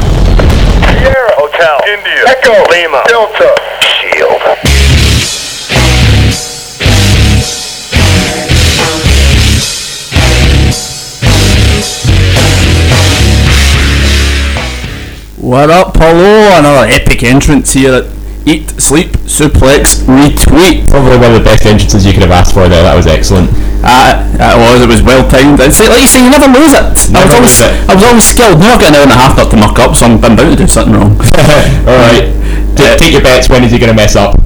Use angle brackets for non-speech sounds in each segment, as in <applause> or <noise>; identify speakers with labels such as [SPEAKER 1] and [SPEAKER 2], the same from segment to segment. [SPEAKER 1] Sierra Hotel. India. Echo. Lima. Delta. Shield.
[SPEAKER 2] What up, Polo? Another epic entrance here at Eat, Sleep, Suplex, Retweet.
[SPEAKER 3] Probably one of the best entrances you could have asked for there. That was excellent.
[SPEAKER 2] Ah, it was, it was well timed. And see, like you say, you never lose it. I was
[SPEAKER 3] Never
[SPEAKER 2] always,
[SPEAKER 3] lose it.
[SPEAKER 2] I was always skilled. Now I've got an hour and a half not to muck up, so I'm, I'm bound to do something wrong.
[SPEAKER 3] <laughs> All
[SPEAKER 2] <laughs>
[SPEAKER 3] right, Ta- take your bets. When is he going to mess up?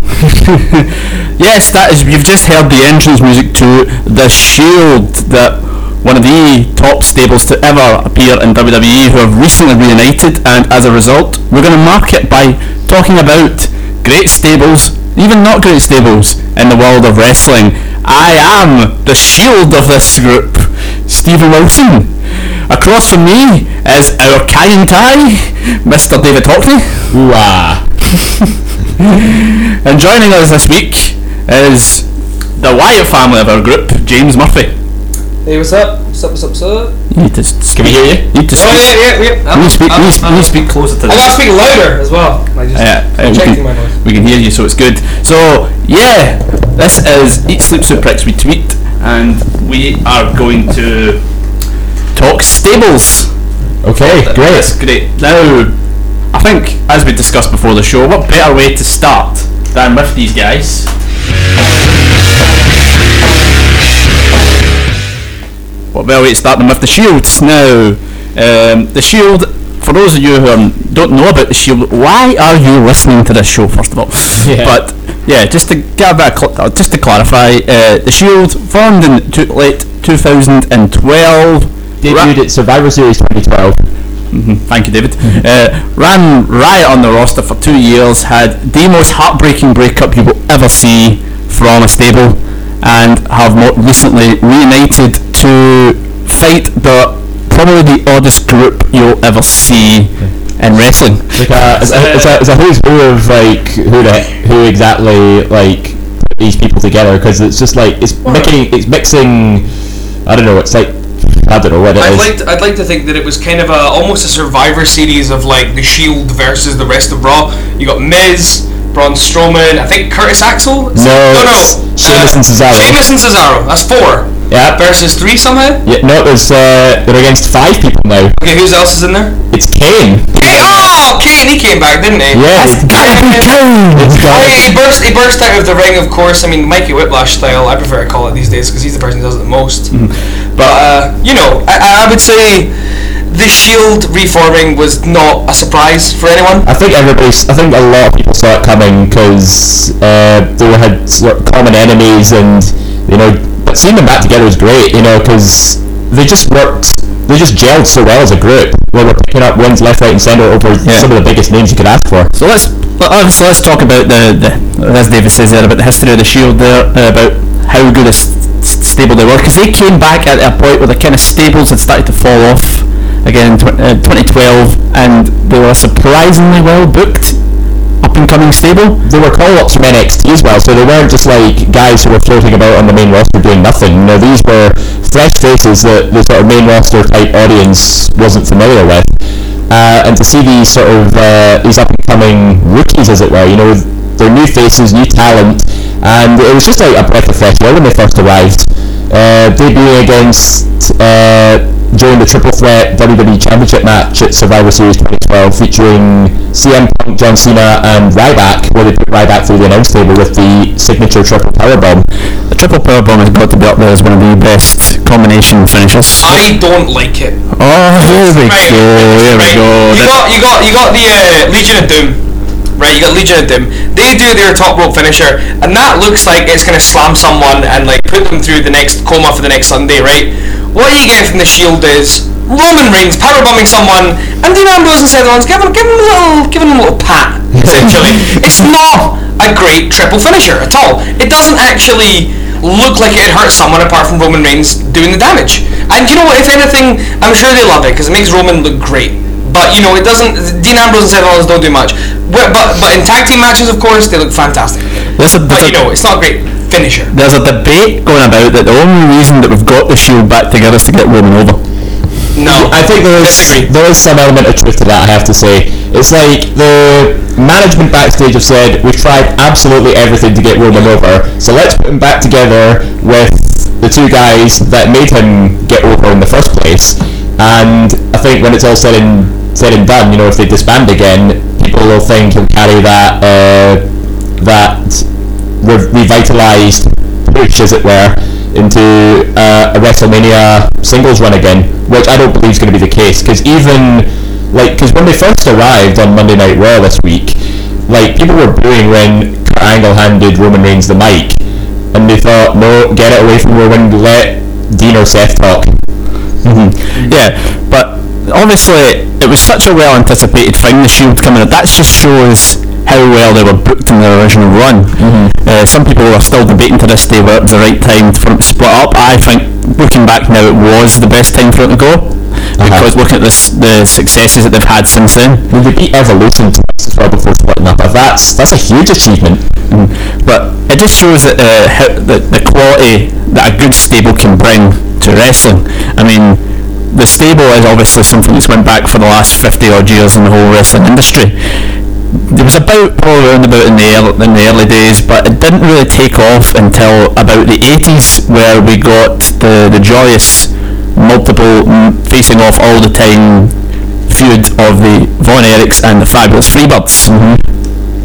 [SPEAKER 2] yes, that is. You've just heard the entrance music to The Shield, that one of the top stables to ever appear in WWE, who have recently reunited, and as a result, we're going to mark it by talking about great stables, even not great stables, in the world of wrestling. I am the Shield of this group, Stephen Wilson. Across from me is our Kai and Tai, Mr. David Hockney.
[SPEAKER 3] Ooh ah.
[SPEAKER 2] And joining us this week is the Wyatt family of our group, James Murphy.
[SPEAKER 4] Hey, what's up? What's up? What's up? What's up?
[SPEAKER 2] You need to s-
[SPEAKER 3] Can we hear you?
[SPEAKER 2] Need to
[SPEAKER 4] Oh
[SPEAKER 2] speak.
[SPEAKER 4] yeah, yeah, yeah. Uh-huh.
[SPEAKER 2] You
[SPEAKER 4] Oh,
[SPEAKER 2] need to speak. you need to- you need to speak closer to
[SPEAKER 4] I gotta
[SPEAKER 2] this.
[SPEAKER 4] speak louder as well. I just
[SPEAKER 2] Yeah, uh, we,
[SPEAKER 4] checking my
[SPEAKER 2] can,
[SPEAKER 4] noise.
[SPEAKER 2] we can hear you, so it's good. So yeah, this is Eat Sleep Suplex Retweet, and we are going to talk stables.
[SPEAKER 3] Okay,
[SPEAKER 2] That's
[SPEAKER 3] great.
[SPEAKER 2] great. Now, I think as we discussed before the show, what better way to start than with these guys? What better way to start than with the shields? Now, um, the shield. For those of you who um, don't know about the shield, why are you listening to this show? First of all,
[SPEAKER 3] <laughs> Yeah.
[SPEAKER 2] but yeah, just to get a bit of cl- uh, just to clarify, uh, the shield formed in two late 2012. Ra-
[SPEAKER 3] Debuted at Survivor Series 2012.
[SPEAKER 2] Mm-hmm. Thank you, David. Uh, ran riot on the roster for two years, had the most heartbreaking breakup you will ever see from a stable, and have more recently reunited to fight the probably the oddest group you'll ever see in wrestling.
[SPEAKER 3] Like a,
[SPEAKER 2] Uh,
[SPEAKER 3] it's, a, it's, a, it's a who's who of like who the, who exactly like put these people together because it's just like it's making it's mixing. I don't know. It's like I don't know what it is.
[SPEAKER 4] I'd like to, I'd like to think that it was kind of a almost a Survivor Series of like the Shield versus the rest of Raw. You got Miz, Braun Strowman, I think Curtis Axel.
[SPEAKER 3] No,
[SPEAKER 4] no, no.
[SPEAKER 3] it's Sheamus and Cesaro.
[SPEAKER 4] Sheamus and Cesaro. That's four.
[SPEAKER 3] Yeah.
[SPEAKER 4] Versus three somehow.
[SPEAKER 3] yeah, no, it was uh, they're against five people now.
[SPEAKER 4] Okay, who's else is in there?
[SPEAKER 3] It's Kane.
[SPEAKER 4] Kane. Oh, Kane. He came back, didn't he?
[SPEAKER 3] Yeah,
[SPEAKER 4] <laughs>
[SPEAKER 3] it's it's
[SPEAKER 4] Oh,
[SPEAKER 3] got-
[SPEAKER 4] yeah, he burst, he burst out of the ring, of course. I mean, Mikey Whiplash style, I prefer to call it these days because he's the person who does it the most.
[SPEAKER 2] Mm.
[SPEAKER 4] But, uh, you know, I, I would say the Shield reforming was not a surprise for anyone.
[SPEAKER 3] I think everybody's. I think a lot of people saw it coming because uh, they had sort of common enemies, and you know, but seeing them back together was great. You know, because they just worked. They just gelled so well as a group. They were picking up wins left, right, and centre over
[SPEAKER 2] Yeah.
[SPEAKER 3] some of the biggest names you could ask for.
[SPEAKER 2] So let's well, obviously let's talk about the, the as David says there about the history of the Shield there uh, about how good a s- s- stable they were because they came back at a point where the kind of stables had started to fall off again in tw- uh, 2012, and they were a surprisingly well booked up and coming stable.
[SPEAKER 1] They were call-ups from NXT as well, so they weren't just like guys who were floating about on the main roster doing nothing. No, these were fresh faces that the sort of main roster type audience wasn't familiar with. Uh, and to see these sort of uh, these up and coming rookies, as it were, you know, they're new faces, new talent, and it was just like a breath of fresh air when they first arrived. Uh, debuting against uh, during the Triple Threat WWE Championship match at Survivor Series 2012 featuring CM Punk, John Cena and Ryback where they put Ryback through the announce table with the signature triple powerbomb.
[SPEAKER 2] The triple power bomb is brought to be up there as one of the best combination finishes.
[SPEAKER 5] I don't like it.
[SPEAKER 2] Oh, here we
[SPEAKER 5] Right,
[SPEAKER 2] go, here we
[SPEAKER 5] right.
[SPEAKER 2] go.
[SPEAKER 5] You got, you got, you got the uh, Legion of Doom. Right, you got Legion of Doom. They do their top rope finisher, and that looks like it's gonna slam someone and like put them through the next coma for the next Sunday, right? What you get from the Shield is Roman Reigns powerbombing someone, and Dean Ambrose and Seth Rollins giving giving him a little giving him a little pat. Essentially, it's not a great triple finisher at all. It doesn't actually look like it hurt someone apart from Roman Reigns doing the damage. And you know what? If anything, I'm sure they love it because it makes Roman look great. But you know, it doesn't. Dean Ambrose and Seth Rollins don't do much. But, but but in tag team matches, of course, they look fantastic.
[SPEAKER 2] There's a,
[SPEAKER 5] But
[SPEAKER 2] there's,
[SPEAKER 5] you know,
[SPEAKER 2] a,
[SPEAKER 5] it's not a great finisher.
[SPEAKER 2] there's a debate going about that the only reason that we've got the Shield back together is to get Roman over.
[SPEAKER 4] Oh,
[SPEAKER 5] No,
[SPEAKER 1] I think there is
[SPEAKER 5] Disagree.
[SPEAKER 1] there is some element of truth to that. I have to say, it's like the management backstage have said we've tried absolutely everything to get Roman over, so let's put him back together with the two guys that made him get over in the first place. And I think when it's all said and said and done, you know, if they disband again, people will think he'll carry that uh, that re- revitalized push, as it were, into uh, a WrestleMania singles run again, which I don't believe is going to be the case. Because even like, because when they first arrived on Monday Night Raw this week, like people were booing when Kurt Angle handed Roman Reigns the mic, and they thought, no, get it away from Roman, let Dino Seth talk.
[SPEAKER 2] Mm-hmm. Yeah, but obviously it was such a well anticipated thing. The Shield coming up. That just shows how well they were booked in their original run. Uh, some people are still debating to this day whether it was the right time for them to split up. I think looking back now, it was the best time for it to go because looking at the s the successes that they've had since then.
[SPEAKER 1] Uh-huh. Well, they beat Evolution twice as well before splitting up. That's that's a huge achievement.
[SPEAKER 2] Mm-hmm. But it just shows that uh, how, the, the quality that a good stable can bring to wrestling. I mean, the stable is obviously something that's went back for the last 50 odd years in the whole wrestling industry. There was about probably around about in the early, in the early days, but it didn't really take off until about the 80s, where we got the the joyous multiple mm, facing off all the time feud of the Von Erichs and the Fabulous Freebirds.
[SPEAKER 1] Mm-hmm.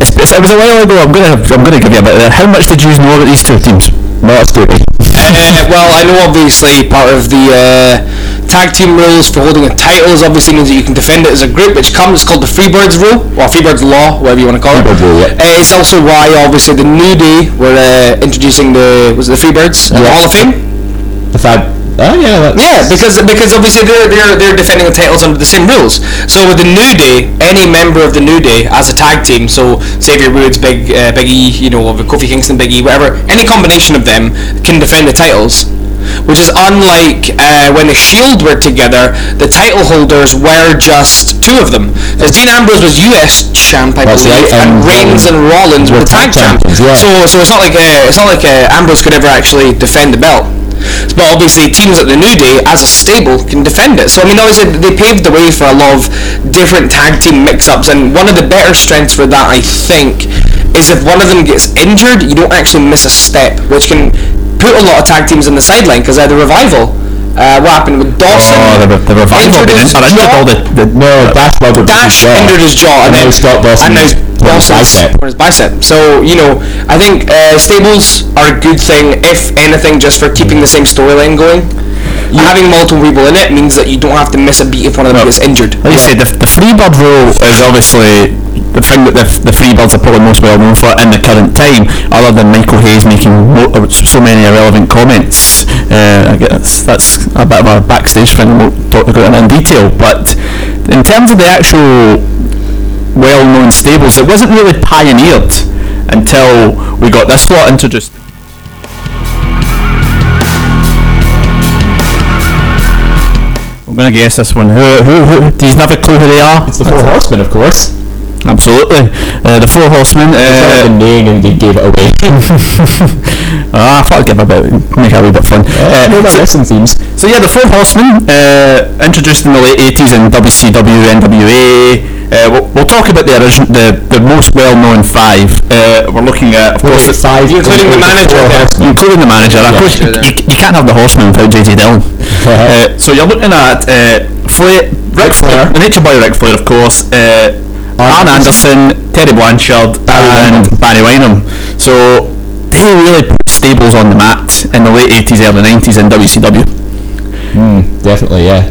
[SPEAKER 2] It's, it's, it was a while ago. I'm gonna I'm gonna give you a bit. Of that. How much did you know about these two teams?
[SPEAKER 1] Not
[SPEAKER 2] <laughs>
[SPEAKER 1] a story.
[SPEAKER 4] Uh, well, I know obviously part of the uh, tag team rules for holding the titles obviously means that you can defend it as a group, which comes it's called the Freebirds rule or Freebirds law, whatever you want to call it.
[SPEAKER 1] Freebirds rule, yeah.
[SPEAKER 4] Uh, it's also why obviously the New Day were uh, introducing the was it the Freebirds at
[SPEAKER 1] Yeah.
[SPEAKER 4] the Hall of Fame.
[SPEAKER 1] If I, oh yeah, that's,
[SPEAKER 4] Yeah, because because obviously they're they're they're defending the titles under the same rules. So with the New Day, any member of the New Day as a tag team, so Xavier Woods, Big uh, Big E, you know, Kofi Kingston, Big E, whatever, any combination of them can defend the titles. Which is unlike uh, when the Shield were together. The title holders were just two of them. Because Dean Ambrose was US champ, I
[SPEAKER 1] That's
[SPEAKER 4] believe,
[SPEAKER 1] right, and um,
[SPEAKER 4] and Reigns and Rollins were the tag champions.
[SPEAKER 1] yeah.
[SPEAKER 4] So so, so it's not like uh, it's not like uh, Ambrose could ever actually defend the belt. But obviously, teams at the New Day, as a stable, can defend it. So I mean, obviously, they paved the way for a lot of different tag team mix-ups, and one of the better strengths for that, I think, is if one of them gets injured, you don't actually miss a step, which can put a lot of tag teams on the sideline because they're the revival. Uh, what happened with Dawson?
[SPEAKER 2] Oh, the, the revival.
[SPEAKER 4] injured
[SPEAKER 2] They
[SPEAKER 4] his
[SPEAKER 2] didn't- I didn't
[SPEAKER 4] jaw.
[SPEAKER 2] know all the, the
[SPEAKER 1] no, Dash Roberts.
[SPEAKER 4] Dash injured his jaw,
[SPEAKER 1] And
[SPEAKER 4] and, then
[SPEAKER 1] now Scott Dawson
[SPEAKER 4] and now
[SPEAKER 1] is torn his
[SPEAKER 4] Dawson's
[SPEAKER 1] bicep.
[SPEAKER 4] torn his bicep. So you know, I think uh, stables are a good thing, if anything, just for keeping the same storyline going. Having multiple people in it means that you don't have to miss a beat if one of them gets injured.
[SPEAKER 2] Like you say, the, the freebird rule is obviously the thing that the, the freebirds are probably most well known for in the current time, other than Michael Hayes making mo- uh, so many irrelevant comments. Uh, I guess that's a bit of a backstage thing, we'll talk about it in detail. But in terms of the actual well-known stables, it wasn't really pioneered until we got this lot introduced. I'm gonna guess this one. Who, who, who, do you have a clue who they are?
[SPEAKER 1] It's the Four Horsemen, of course.
[SPEAKER 2] Absolutely. Uh, the Four Horsemen.
[SPEAKER 1] Uh, the name and they gave it away.
[SPEAKER 2] <laughs> ah, I thought I'd give a bit, make it a wee bit fun.
[SPEAKER 1] Yeah, uh, no, that
[SPEAKER 2] so,
[SPEAKER 1] themes.
[SPEAKER 2] So yeah, the Four Horsemen, uh, introduced in the late 80s in WCW, NWA. Uh, we'll, we'll talk about the, origin, the the most well-known five. Uh, we're looking at, of course, it's
[SPEAKER 1] five,
[SPEAKER 4] including the manager.
[SPEAKER 1] Horsemen.
[SPEAKER 2] including the manager. and of course, you,
[SPEAKER 4] Manager,
[SPEAKER 2] you, you can't have the Horsemen without JJ Dillon. uh, so you're looking at uh, Flair, Ric Flair, the Nature Boy Ric Flair, of course. Uh, Arn Anderson, Terry Blanchard, and Barry Wynum. So they really put stables on the mat in the late 80s, early 90s in WCW.
[SPEAKER 1] Mm, definitely, yeah.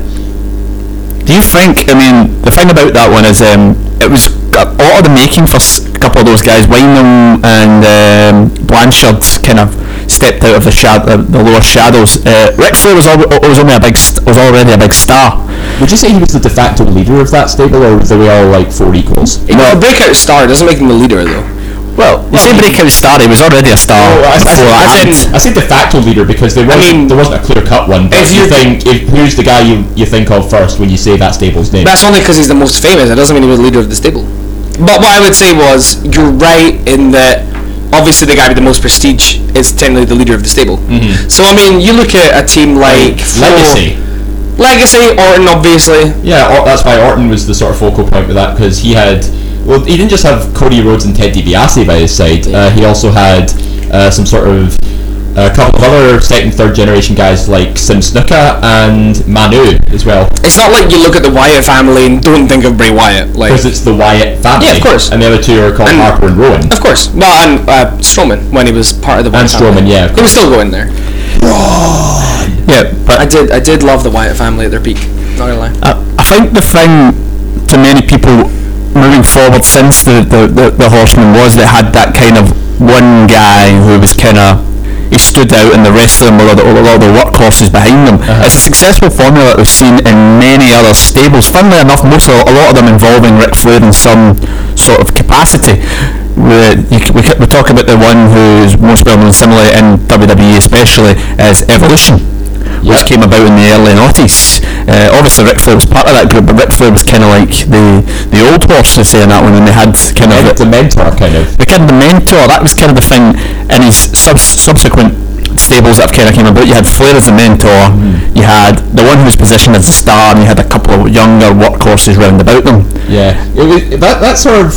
[SPEAKER 2] Do you think? I mean, the thing about that one is um, it was a lot of the making for s- a couple of those guys. Wynum and um, Blanchard kind of stepped out of the shad- uh, the lower shadows. Uh, Ric Flair was, al- was only a big st- was already a big star.
[SPEAKER 1] Would you say he was the de facto leader of that stable, or were they all like four equals?
[SPEAKER 4] He was a breakout star. Doesn't make him the leader though.
[SPEAKER 2] Well, you say breakout star, he was already a star
[SPEAKER 1] Oh, I, I,
[SPEAKER 2] before that
[SPEAKER 1] I,
[SPEAKER 2] happened.
[SPEAKER 1] said, I said de facto leader because there wasn't,
[SPEAKER 4] mean,
[SPEAKER 1] there wasn't a clear cut one. But
[SPEAKER 4] if
[SPEAKER 1] if you
[SPEAKER 4] you're-
[SPEAKER 1] think if who's the guy you, you think of first when you say that stable's name?
[SPEAKER 4] That's only because he's the most famous. That doesn't mean he was the leader of the stable. But what I would say was, you're right in that obviously the guy with the most prestige is technically the leader of the stable. So I mean, you look at a team like
[SPEAKER 1] Legacy.
[SPEAKER 4] Legacy, Orton, obviously.
[SPEAKER 1] Yeah, or, that's why Orton was the sort of focal point with that because he had well, he didn't just have Cody Rhodes and Ted DiBiase by his side. Uh, he also had uh, some sort of a couple of other second, third generation guys like Sim Snuka and Manu as well.
[SPEAKER 4] It's not like you look at the Wyatt family and don't think of Bray Wyatt. Like,
[SPEAKER 1] Because it's the Wyatt family.
[SPEAKER 4] Yeah, of course.
[SPEAKER 1] And the other two are called
[SPEAKER 4] And-
[SPEAKER 1] Harper and Rowan.
[SPEAKER 4] of course. Well, and uh, Strowman when he was part of the Wyatt
[SPEAKER 1] Strowman,
[SPEAKER 4] family.
[SPEAKER 1] yeah, of
[SPEAKER 4] he was still going there.
[SPEAKER 2] Yeah, but
[SPEAKER 4] I did, I did love the Wyatt family at their peak. Not gonna lie.
[SPEAKER 2] I, I think the thing to many people moving forward since the, the, the, the Horseman was they had that kind of one guy who was kind of he stood out and the rest of them were the, were a lot of the workhorses behind them.
[SPEAKER 4] Uh-huh.
[SPEAKER 2] It's a successful formula that we've seen in many other stables. Funnily enough, most of, a lot of them involving Ric Flair in some sort of capacity. We, you, c- we, c- we talk about the one who's most well known similarly in WWE especially as Evolution which
[SPEAKER 1] Yep.
[SPEAKER 2] came about in the early noughties. Uh, obviously, Ric Flair was part of that group, but Ric Flair was kind of like the the old horse, they say in that one, and they had kind of
[SPEAKER 1] And it's a mentor kind of.
[SPEAKER 2] the kind of the mentor. That was kind of the thing in his sub- subsequent stables that have kind of came about. You had Flair as the mentor, you had the one who was positioned as the star, and you had a couple of younger workhorses round about them.
[SPEAKER 1] Yeah, it was, that that sort of.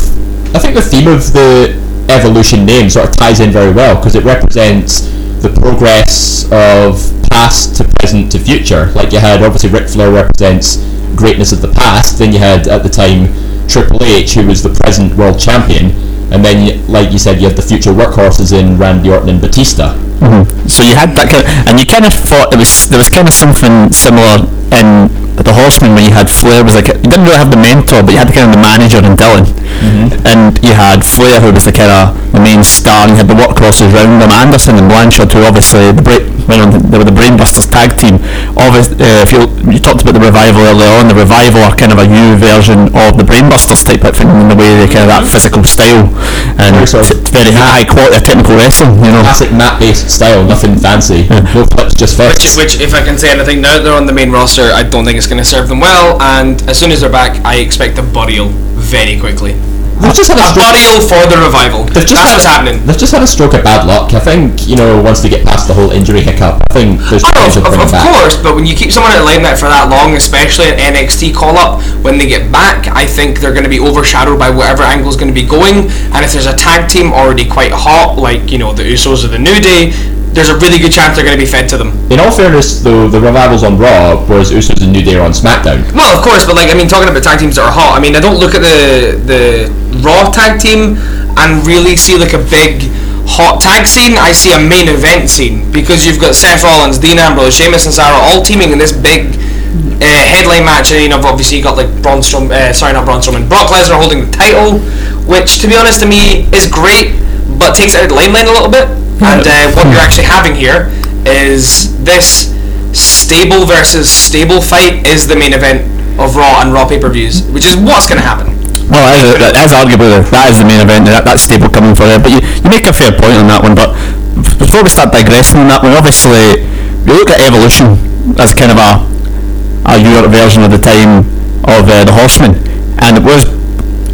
[SPEAKER 1] I think the theme of the evolution name sort of ties in very well because it represents the progress of past to present to future. Like you had obviously Ric Flair represents greatness of the past. Then you had at the time Triple H, who was the present world champion, and then you- like you said, you had the future workhorses in Randy Orton and Batista.
[SPEAKER 2] So you had that kind, of, and you kind of thought it was there was kind of something similar in the Horseman where you had Flair was like you didn't really have the mentor, but you had kind of the manager and Dylan,
[SPEAKER 1] Mm-hmm.
[SPEAKER 2] and you had Flair who was the kind of the main star, and you had the workhorses round them, Anderson and Blanchard, who obviously the break, went on they were the Brainbusters tag team. Obviously, uh, if you you talked about the revival earlier on, the revival are kind of a new version of the Brainbusters type of thing in the way they kind of that physical style and
[SPEAKER 1] Very sort of-
[SPEAKER 2] t- very high quality of technical wrestling, you know.
[SPEAKER 1] Classic mat-based style, nothing fancy. No flips, just
[SPEAKER 4] Which,
[SPEAKER 1] fists.
[SPEAKER 4] which, if I can say anything, now that they're on the main roster, I don't think it's going to serve them well. And as soon as they're back, I expect a burial very quickly.
[SPEAKER 1] They've just had
[SPEAKER 4] A
[SPEAKER 1] stroke-
[SPEAKER 4] burial for the revival.
[SPEAKER 1] They've
[SPEAKER 4] That's
[SPEAKER 1] just had,
[SPEAKER 4] what's happening.
[SPEAKER 1] They've just had a stroke of bad luck. I think you know once they get past the whole injury hiccup, I think there's
[SPEAKER 4] Oh,
[SPEAKER 1] potential for
[SPEAKER 4] of, of,
[SPEAKER 1] them
[SPEAKER 4] of
[SPEAKER 1] back.
[SPEAKER 4] course, but when you keep someone at line that for that long, especially an NXT call up, when they get back, I think they're going to be overshadowed by whatever angle's going to be going. And if there's a tag team already quite hot, like you know the Usos or the New Day, there's a really good chance they're going to be fed to them.
[SPEAKER 1] In all fairness, though, the revivals on Raw, whereas Usos and New Day are on SmackDown.
[SPEAKER 4] Well, of course, but like I mean, talking about tag teams that are hot, I mean, I don't look at the the Raw tag team and really see like a big hot tag scene. I see a main event scene because you've got Seth Rollins, Dean Ambrose, Sheamus, and Sarah all teaming in this big. Uh, headline match, and you've obviously got like Braun Strowman, uh, sorry, not Braun Strowman, Brock Lesnar holding the title, which to be honest to me is great, but takes it out of the limelight a little bit. And uh, what you're actually having here is this stable versus stable fight is the main event of Raw and Raw pay-per-views, which is what's going to happen.
[SPEAKER 2] Well, that is, that is arguably the, that is the main event. That, that's stable coming for there. But you, you make a fair point on that one. But f- before we start digressing on that one, obviously we look at evolution as kind of a a Europe version of the time of uh, the Horsemen, and it was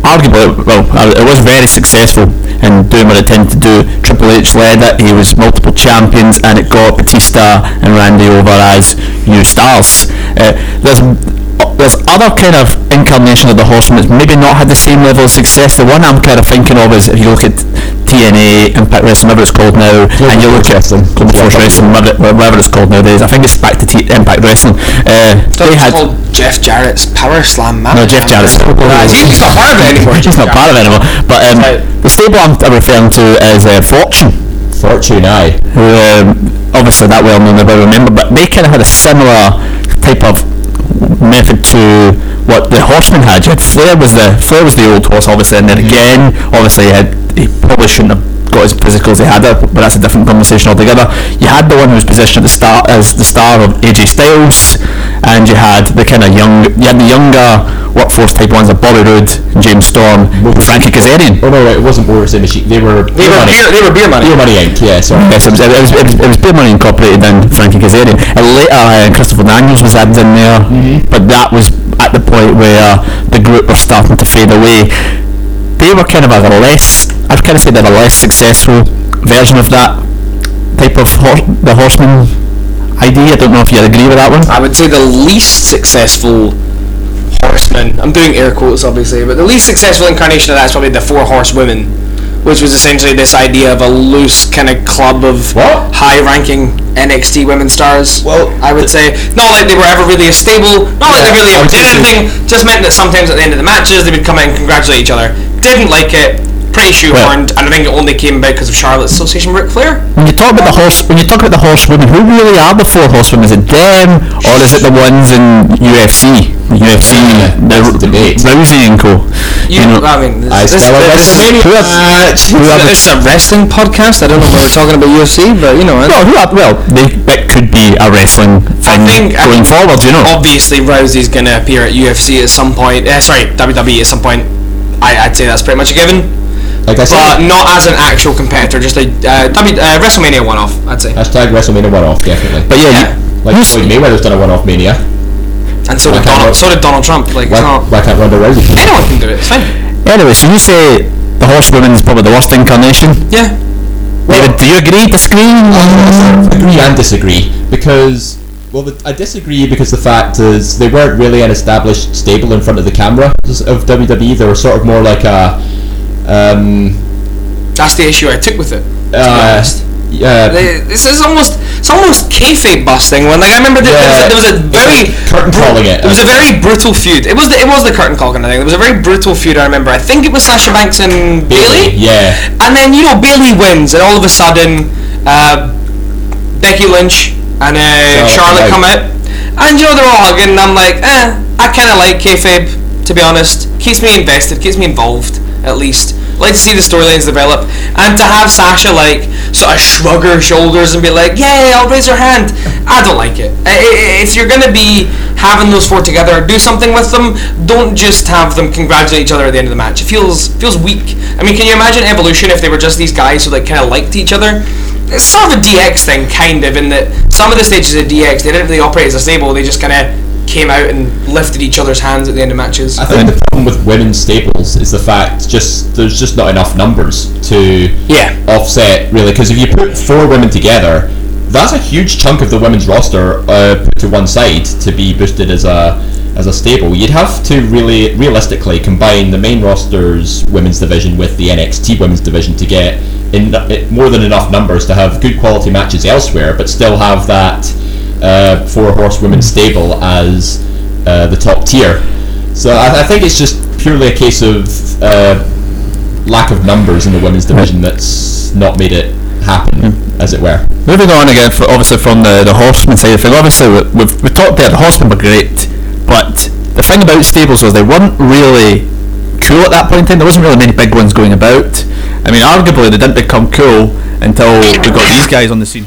[SPEAKER 2] arguably well, uh, it was very successful in doing what it tended to do. Triple H led it; he was multiple champions, and it got Batista and Randy over as new stars. Uh, there's there's other kind of incarnation of the Horsemen that's maybe not had the same level of success. The one I'm kind of thinking of is if you look at TNA, Impact Wrestling, whatever it's called now, and you look at Global Force Wrestling, whatever, whatever it's called nowadays. I think it's back to T- Impact Wrestling. Uh,
[SPEAKER 4] Thought
[SPEAKER 2] they
[SPEAKER 4] it was
[SPEAKER 2] had
[SPEAKER 4] called Jeff Jarrett's Power Slam match.
[SPEAKER 2] no Jeff Jarrett's.
[SPEAKER 4] <laughs> he's, he's not part of it anymore.
[SPEAKER 2] He's not part of it anymore. But um, the stable I'm, I'm referring to is uh, Fortune.
[SPEAKER 1] Fortune, aye.
[SPEAKER 2] Who, um, obviously that well known, I remember, but they kind of had a similar type of method to what the Horsemen had. You had Flair was the Flair was the old horse, obviously, and then
[SPEAKER 4] Mm-hmm.
[SPEAKER 2] again, obviously, he, had, he probably shouldn't have got as physical as he had, it, but that's a different conversation altogether. You had the one who was positioned at the start as the star of AJ Styles, and you had the kind of young, you had the younger workforce type ones of Bobby Roode, James Storm, Frankie Kazarian.
[SPEAKER 1] Oh no, it wasn't Warriors Machine. They were
[SPEAKER 4] They were beer, they were beer money.
[SPEAKER 1] Beer Money Inc. Yeah, sorry.
[SPEAKER 2] Yes, it was, it was, it was, it was Beer Money Incorporated and Frankie Kazarian. And later, uh, Christopher Daniels was added in there,
[SPEAKER 1] Mm-hmm.
[SPEAKER 2] but that was at the point where the group were starting to fade away. They were kind of a less, I'd kind of say they're a less successful version of that type of hor- the horseman idea. I don't know if you'd agree with that one.
[SPEAKER 1] Uh,
[SPEAKER 4] I would say the least successful horseman. I'm doing air quotes, obviously, but the least successful incarnation of that is probably the Four Horsewomen, which was essentially this idea of a loose kind of club of
[SPEAKER 1] What?
[SPEAKER 4] high-ranking NXT women stars.
[SPEAKER 1] Well,
[SPEAKER 4] I would say not like they were ever really a stable, not like they really
[SPEAKER 1] I
[SPEAKER 4] ever
[SPEAKER 1] was
[SPEAKER 4] did
[SPEAKER 1] just-
[SPEAKER 4] anything. Just meant that sometimes at the end of the matches they would come in and congratulate each other. Didn't like it. Pretty shoehorned, and I think it only came about because of Charlotte's association with Ric Flair.
[SPEAKER 2] When you talk about the horse, when you talk about the horsewomen, who really are the four horsewomen? Is it them, or is it the ones in UFC, UFC,
[SPEAKER 1] Yeah, that's the
[SPEAKER 2] the
[SPEAKER 1] debate.
[SPEAKER 2] Rousey and Co?
[SPEAKER 4] You, I mean, this,
[SPEAKER 1] I
[SPEAKER 4] this,
[SPEAKER 1] still
[SPEAKER 4] this,
[SPEAKER 1] this
[SPEAKER 4] this,
[SPEAKER 1] is
[SPEAKER 4] this,
[SPEAKER 1] match.
[SPEAKER 4] Who
[SPEAKER 1] Whoever-
[SPEAKER 4] this is a wrestling podcast. I don't know why we're talking about UFC, but you know,
[SPEAKER 2] Well, who are, well, they, that could be a wrestling
[SPEAKER 4] I
[SPEAKER 2] thing
[SPEAKER 4] think I
[SPEAKER 2] going
[SPEAKER 4] think
[SPEAKER 2] forward, you know.
[SPEAKER 4] Obviously, Rousey's going to appear at UFC at some point. Uh, sorry, WWE at some point. I, I'd say that's pretty much a given,
[SPEAKER 1] Like I
[SPEAKER 4] but
[SPEAKER 1] said,
[SPEAKER 4] not as an actual competitor, just a uh, w, uh, WrestleMania one-off. I'd say.
[SPEAKER 1] hashtag WrestleMania one off definitely.
[SPEAKER 2] but yeah,
[SPEAKER 4] yeah.
[SPEAKER 2] you-
[SPEAKER 1] like
[SPEAKER 2] who's-
[SPEAKER 1] Floyd Mayweather's done a one off Mania.
[SPEAKER 4] And so did
[SPEAKER 1] Okay,
[SPEAKER 4] Donald.
[SPEAKER 1] well-
[SPEAKER 4] So did Donald Trump. Like, it's
[SPEAKER 1] Why,
[SPEAKER 4] not,
[SPEAKER 1] why can't Ronda Rousey?
[SPEAKER 4] anyone can do it. It's fine.
[SPEAKER 2] anyway, so you say the horsewomen is probably the worst incarnation.
[SPEAKER 4] Yeah.
[SPEAKER 2] David, do you agree? Disagree?
[SPEAKER 1] Uh, agree and disagree because well the, I disagree because the fact is they weren't really an established stable in front of the camera of WWE they were sort of more like a um
[SPEAKER 4] That's the issue I took with it. To be
[SPEAKER 1] uh,
[SPEAKER 4] honest.
[SPEAKER 1] yeah
[SPEAKER 4] They- This is almost it's almost kayfabe busting when like I remember that there, was a, there was a
[SPEAKER 1] Yeah,
[SPEAKER 4] very
[SPEAKER 1] it's like curtain calling it.
[SPEAKER 4] It was a very brutal feud. It was the, it was the curtain call kind of thing. It was a very brutal feud. I remember. I think it was Sasha Banks and Bailey.
[SPEAKER 1] yeah
[SPEAKER 4] And then you know Bailey wins, and all of a sudden uh, Becky Lynch and uh, Charlotte
[SPEAKER 1] Charlotte
[SPEAKER 4] come
[SPEAKER 1] come
[SPEAKER 4] out, and you know they're all hugging. And I'm like, eh, I kind of like kayfabe to be honest. Keeps me invested, keeps me involved at least. Like to see the storylines develop, and to have Sasha like sort of shrug her shoulders and be like, "Yay, I'll raise her hand." I don't like it. I- I- If you're gonna be having those four together, do something with them. Don't just have them congratulate each other at the end of the match. It feels feels weak. I mean, can you imagine Evolution if they were just these guys who like kind of liked each other? It's sort of a DX thing, kind of, in that some of the stages of DX they didn't really operate as a stable. They just kind of came out and lifted each other's hands at the end of matches.
[SPEAKER 1] I think the problem with women's staples is the fact just there's just not enough numbers to
[SPEAKER 4] Yeah.
[SPEAKER 1] offset really because if you put four women together that's a huge chunk of the women's roster uh, put to one side to be boosted as a as a stable you'd have to really realistically combine the main roster's women's division with the NXT women's division to get in more than enough numbers to have good quality matches elsewhere but still have that uh, four horsewomen stable as uh, the top tier so I, I think it's just purely a case of uh, lack of numbers in the women's division that's not made it happen, as it were.
[SPEAKER 2] Hmm. Moving on again, for, obviously from the, the horseman side of things, obviously we- we've, we've talked about the horsemen were great, but the thing about stables was they weren't really cool at that point in time. There wasn't really many big ones going about. I mean, arguably they didn't become cool until we got these guys on the scene.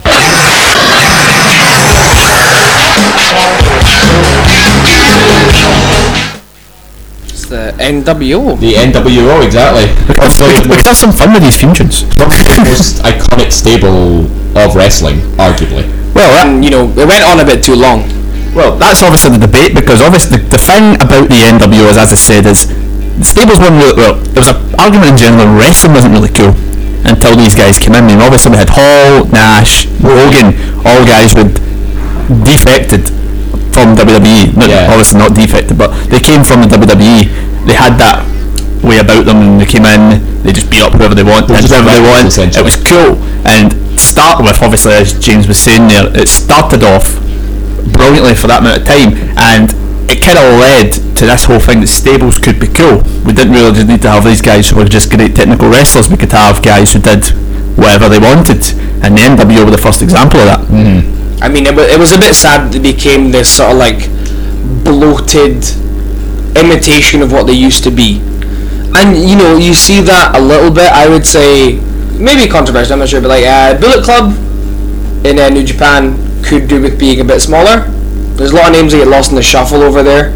[SPEAKER 4] It's the NWO.
[SPEAKER 1] The NWO, exactly.
[SPEAKER 2] Because
[SPEAKER 1] Probably the
[SPEAKER 2] we could
[SPEAKER 1] most,
[SPEAKER 2] have some fun with these fusions.
[SPEAKER 1] probably the most
[SPEAKER 2] <laughs>
[SPEAKER 1] iconic stable of wrestling, arguably.
[SPEAKER 2] Well, that,
[SPEAKER 4] you know, it went on a bit too long.
[SPEAKER 2] Well, that's obviously the debate because obviously the, the thing about the NWO is, as I said, is the stables weren't really well. There was an argument in general. Wrestling wasn't really cool until these guys came in. I mean, obviously we had Hall, Nash, Hogan, all guys with defected from WWE. Not,
[SPEAKER 1] Yeah.
[SPEAKER 2] Obviously not defected, but they came from the E, WWE. They had that way about them, and they came in. They just beat up whoever they want,
[SPEAKER 1] They
[SPEAKER 2] and
[SPEAKER 1] just
[SPEAKER 2] whoever they
[SPEAKER 1] wrecked,
[SPEAKER 2] want. It
[SPEAKER 1] essentially.
[SPEAKER 2] was cool. And to start with, obviously, as James was saying there, it started off brilliantly for that amount of time, and it kind of led to this whole thing that stables could be cool. We didn't really just need to have these guys who were just great technical wrestlers. We could have guys who did whatever they wanted, and the NWO were the first example of that.
[SPEAKER 4] I mean, it, wa- it was a bit sad that it became this sort of like bloated imitation of what they used to be. And you know, you see that a little bit. I would say maybe controversial. I'm not sure, but like uh, Bullet Club in uh, New Japan could do with being a bit smaller. There's a lot of names that get lost in the shuffle over there.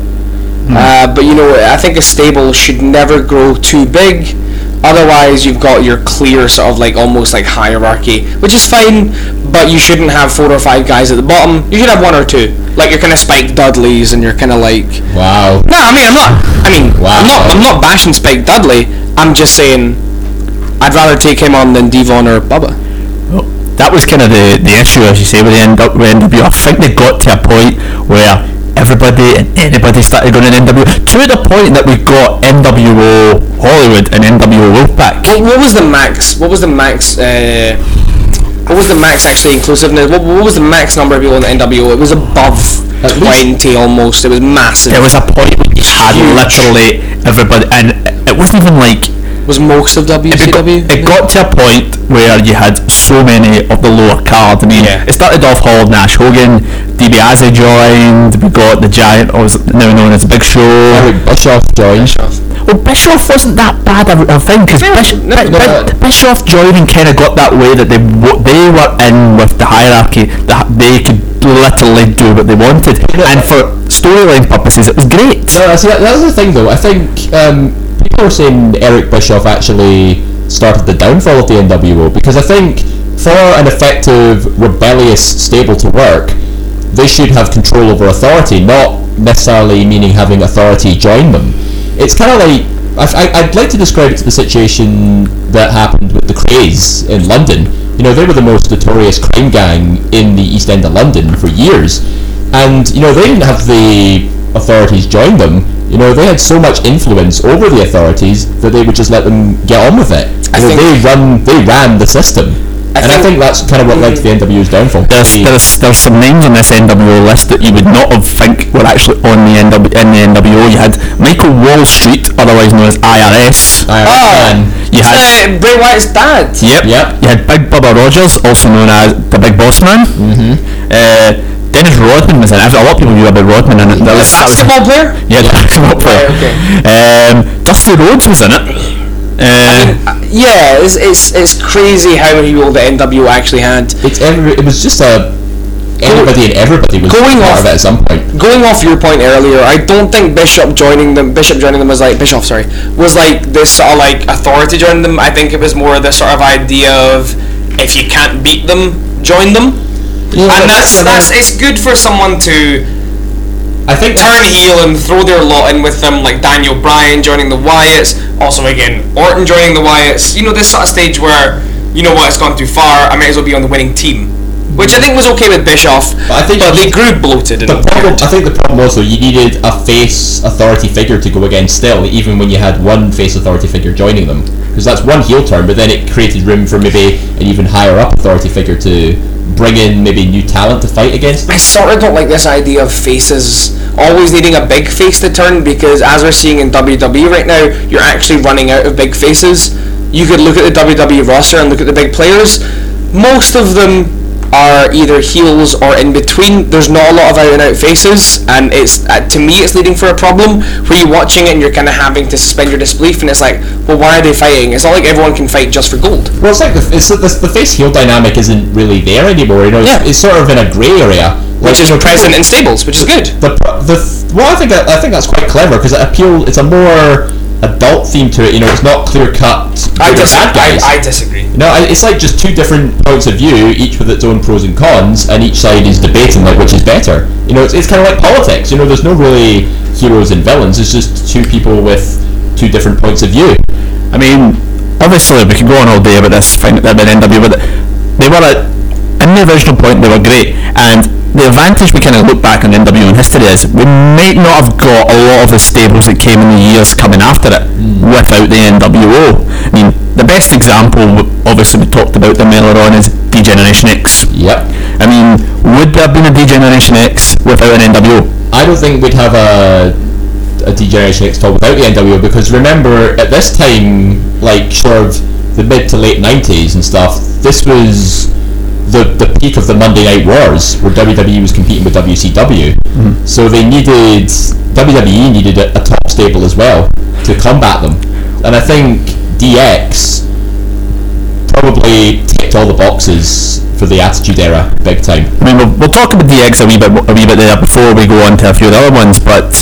[SPEAKER 4] Uh, but you know, I think a stable should never grow too big. Otherwise, you've got your clear sort of like almost like hierarchy, which is fine. But you shouldn't have four or five guys at the bottom. You should have one or two, like your kind of Spike Dudleys and your kind of like.
[SPEAKER 1] Wow.
[SPEAKER 4] No, I mean I'm not. I mean I'm not. I'm not bashing Spike Dudley. I'm just saying, I'd rather take him on than Devon or Bubba.
[SPEAKER 2] that was kind of the, the issue, as you say, with the end up with NWO. I think they got to a point where everybody and anybody started going in NWO to the point that we got NWO Hollywood and NWO Wolfpack.
[SPEAKER 4] What, what was the max? What was the max? Uh, what was the max actually inclusiveness? What, what was the max number of people in the NWO? It was above
[SPEAKER 1] At least-
[SPEAKER 4] twenty almost. It was massive.
[SPEAKER 2] There was a point where you had
[SPEAKER 4] Huge.
[SPEAKER 2] literally everybody, and it wasn't even like
[SPEAKER 4] was most
[SPEAKER 2] it
[SPEAKER 4] of
[SPEAKER 2] got,
[SPEAKER 4] WCW.
[SPEAKER 2] it got to a point where you had so many of the lower card. I mean,
[SPEAKER 4] Yeah.
[SPEAKER 2] it started off Hall, Nash, Hogan, DiBiase joined. We got the Giant, or was now known as the Big Show.
[SPEAKER 1] Eric Bischoff joined.
[SPEAKER 2] Well, Bischoff wasn't that bad of a thing because Bish-
[SPEAKER 4] no,
[SPEAKER 2] Bi-
[SPEAKER 4] no,
[SPEAKER 2] Bi-
[SPEAKER 4] no.
[SPEAKER 2] Bischoff joining kind of got that way that they w- they were in with the hierarchy that they could literally do what they wanted, and for storyline purposes, it was great.
[SPEAKER 1] No, see, that, that's the thing though. I think um, people are saying Eric Bischoff actually started the downfall of the NWO because I think for an effective rebellious stable to work, they should have control over authority, not necessarily meaning having authority join them. It's kind of like I, I, I'd like to describe it to the situation that happened with the Craze in London. You know, they were the most notorious crime gang in the East End of London for years and you know they didn't have the authorities join them. You know they had so much influence over the authorities that they would just let them get on with it.
[SPEAKER 4] I
[SPEAKER 1] You know,
[SPEAKER 4] think-
[SPEAKER 1] they run, they ran the system, and I
[SPEAKER 4] think-
[SPEAKER 1] think that's kind of what led to the NWO's downfall.
[SPEAKER 2] There's, there's there's some names on this NWO list that you would not have think were actually on the NW, in the NWO. You had Michael Wall Street, otherwise known as IRS.
[SPEAKER 1] Iron Man.
[SPEAKER 2] Ah! You
[SPEAKER 4] It's,
[SPEAKER 2] had
[SPEAKER 4] uh, Bray Wyatt's dad.
[SPEAKER 2] Yep.
[SPEAKER 1] Yep.
[SPEAKER 2] You had Big Bubba Rogers, also known as the Big Boss Man. Mm-hmm. Uh, Dennis Rodman was in. it. A lot of people knew about Rodman, and that was that was-
[SPEAKER 4] Basketball player.
[SPEAKER 2] <laughs> Yeah, the basketball player.
[SPEAKER 4] okay.
[SPEAKER 2] Um, Dusty Rhodes was in it. Uh,
[SPEAKER 4] Yeah, it's, it's it's crazy how many people the NWO actually had.
[SPEAKER 1] It's every, it was just a anybody and everybody was
[SPEAKER 4] Going
[SPEAKER 1] part
[SPEAKER 4] off-
[SPEAKER 1] of it at some point.
[SPEAKER 4] Going off your point earlier, I don't think Bishop joining them, Bishop joining them was like Bishop, sorry, was like this sort of like authority joining them. I think it was more the sort of idea of if you can't beat them, join them. and that's that's it's good for someone to
[SPEAKER 1] I think
[SPEAKER 4] turn
[SPEAKER 1] that's-
[SPEAKER 4] heel and throw their lot in with them, like Daniel Bryan joining the Wyatts, also again Orton joining the Wyatts. You know, this sort of stage where you know what, it's gone too far. I might as well be on the winning team, which I think was okay with Bischoff.
[SPEAKER 1] But I think
[SPEAKER 4] but
[SPEAKER 1] you-
[SPEAKER 4] they grew bloated and
[SPEAKER 1] The problem,
[SPEAKER 4] weird.
[SPEAKER 1] I think the problem was though you needed a face authority figure to go against still, even when you had one face authority figure joining them, because that's one heel turn. But then it created room for maybe an even higher up authority figure to bring in maybe new talent to fight against.
[SPEAKER 4] I sort of don't like this idea of faces always needing a big face to turn because as we're seeing in WWE right now, you're actually running out of big faces. You could look at the WWE roster and look at the big players. Most of them are either heels or in between. There's not a lot of out and out faces, and it's uh, to me it's leading for a problem where you're watching it and you're kind of having to suspend your disbelief, and it's like, well, why are they fighting? It's not like everyone can fight just for gold.
[SPEAKER 1] Well, it's like the, it's the, the face heel dynamic isn't really there anymore. You know, it's,
[SPEAKER 4] Yeah.
[SPEAKER 1] it's sort of in a grey area,
[SPEAKER 4] Which is
[SPEAKER 1] you know,
[SPEAKER 4] present in stables, which is good.
[SPEAKER 1] the, pro- the th- well, I think that, I think that's quite clever because it appeal. It's a more adult theme to it. You know, it's not clear cut
[SPEAKER 4] I,
[SPEAKER 6] the
[SPEAKER 4] dis-
[SPEAKER 6] bad guys.
[SPEAKER 4] I, I disagree.
[SPEAKER 6] No, I- it's like just two different points of view, each with its own pros and cons, and each side is debating like which is better. You know, it's, it's kind of like politics. You know, there's no really heroes and villains. It's just two people with two different points of view.
[SPEAKER 2] I mean, obviously we could go on all day about this thing that been NW, but they were at in the original point they were great, and the advantage we kind of look back on NW in history is we might not have got a lot of the stables that came in the years coming after it
[SPEAKER 6] Hmm.
[SPEAKER 2] without the NWO. I mean, the best example, w- obviously we talked about them earlier on, is D-Generation X.
[SPEAKER 6] Yep.
[SPEAKER 2] I mean, would there have been a D-Generation X without an NWO?
[SPEAKER 6] I don't think we'd have a a Degeneration X talk without the NWO because remember at this time, like sort of the mid to late nineties and stuff, this was the the peak of the Monday Night Wars where WWE was competing with WCW.
[SPEAKER 2] Mm-hmm.
[SPEAKER 6] So they needed WWE needed a, a top stable as well to combat them, and I think DX probably ticked all the boxes for the Attitude Era big time.
[SPEAKER 2] I mean, we'll, we'll talk about DX a wee bit a wee bit there before we go on to a few of the other ones, but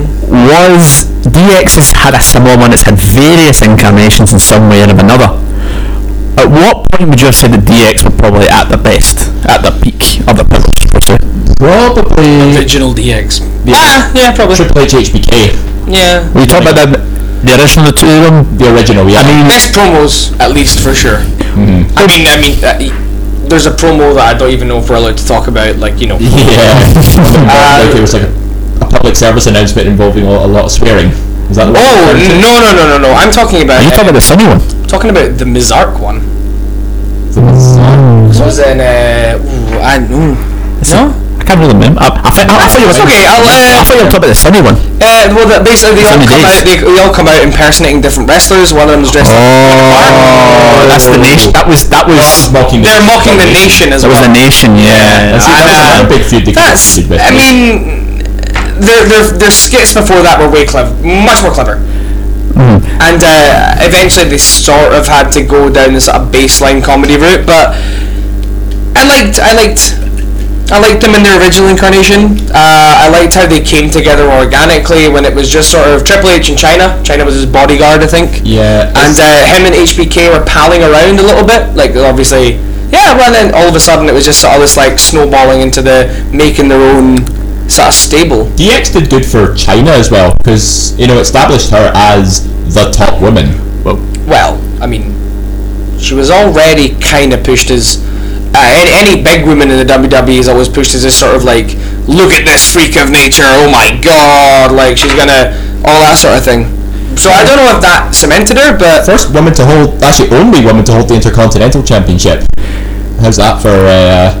[SPEAKER 2] was DX has had a similar one? It's had various incarnations in some way or another. At what point would you have said that DX were probably at the best, at the peak of the peak? per se?
[SPEAKER 6] Probably
[SPEAKER 4] Original DX.
[SPEAKER 6] Ah,
[SPEAKER 4] yeah, probably.
[SPEAKER 6] Triple H HBK.
[SPEAKER 4] Yeah.
[SPEAKER 2] When you talk about the, the original two of them,
[SPEAKER 6] The original, yeah.
[SPEAKER 2] I
[SPEAKER 6] <laughs>
[SPEAKER 2] mean,
[SPEAKER 4] Best promos, at least for sure. I mean, I mean, uh, y- there's a promo that I don't even know if we're allowed to talk about. Like, you know,
[SPEAKER 2] Mm-hmm. <laughs>
[SPEAKER 6] yeah. like it was like a, a public service announcement involving a, a lot of swearing. Is that the one?
[SPEAKER 4] Oh no no no no no! I'm talking about uh,
[SPEAKER 2] you talk about the sunny one.
[SPEAKER 4] talking about the Mizark one. This was in uh, ooh, I know. No,
[SPEAKER 2] I can't really remember. I, I, think- I, I thought you were
[SPEAKER 4] It's okay, I'll, uh,
[SPEAKER 2] I thought you were talking about the sunny one.
[SPEAKER 4] uh, well, the, basically they all
[SPEAKER 2] Sunny
[SPEAKER 4] come
[SPEAKER 2] Days.
[SPEAKER 4] out. They, they all come out impersonating different wrestlers. One of them's dressed.
[SPEAKER 2] Oh, that's the nation. That was that was
[SPEAKER 6] mocking the
[SPEAKER 4] They're
[SPEAKER 6] nation.
[SPEAKER 4] mocking the nation as
[SPEAKER 2] that was
[SPEAKER 4] well.
[SPEAKER 2] a nation. Yeah,
[SPEAKER 6] That's,
[SPEAKER 4] I
[SPEAKER 6] that was a
[SPEAKER 4] know.
[SPEAKER 6] big feud. They could've
[SPEAKER 4] That's.
[SPEAKER 6] feud with.
[SPEAKER 4] I mean, their, their, their skits before that were way clever, much more clever. And uh, eventually they sort of had to go down this sort of baseline comedy route, but I liked, I liked, I liked them in their original incarnation. Uh, I liked how they came together organically when it was just sort of Triple H and China. China was his bodyguard, I think.
[SPEAKER 6] yeah.
[SPEAKER 4] And
[SPEAKER 6] it's-
[SPEAKER 4] uh, him and HBK were palling around a little bit, like obviously, yeah. Well, then all of a sudden it was just sort of this like snowballing into the making their own sort of stable.
[SPEAKER 6] DX did good for China as well because you know established her as the top woman. Well,
[SPEAKER 4] Well, I mean, she was already kind of pushed as uh, any, any big woman in the WWE is always pushed as this sort of like, look at this freak of nature, oh my god, like she's gonna all that sort of thing. So I don't know if that cemented her, but
[SPEAKER 6] first woman to hold, actually only woman to hold the Intercontinental Championship. How's that for uh,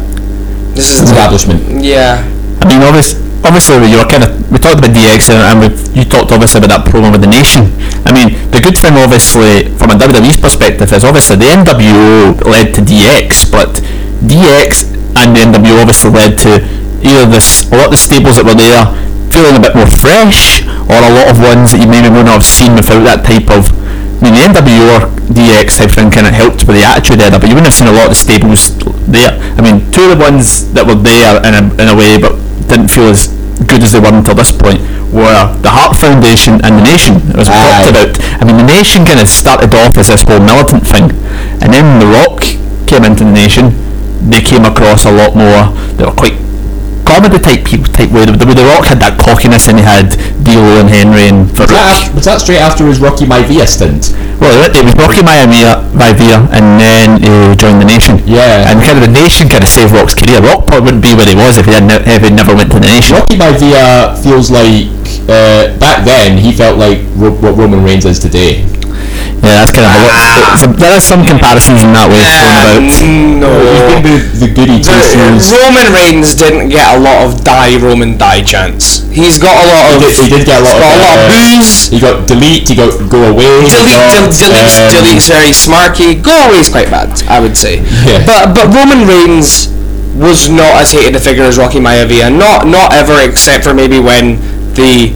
[SPEAKER 4] this is
[SPEAKER 6] establishment?
[SPEAKER 4] yeah.
[SPEAKER 2] I mean, obvious, obviously, we- you were kind of we talked about DX and, and we've, you talked obviously about that promo with the nation. I mean, the good thing, obviously, from a WWE's perspective, is obviously the NWO led to DX, but DX and the NWO obviously led to either this a lot of the stables that were there feeling a bit more fresh, or a lot of ones that you maybe wouldn't have seen without that type of. I mean, the NWO or DX type thing kind of helped with the attitude era, but you wouldn't have seen a lot of the stables there. I mean, two of the ones that were there in a, in a way, but didn't feel as good as they were until this point were the Heart Foundation and the Nation. It was talked
[SPEAKER 6] Aye.
[SPEAKER 2] about. I mean, the Nation kind of started off as this whole militant thing, and then The Rock came into the Nation. They came across a lot more. They were quite comedy type people, type way. The, the, the Rock had that cockiness, and he had D'Lo and Henry and
[SPEAKER 6] Was that,
[SPEAKER 2] Farouk.
[SPEAKER 6] af- was that straight after his Rocky Maivia stint?
[SPEAKER 2] Well, it was Rocky Maivia, Maivia, and then he joined the Nation.
[SPEAKER 6] Yeah.
[SPEAKER 2] And kind of the Nation kind of saved Rock's career. Rock probably wouldn't be where he was if he, hadn't, if he never went to the Nation.
[SPEAKER 6] Rocky Maivia feels like uh, back then he felt like Ro- what Roman Reigns is today.
[SPEAKER 2] Yeah, that's kind of a lot. It's a, there are some comparisons in that way thrown about.
[SPEAKER 6] He's
[SPEAKER 4] mm, no.
[SPEAKER 6] been the, the goody two shoes.
[SPEAKER 4] Roman Reigns didn't get a lot of die Roman die chants. He's got a lot of.
[SPEAKER 6] He did- he did get a lot
[SPEAKER 4] he's
[SPEAKER 6] of,
[SPEAKER 4] got a lot of
[SPEAKER 6] uh,
[SPEAKER 4] boos.
[SPEAKER 6] He got delete. He got go away. he
[SPEAKER 4] Delete,
[SPEAKER 6] got,
[SPEAKER 4] del- deletes,
[SPEAKER 6] um,
[SPEAKER 4] deletes very smarky. Go away is quite bad, I would say.
[SPEAKER 6] Yeah.
[SPEAKER 4] But but Roman Reigns was not as hated a figure as Rocky Maivia. Not not ever, except for maybe when the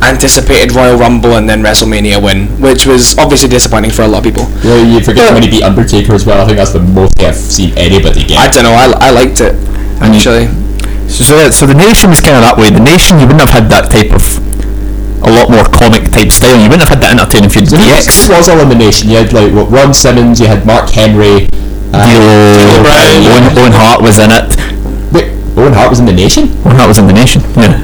[SPEAKER 4] anticipated Royal Rumble and then WrestleMania win, which was obviously disappointing for a lot of people.
[SPEAKER 6] Well, you forget when he beat Undertaker as well. I think that's the most I've seen anybody
[SPEAKER 4] I
[SPEAKER 6] get.
[SPEAKER 4] don't know. I, I liked it
[SPEAKER 6] Mm.
[SPEAKER 4] actually.
[SPEAKER 6] <laughs>
[SPEAKER 2] So, so, that- so the nation was kind of that way. The nation, you wouldn't have had that type of a lot more comic type style. You wouldn't have had that entertaining feud. DX
[SPEAKER 7] was elimination. You had like what Ron Simmons, you had Mark Henry, uh,
[SPEAKER 2] D'Lo, Owen, Owen Hart was in it.
[SPEAKER 7] Wait, Owen Hart was in the Nation.
[SPEAKER 2] Owen Hart was in the Nation. Yeah,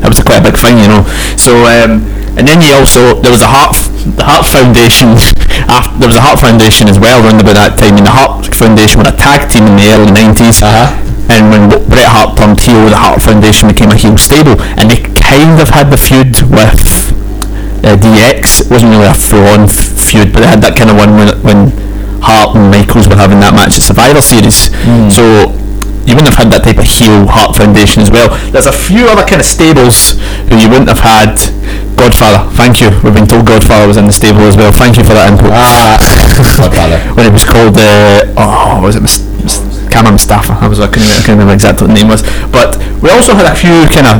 [SPEAKER 2] that was quite a big thing, you know. So. Um, and then you also there was a Hart the Hart Foundation <laughs> after, there was a Hart Foundation as well around about that time and the Hart Foundation were a tag team in the early 90s
[SPEAKER 7] uh-huh.
[SPEAKER 2] and when Bret Hart turned heel the Hart Foundation became a heel stable and they kind of had the feud with uh, DX it wasn't really a full on feud but they had that kind of one when, when Hart and Michaels were having that match at Survivor Series
[SPEAKER 7] Hmm.
[SPEAKER 2] mm. so you wouldn't have had that type of heel Hart Foundation as well. There's a few other kind of stables who you wouldn't have had. Godfather, thank you. We've been told Godfather was in the stable as well. Thank you for that input. <laughs>
[SPEAKER 7] Ah, Godfather.
[SPEAKER 2] when it was called the uh, oh, was it Mis- Mis- Cameron Mustafa? I was I couldn't, I couldn't remember exactly what the name was. But we also had a few kind of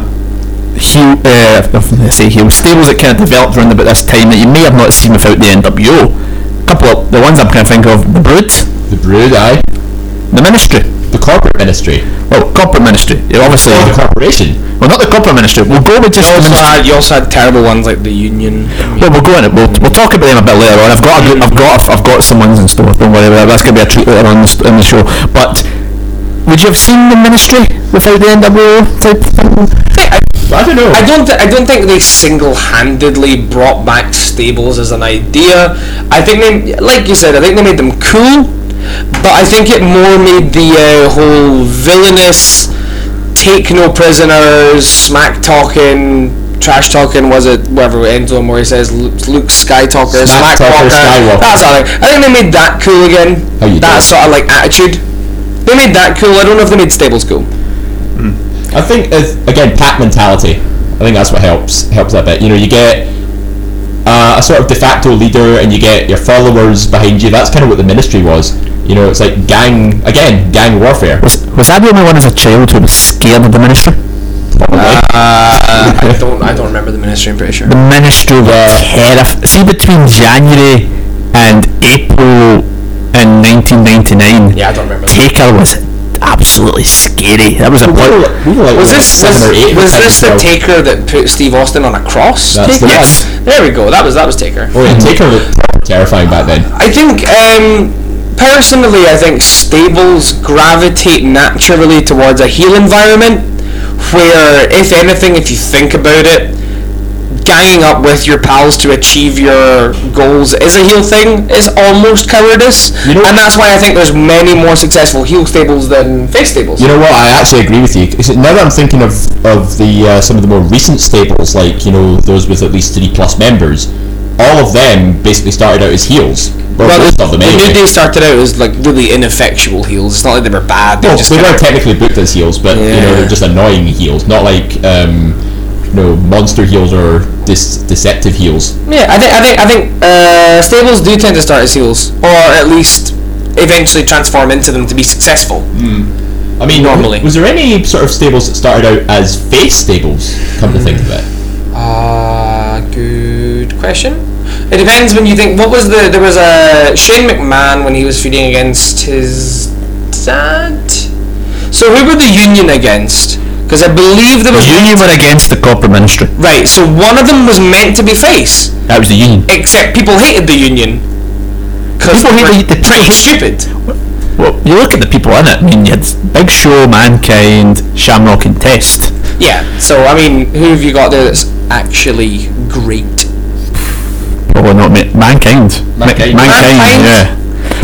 [SPEAKER 2] heel, uh, I say heel stables that kind of developed around about this time that you may have not seen without the NWO. A couple of the ones I'm kind of thinking of: the Brood,
[SPEAKER 7] the Brood, aye,
[SPEAKER 2] the Ministry
[SPEAKER 7] the corporate ministry.
[SPEAKER 2] Well, corporate ministry. Yeah, obviously.
[SPEAKER 7] Or the corporation.
[SPEAKER 2] Well, not the corporate ministry. We'll go with just.
[SPEAKER 4] You also, had, you also had terrible ones like the union.
[SPEAKER 2] Well, we'll go in it. We'll, we'll talk about them a bit later on. I've got a, I've got a, I've got some ones in store. Don't worry about that. That's going to be a treat later on in the, in the show. But would you have seen the ministry without the NWO?
[SPEAKER 7] I don't know.
[SPEAKER 4] I don't. Th- I don't think they single-handedly brought back stables as an idea. I think they, like you said, I think they made them cool but I think it more made the uh, whole villainous, take no prisoners, smack talking, trash talking. Was it whatever it ends on where he says Luke Sky Talker,
[SPEAKER 7] smack, smack talker, talker, Skywalker. Oh,
[SPEAKER 4] That sort of thing. I think they made that cool again. that doing? sort of like attitude. They made that cool. I don't know if they made stables cool.
[SPEAKER 7] Mm. I think if, again pack mentality. I think that's what helps helps a bit. You know, you get. Uh, a sort of de facto leader, and you get your followers behind you. That's kind of what the ministry was. You know, it's like gang again, gang warfare.
[SPEAKER 2] Was was I the only one as a child who was scared of the ministry?
[SPEAKER 4] <laughs> Uh, I don't. I don't remember the ministry. I'm pretty sure.
[SPEAKER 2] The ministry were terrified. See, between January and April in 1999.
[SPEAKER 4] Yeah, I don't remember.
[SPEAKER 2] Taker was absolutely scary. That was a.
[SPEAKER 7] Well, we were, we were like
[SPEAKER 4] was this was, was this the
[SPEAKER 7] so.
[SPEAKER 4] Taker that put Steve Austin on a cross?
[SPEAKER 7] That's the
[SPEAKER 4] yes. One. There we go. That was that was Taker.
[SPEAKER 7] Oh yeah, Taker was terrifying back then.
[SPEAKER 4] I think. um personally, I think stables gravitate naturally towards a heel environment where, if anything, if you think about it, ganging up with your pals to achieve your goals is a heel thing. It's almost cowardice, you know, and that's why I think there's many more successful heel stables than face stables.
[SPEAKER 7] You know what? I actually agree with you. Now that I'm thinking of of the uh, some of the more recent stables, like you know those with at least three plus members, all of them basically started out as heels. Well, well most of them anyway.
[SPEAKER 4] They started out as like really ineffectual heels. It's not like they were bad. They,
[SPEAKER 7] well,
[SPEAKER 4] just
[SPEAKER 7] they were technically booked as heels, but yeah. you know they're just annoying heels, not like um, you know monster heels or dis- deceptive heels.
[SPEAKER 4] Yeah, I think I think I think uh, stables do tend to start as heels, or at least eventually transform into them to be successful.
[SPEAKER 7] Mm. I mean,
[SPEAKER 4] normally,
[SPEAKER 7] was there any sort of stables that started out as face stables? Come to think of it.
[SPEAKER 4] Ah, uh, good question. It depends when you think. What was the? There was a Shane McMahon when he was feuding against his dad. So who were the Union against? Because I believe there was
[SPEAKER 2] the Union were against the corporate ministry.
[SPEAKER 4] Right. So one of them was meant to be face.
[SPEAKER 2] That was the Union.
[SPEAKER 4] Except people hated the Union. Because
[SPEAKER 2] people hated the
[SPEAKER 4] pretty hate stupid.
[SPEAKER 2] Well, you look at the people in it. I mean, you had Big Show, Mankind, Shamrock, and Test.
[SPEAKER 4] Yeah. So I mean, who have you got there that's actually great?
[SPEAKER 2] Probably not ma- mankind.
[SPEAKER 7] Mankind.
[SPEAKER 2] mankind. mankind. yeah.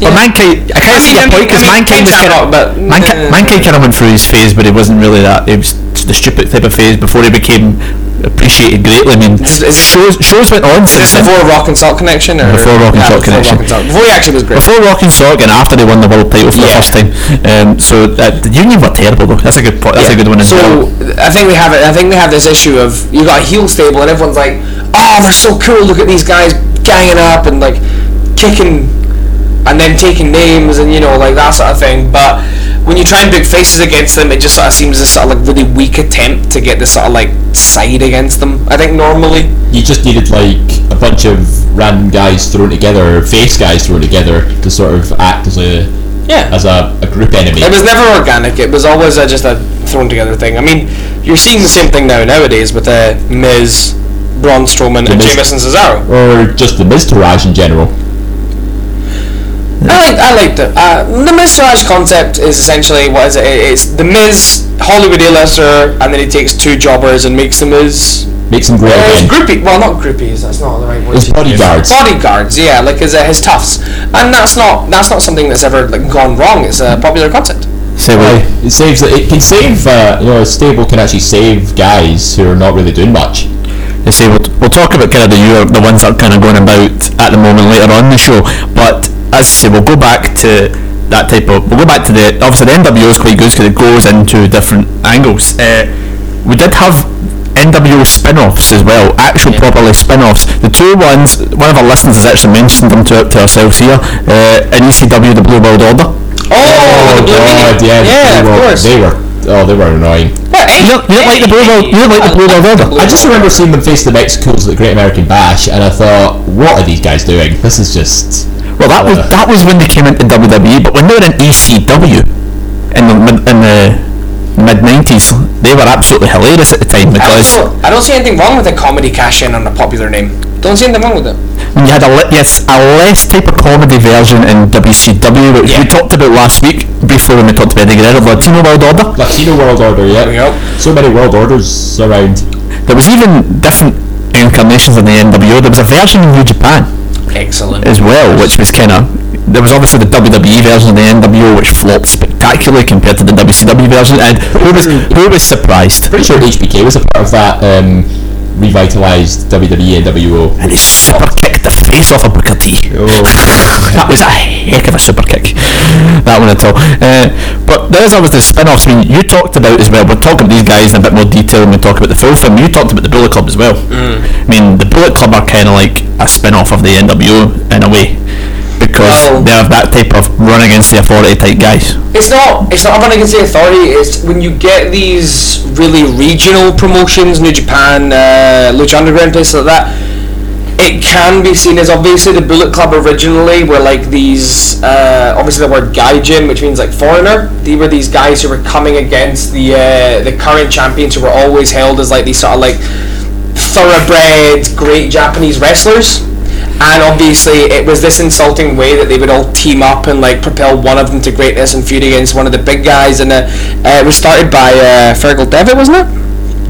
[SPEAKER 2] But yeah. mankind, I can't I see mean, your point because I mean, mankind was kind of, but mankind, uh, mankind kind of went through his phase, but it wasn't really that. It was the stupid type of phase before he became appreciated greatly. I mean,
[SPEAKER 4] Is- is-
[SPEAKER 2] shows shows went on
[SPEAKER 4] Is
[SPEAKER 2] since
[SPEAKER 4] this
[SPEAKER 2] then.
[SPEAKER 4] before Rock and Salt Connection? Or
[SPEAKER 2] Before Rock and
[SPEAKER 4] Yeah,
[SPEAKER 2] Salt
[SPEAKER 4] before
[SPEAKER 2] Connection.
[SPEAKER 4] Rock and Salt. Before he actually was great.
[SPEAKER 2] Before Rock and Sock and after they won the world title for the
[SPEAKER 4] Yeah.
[SPEAKER 2] first time. Um, so that, the Union were terrible though. That's a good point. That's a
[SPEAKER 4] Yeah.
[SPEAKER 2] good one. as well.
[SPEAKER 4] So I think we have it. I think they have this issue of you got a heel stable and everyone's like, "Oh, they're so cool! Look at these guys ganging up and like kicking and then taking names and you know like that sort of thing." But when you try and book faces against them, it just sort of seems this sort of like really weak attempt to get this sort of like side against them. I think normally.
[SPEAKER 7] You just needed like a bunch of random guys thrown together, face guys thrown together, to sort of act as a
[SPEAKER 4] Yeah.
[SPEAKER 7] as a, a group enemy.
[SPEAKER 4] It was never organic. It was always a, just a thrown together thing. I mean, you're seeing the same thing now nowadays with uh, Miz Braun Strowman
[SPEAKER 8] The
[SPEAKER 4] and
[SPEAKER 8] Miz-
[SPEAKER 4] Jameson Cesaro.
[SPEAKER 8] Or just the Miz Taraj in general.
[SPEAKER 4] I like I liked it. Uh, the Miz Taraj concept is essentially what is it? It- It's the Miz Hollywood A-lister, and then he takes two jobbers and makes them his
[SPEAKER 8] Makes him great
[SPEAKER 4] uh, his
[SPEAKER 8] again.
[SPEAKER 4] groupie. Well, not groupies. That's not the right word.
[SPEAKER 8] His bodyguards.
[SPEAKER 4] Bodyguards. Yeah, like his uh, his toughs, and that's not that's not something that's ever like gone wrong. It's a popular concept.
[SPEAKER 2] Say what?
[SPEAKER 8] It saves. It can save. Uh, you know, a stable can actually save guys who are not really doing much.
[SPEAKER 2] They say we'll, we'll talk about kind of the Euro, the ones that are kind of going about at the moment later on in the show. But as I say, we'll go back to that type of. We'll go back to the obviously the NWO is quite good because it goes into different angles. Uh, we did have NWO spin-offs as well, actual properly spin-offs. The two ones, one of our listeners has actually mentioned them to, to ourselves here. Uh, in ECW, the Blue World Order.
[SPEAKER 4] Oh, the blue
[SPEAKER 8] God,
[SPEAKER 4] mini.
[SPEAKER 8] yeah,
[SPEAKER 4] yeah,
[SPEAKER 8] they
[SPEAKER 4] of
[SPEAKER 8] were,
[SPEAKER 4] course.
[SPEAKER 8] They were. Oh, they were annoying.
[SPEAKER 4] But hey,
[SPEAKER 2] You don't, you don't like the Blue World. You don't like the Blue World Order.
[SPEAKER 8] I just remember seeing them face the Mexicals at the Great American Bash, and I thought, what are these guys doing? This is just.
[SPEAKER 2] Well, that was
[SPEAKER 8] uh,
[SPEAKER 2] that was when they came into WWE, E, but when they were in ECW in the mid, in the mid nineties, they were absolutely hilarious at the time
[SPEAKER 4] I don't,
[SPEAKER 2] because
[SPEAKER 4] know. I don't see anything wrong with a comedy cash in on a popular name. Don't see anything wrong with it.
[SPEAKER 2] when you had a le- yes a less type of comedy version in WCW, which we
[SPEAKER 4] Yeah.
[SPEAKER 2] talked about last week briefly when we talked about the Guerrero Latino World Order.
[SPEAKER 8] Latino World Order, yeah.
[SPEAKER 4] There we go.
[SPEAKER 8] So many World Orders around.
[SPEAKER 2] There was even different incarnations in the NWO. There was a version in New Japan
[SPEAKER 4] Excellent.
[SPEAKER 2] as well, which was kind of there was obviously the WWE version of the NWO, which flopped spectacularly compared to the WCW version, and who was who was surprised?
[SPEAKER 8] Pretty sure HBK was a part of that um, revitalized E WWE and WO.
[SPEAKER 2] and he super kicked the face off of Booker T. <laughs> that was a heck of a super kick. That one at all. Uh, but there's always the spin-offs. I mean, you talked about as well. We'll talk about these guys in a bit more detail when we talk about the full film. You talked about the Bullet Club as well. I mean, the Bullet Club are kind of like a spin-off of the NWO in a way because
[SPEAKER 4] Well-
[SPEAKER 2] they have that type of run against the authority type guys.
[SPEAKER 4] It's not. It's not a run against the authority. It's when you get these really regional promotions, New Japan, uh, Lucha Underground, places like that. It can be seen as obviously the Bullet Club originally were like these. Uh, obviously, the word gaijin, which means like foreigner. They were these guys who were coming against the uh, the current champions who were always held as like these sort of like thoroughbred, great Japanese wrestlers. And obviously, it was this insulting way that they would all team up and like propel one of them to greatness and feud against one of the big guys. And uh, uh, it was started by uh, Fergal Devitt, wasn't it?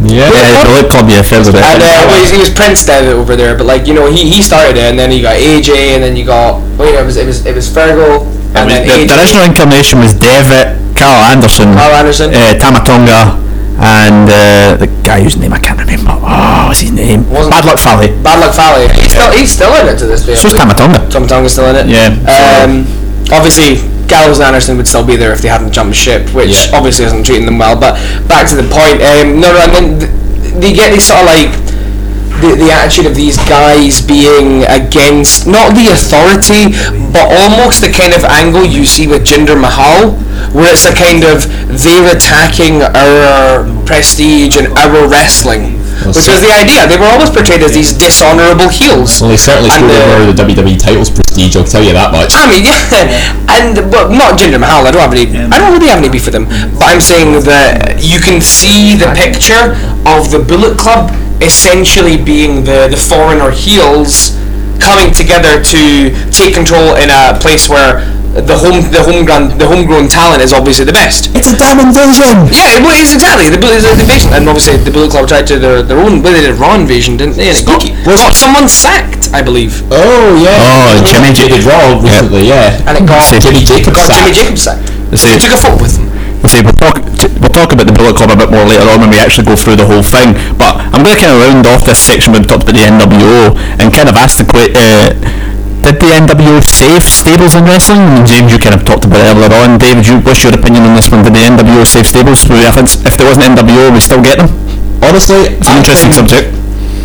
[SPEAKER 8] Yeah.
[SPEAKER 2] Yeah, the Bullet Club, yeah, fairly bit.
[SPEAKER 4] And uh, well, he's- he was Prince Devitt over there, but like you know, he, he started it, and then you got AJ, and then you got wait, it was it was it was Fergal, and
[SPEAKER 2] I mean,
[SPEAKER 4] then
[SPEAKER 2] the,
[SPEAKER 4] AJ,
[SPEAKER 2] the original incarnation was Devitt, Carl Anderson,
[SPEAKER 4] Carl Anderson.
[SPEAKER 2] uh, Tamatonga, and uh, the guy whose name I can't remember. Oh, what's his name?
[SPEAKER 4] Wasn't-
[SPEAKER 2] Bad Luck Fally.
[SPEAKER 4] Bad Luck Fally. He's still he's still in it to this day. I
[SPEAKER 2] So is
[SPEAKER 4] believe.
[SPEAKER 2] Tamatonga.
[SPEAKER 4] Tom Tonga's still in it.
[SPEAKER 2] Yeah, so-
[SPEAKER 4] Um, obviously, Gallows and Anderson would still be there if they hadn't jumped ship, which
[SPEAKER 8] Yeah.
[SPEAKER 4] obviously isn't treating them well. But back to the point. Um, no, no, and then th- you get these sort of like the, the attitude of these guys being against not the authority, but almost the kind of angle you see with Jinder Mahal, where it's a kind of they're attacking our prestige and our wrestling. Which was the idea. They were always portrayed as these dishonorable heels.
[SPEAKER 8] Well, they certainly
[SPEAKER 4] And,
[SPEAKER 8] screwed
[SPEAKER 4] uh,
[SPEAKER 8] over the WWE titles E prestige, I'll tell you that much.
[SPEAKER 2] Ah,
[SPEAKER 4] I mean, yeah, <laughs> and but not Jinder Mahal. I don't have any. I don't really have any beef with him. But I'm saying that you can see the picture of the Bullet Club essentially being the the foreigner heels coming together to take control in a place where the home the homegrown the homegrown talent is obviously the best.
[SPEAKER 2] It's a damn invasion!
[SPEAKER 4] Yeah, it was exactly the Bullet the invasion, and obviously the Bullet Club tried to their their own. Well, they did Raw invasion, didn't they? And it got, got someone sacked, I believe,
[SPEAKER 8] Oh, yeah.
[SPEAKER 2] Oh, Jimmy J-
[SPEAKER 8] did Raw recently, yeah.
[SPEAKER 4] and it got
[SPEAKER 2] Say Jimmy
[SPEAKER 8] Jacobs
[SPEAKER 4] got Jimmy
[SPEAKER 8] sacked.
[SPEAKER 4] Jacobs sacked.
[SPEAKER 2] Say
[SPEAKER 4] They
[SPEAKER 2] it.
[SPEAKER 4] took a photo with him.
[SPEAKER 2] We'll, see, we'll, talk, t- we'll talk about the Bullet Club a bit more later on when we actually go through the whole thing, but I'm going to kind of round off this section where we talked about the NWO and kind of ask the question, uh, did the NWO save stables in wrestling? I mean, James, you kind of talked about it earlier on. David, you, what's your opinion on this one? Did the NWO save stables? Do you think If there wasn't NWO, we still get them?
[SPEAKER 8] Honestly,
[SPEAKER 2] It's an interesting subject.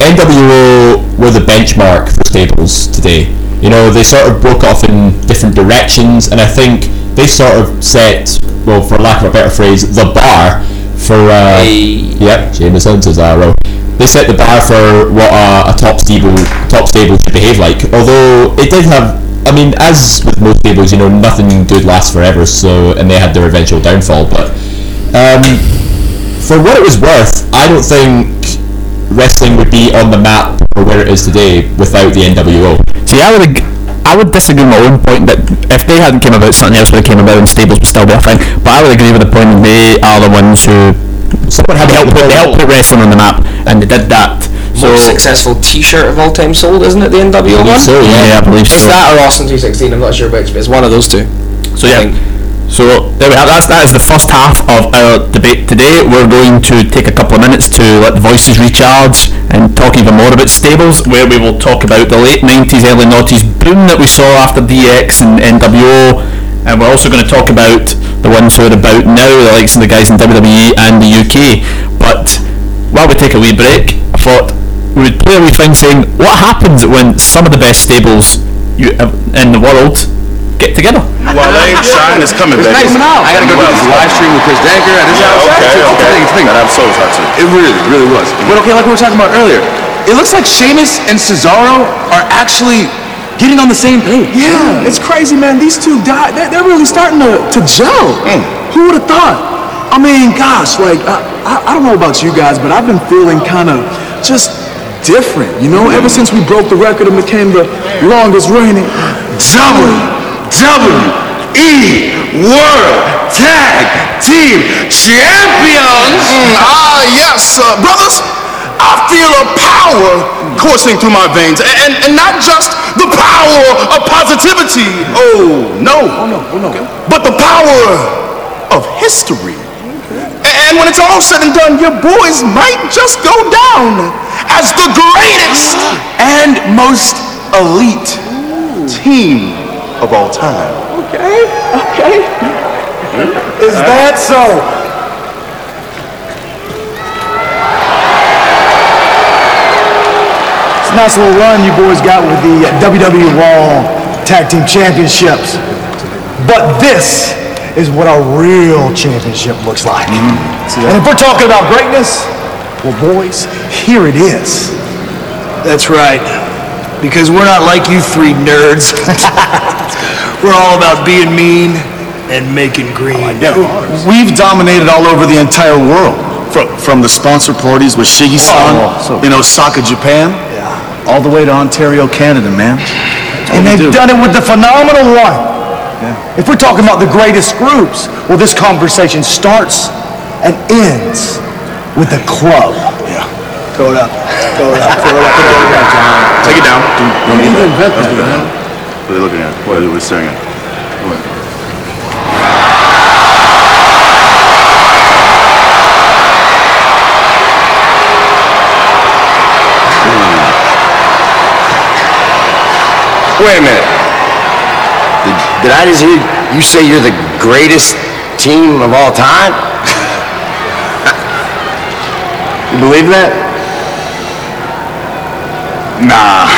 [SPEAKER 8] NWO were the benchmark for stables today. You know, they sort of broke off in different directions, and I think they sort of set, well, for lack of a better phrase, the bar for. Uh, Yep, Jameson Cesaro. They set the bar for what a, a top stable top stable should behave like. Although it did have, I mean, as with most stables, you know, nothing good lasts forever. So, and they had their eventual downfall, but. Um, for what it was worth, I don't think
[SPEAKER 1] wrestling would be on the map for where it is today without the NWO.
[SPEAKER 2] See, I would ag- I would disagree with my own point that if they hadn't came about, something else would have came about, and stables would still be a thing. But I would agree with the point that they are the ones who
[SPEAKER 1] Someone had to
[SPEAKER 2] helped put, they helped put wrestling on the map, and they did that. So
[SPEAKER 5] Most successful T-shirt of all time sold, isn't it? The NWO
[SPEAKER 2] I
[SPEAKER 5] one.
[SPEAKER 2] believe so, yeah. I believe
[SPEAKER 5] It's
[SPEAKER 2] so.
[SPEAKER 5] that or Austin 216. I'm not sure which, but it's one of those two.
[SPEAKER 2] So yeah. So there we have. That's that is the first half of our debate today. We're going to take a couple of minutes to let the voices recharge and talk even more about stables, where we will talk about the late nineties, early noughties boom that we saw after DX and NWO, and we're also going to talk about the ones who are about now, the likes of the guys in WWE and the UK. But while we take a wee break, I thought we would play a wee thing saying what happens when some of the best stables you have in the world get together.
[SPEAKER 9] Well, they shine is coming, baby.
[SPEAKER 10] nice. I gotta go do this live stream with Chris Danker. I just
[SPEAKER 9] Yeah, okay, okay.
[SPEAKER 10] That I'm so hot to. It really, really was. But okay, like we were talking about earlier, it looks like Sheamus and Cesaro are actually getting on the same page.
[SPEAKER 11] Yeah, it's crazy, man. These two died. They're, they're really starting to, to gel.
[SPEAKER 10] Mm.
[SPEAKER 11] Who would have thought? I mean, gosh, like, I, I, I don't know about you guys, but I've been feeling kind of just different, you know? Ever since we broke the record and became the longest reigning WWE
[SPEAKER 10] E World Tag Team Champions.
[SPEAKER 4] Mm.
[SPEAKER 10] ah, yes, uh, brothers. I feel a power coursing through my veins, a- and, and not just the power of positivity. Oh no! Oh no! Oh no! But the power of history. A- And when it's all said and done, your boys might just go down as the greatest and most elite team of all time.
[SPEAKER 11] Okay, okay. Is that so? It's a nice little run you boys got with the WWE Raw Tag Team Championships. But this is what a real championship looks like.
[SPEAKER 12] Mm-hmm.
[SPEAKER 11] And if we're talking about greatness, well, boys, here it is.
[SPEAKER 12] That's right. Because we're not like you three
[SPEAKER 11] <laughs>
[SPEAKER 12] nerds. <laughs> we're all about being mean and making green.
[SPEAKER 9] We've dominated all over the entire world. From, from the sponsor parties with Shiggy-san, in Osaka, Japan, all the way to Ontario, Canada, man.
[SPEAKER 11] And they've done it with the phenomenal one. If we're talking about the greatest groups, well, this conversation starts and ends with the club. Yeah. Throw it up. Throw it up. Throw it up. Throw it up. John.
[SPEAKER 9] Take it down. Do,
[SPEAKER 11] Don't
[SPEAKER 9] do
[SPEAKER 11] even
[SPEAKER 9] that.
[SPEAKER 11] invent
[SPEAKER 9] Don't
[SPEAKER 11] that,
[SPEAKER 9] do that.
[SPEAKER 11] man.
[SPEAKER 9] What are they looking at? What are they staring at? What?
[SPEAKER 13] Wait a minute. Did, did I just hear you say you're the greatest team of all time? <laughs> you believe that?
[SPEAKER 9] Nah.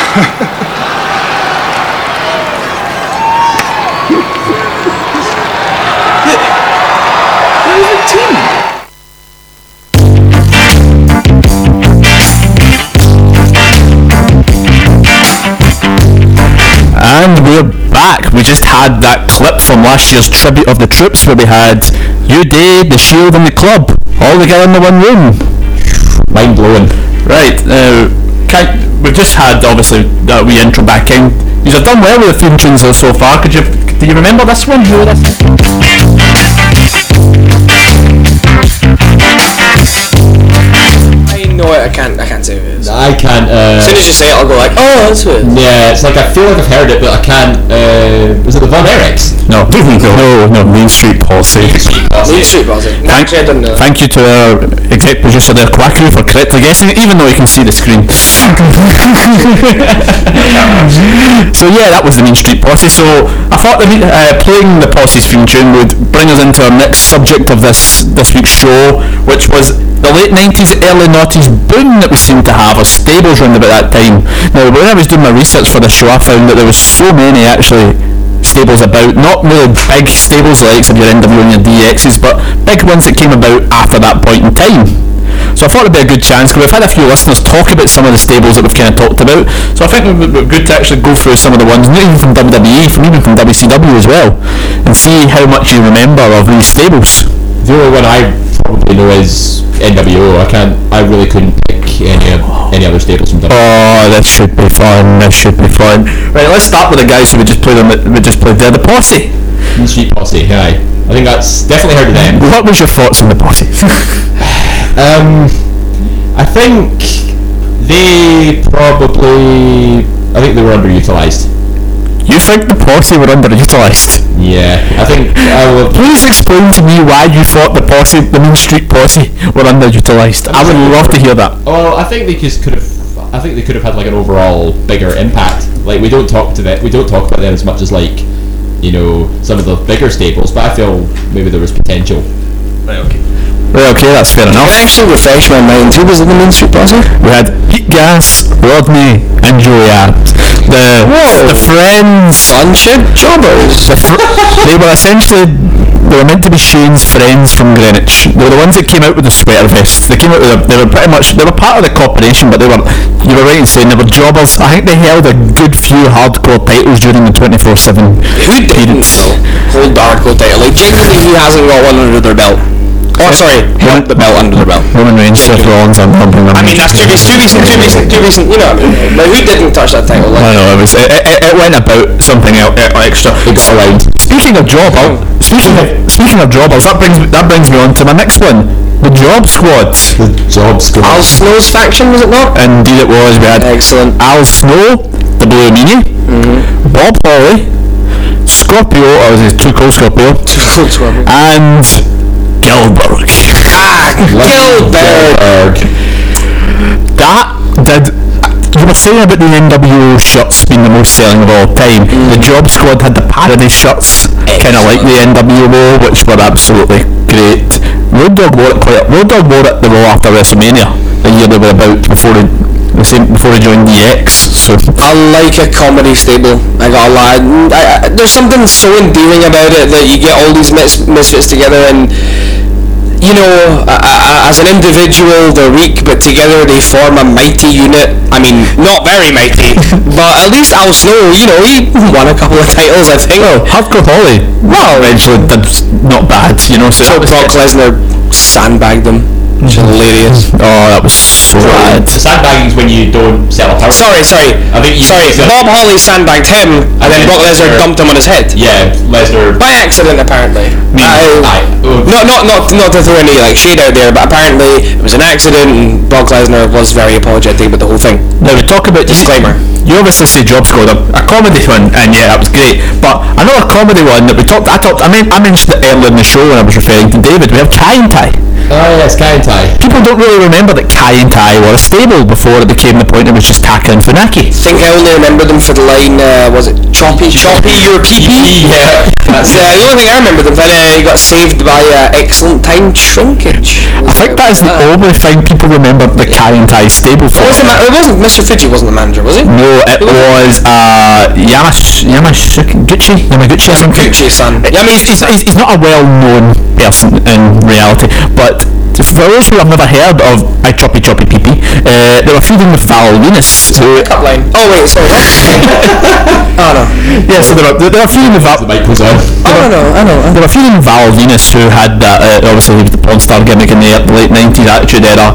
[SPEAKER 2] And we're back. We just had that clip from last year's tribute of the troops where we had you, Dave, the Shield, and the club all together in the one room. Mind blowing. Right. Now, can we've just had obviously that wee intro back in. You've done well with the theme tunes so far. Could you? Do you remember this one? You know this?
[SPEAKER 5] I know it. I can't. I can't say who it is.
[SPEAKER 1] I can't. Uh,
[SPEAKER 5] As soon as you say it, I'll go like, oh, that's who it is.
[SPEAKER 1] Yeah, it's like I feel like I've heard it, but I can't. Uh, is it the Von Erichs?
[SPEAKER 2] No, no, no. Main Street Policy.
[SPEAKER 5] Lead Street Boss.
[SPEAKER 2] Thank,
[SPEAKER 5] Actually, I don't know.
[SPEAKER 2] thank you to our exec producer there, Quackery, for correctly guessing, even though you can see the screen. <laughs> so yeah, that was the Mean Street Posse. So I thought the, mean- uh, playing the Posse's theme tune would bring us into our next subject of this this week's show, which was the late 90s, early 90s boom that we seemed to have, or stables round about that time. Now, when I was doing my research for this show, I found that there was so many actually stables about, not really big stables likes of your NW and your DXs, but big ones that came about after that point in time. So I thought it'd be a good chance because we've had a few listeners talk about some of the stables that we've kind of talked about. So I think it would be good to actually go through some of the ones, not even from WWE, from even from WCW as well, and see how much you remember of these stables.
[SPEAKER 1] The only one I probably know is NWO. I can't. I really couldn't pick any of- any other stables from WWE.
[SPEAKER 2] Oh, this should be fun. This should be fun. Right, let's start with the guys who we just played. on the- We just played there. The posse.
[SPEAKER 1] The Street Posse. Aye, I think that's definitely heard of them.
[SPEAKER 2] What was your thoughts on the posse?
[SPEAKER 1] <laughs> Um, I think they probably. I think they were underutilized.
[SPEAKER 2] you think the posse were underutilized?
[SPEAKER 1] Yeah, I think I would.
[SPEAKER 2] Please explain to me why you thought the posse, the Main Street posse, were underutilized. I would love to hear that.
[SPEAKER 1] Well, Oh, I think they just could have. I think they could have had like an overall bigger impact. Like we don't talk to that. We don't talk about them as much as like, you know, some of the bigger staples. But I feel maybe there was potential. Right. Okay.
[SPEAKER 2] Well, okay, that's fair enough.
[SPEAKER 4] actually refresh my mind. Who was in the Main Street Posse?
[SPEAKER 2] We had Pete Gas, Rodney, and Julia. The the friends.
[SPEAKER 4] Unship jobbers.
[SPEAKER 2] The fr-
[SPEAKER 4] <laughs>
[SPEAKER 2] they were essentially they were meant to be Shane's friends from Greenwich. They were the ones that came out with the sweater vests. They came out with a, they were pretty much they were part of the corporation, but they were you were right in saying they were jobbers. I think they held a good few hardcore titles during the twenty four seven
[SPEAKER 4] Who
[SPEAKER 2] period.
[SPEAKER 4] didn't though? Hold Darko title. Like genuinely, who hasn't got one under their belt? Oh, sorry, held the belt under their belt.
[SPEAKER 2] Roman Reigns, Seth Rollins, and Roman
[SPEAKER 4] I mean, that's too recent, too recent, too recent, too recent. You know what I mean? Like, who didn't touch that title?
[SPEAKER 2] I
[SPEAKER 4] Like,
[SPEAKER 2] know it was. It, it, it went about something el- e- extra. It got around. Speaking of job, I'll- speaking of speaking of jobbers, that brings me- that brings me on to my next one, the job squad.
[SPEAKER 1] The job squad.
[SPEAKER 4] Al Snow's faction was it not?
[SPEAKER 2] Indeed, it was. We had
[SPEAKER 4] Excellent.
[SPEAKER 2] Al Snow, the Blue Meanie, Bob Holly, Scorpio, or was it too cold Scorpio, and Gilbert.
[SPEAKER 4] Ah, Gilbert.
[SPEAKER 2] That did. You were saying about the NWO shirts being the most selling of all time. The Job Squad had the parody shirts, kind of like the NWO, which were absolutely great. Road Dog wore it quite. Road Dog wore it the Raw after WrestleMania, the year they were about before he, the same before he joined DX. So
[SPEAKER 4] I like a comedy stable. I got a lot. I, I, there's something so endearing about it that you get all these mis- misfits together and. You know, I, I, as an individual, they're weak, but together they form a mighty unit. I mean, not very mighty, <laughs> but at least Al Snow, you know, he won a couple of titles, I think.
[SPEAKER 2] Hardcore Holly, well, eventually did s- not bad, you know. So that
[SPEAKER 4] Till
[SPEAKER 2] was
[SPEAKER 4] Brock
[SPEAKER 2] good.
[SPEAKER 4] Lesnar sandbagged him. Which is hilarious.
[SPEAKER 2] Oh, that was so bad.
[SPEAKER 1] The sandbagging is when you don't sell a power.
[SPEAKER 4] Sorry, sorry.
[SPEAKER 1] I think you-
[SPEAKER 4] sorry,
[SPEAKER 1] so-
[SPEAKER 4] Bob Holly sandbagged him, and then Brock Lesnar dumped him on his head.
[SPEAKER 1] Yeah, Lesnar.
[SPEAKER 4] By accident, apparently. I,
[SPEAKER 1] Aye. Oh,
[SPEAKER 4] not, not, not, not to throw any like shade out there, but apparently it was an accident, and Brock Lesnar was very apologetic about the whole thing.
[SPEAKER 2] Now we talk about
[SPEAKER 4] Disclaimer.
[SPEAKER 2] You obviously say job squad, a, a comedy one, and yeah, that was great. But another comedy one that we talked, I talked, I mean, I mentioned it earlier in the show when I was referring to David. We have Kai and Tai.
[SPEAKER 1] Ah, yes, Kai and Tai.
[SPEAKER 2] People don't really remember that Kai and Tai were a stable before it became the point it was just Taka and Funaki.
[SPEAKER 4] I think I only remember them for the line, uh, was it Choppy? Choppy, your
[SPEAKER 2] <laughs>
[SPEAKER 4] PP? <laughs>
[SPEAKER 1] Yeah, that's
[SPEAKER 4] That's uh, the only thing I remember them, but uh, he got saved by uh, excellent time shrinkage. Uh,
[SPEAKER 2] I think that is the
[SPEAKER 1] Ah.
[SPEAKER 2] only thing people remember the Kai and Tai stable for.
[SPEAKER 4] It wasn't, ma- it wasn't Mr. Fuji wasn't the manager, was he?
[SPEAKER 2] No, it was uh, Yamash Yamashiguchi, Yamaguchi, I think.
[SPEAKER 4] Yamaguchi-san.
[SPEAKER 2] He's, he's, he's- he's not a well-known person in reality, but for those who have never heard of I Choppy Choppy Pee Pee, uh, they were feeding the foul Venus. To,
[SPEAKER 4] Cup line. Oh wait, sorry.
[SPEAKER 2] <laughs>
[SPEAKER 4] oh no.
[SPEAKER 2] yeah, so they were, they were feeding the
[SPEAKER 1] The
[SPEAKER 2] Val.
[SPEAKER 1] mic was on.
[SPEAKER 4] Oh no, I know.
[SPEAKER 2] They were feeding Val Venus, who had that, uh, obviously he was the porn star gimmick in the uh, late 90s Attitude Era,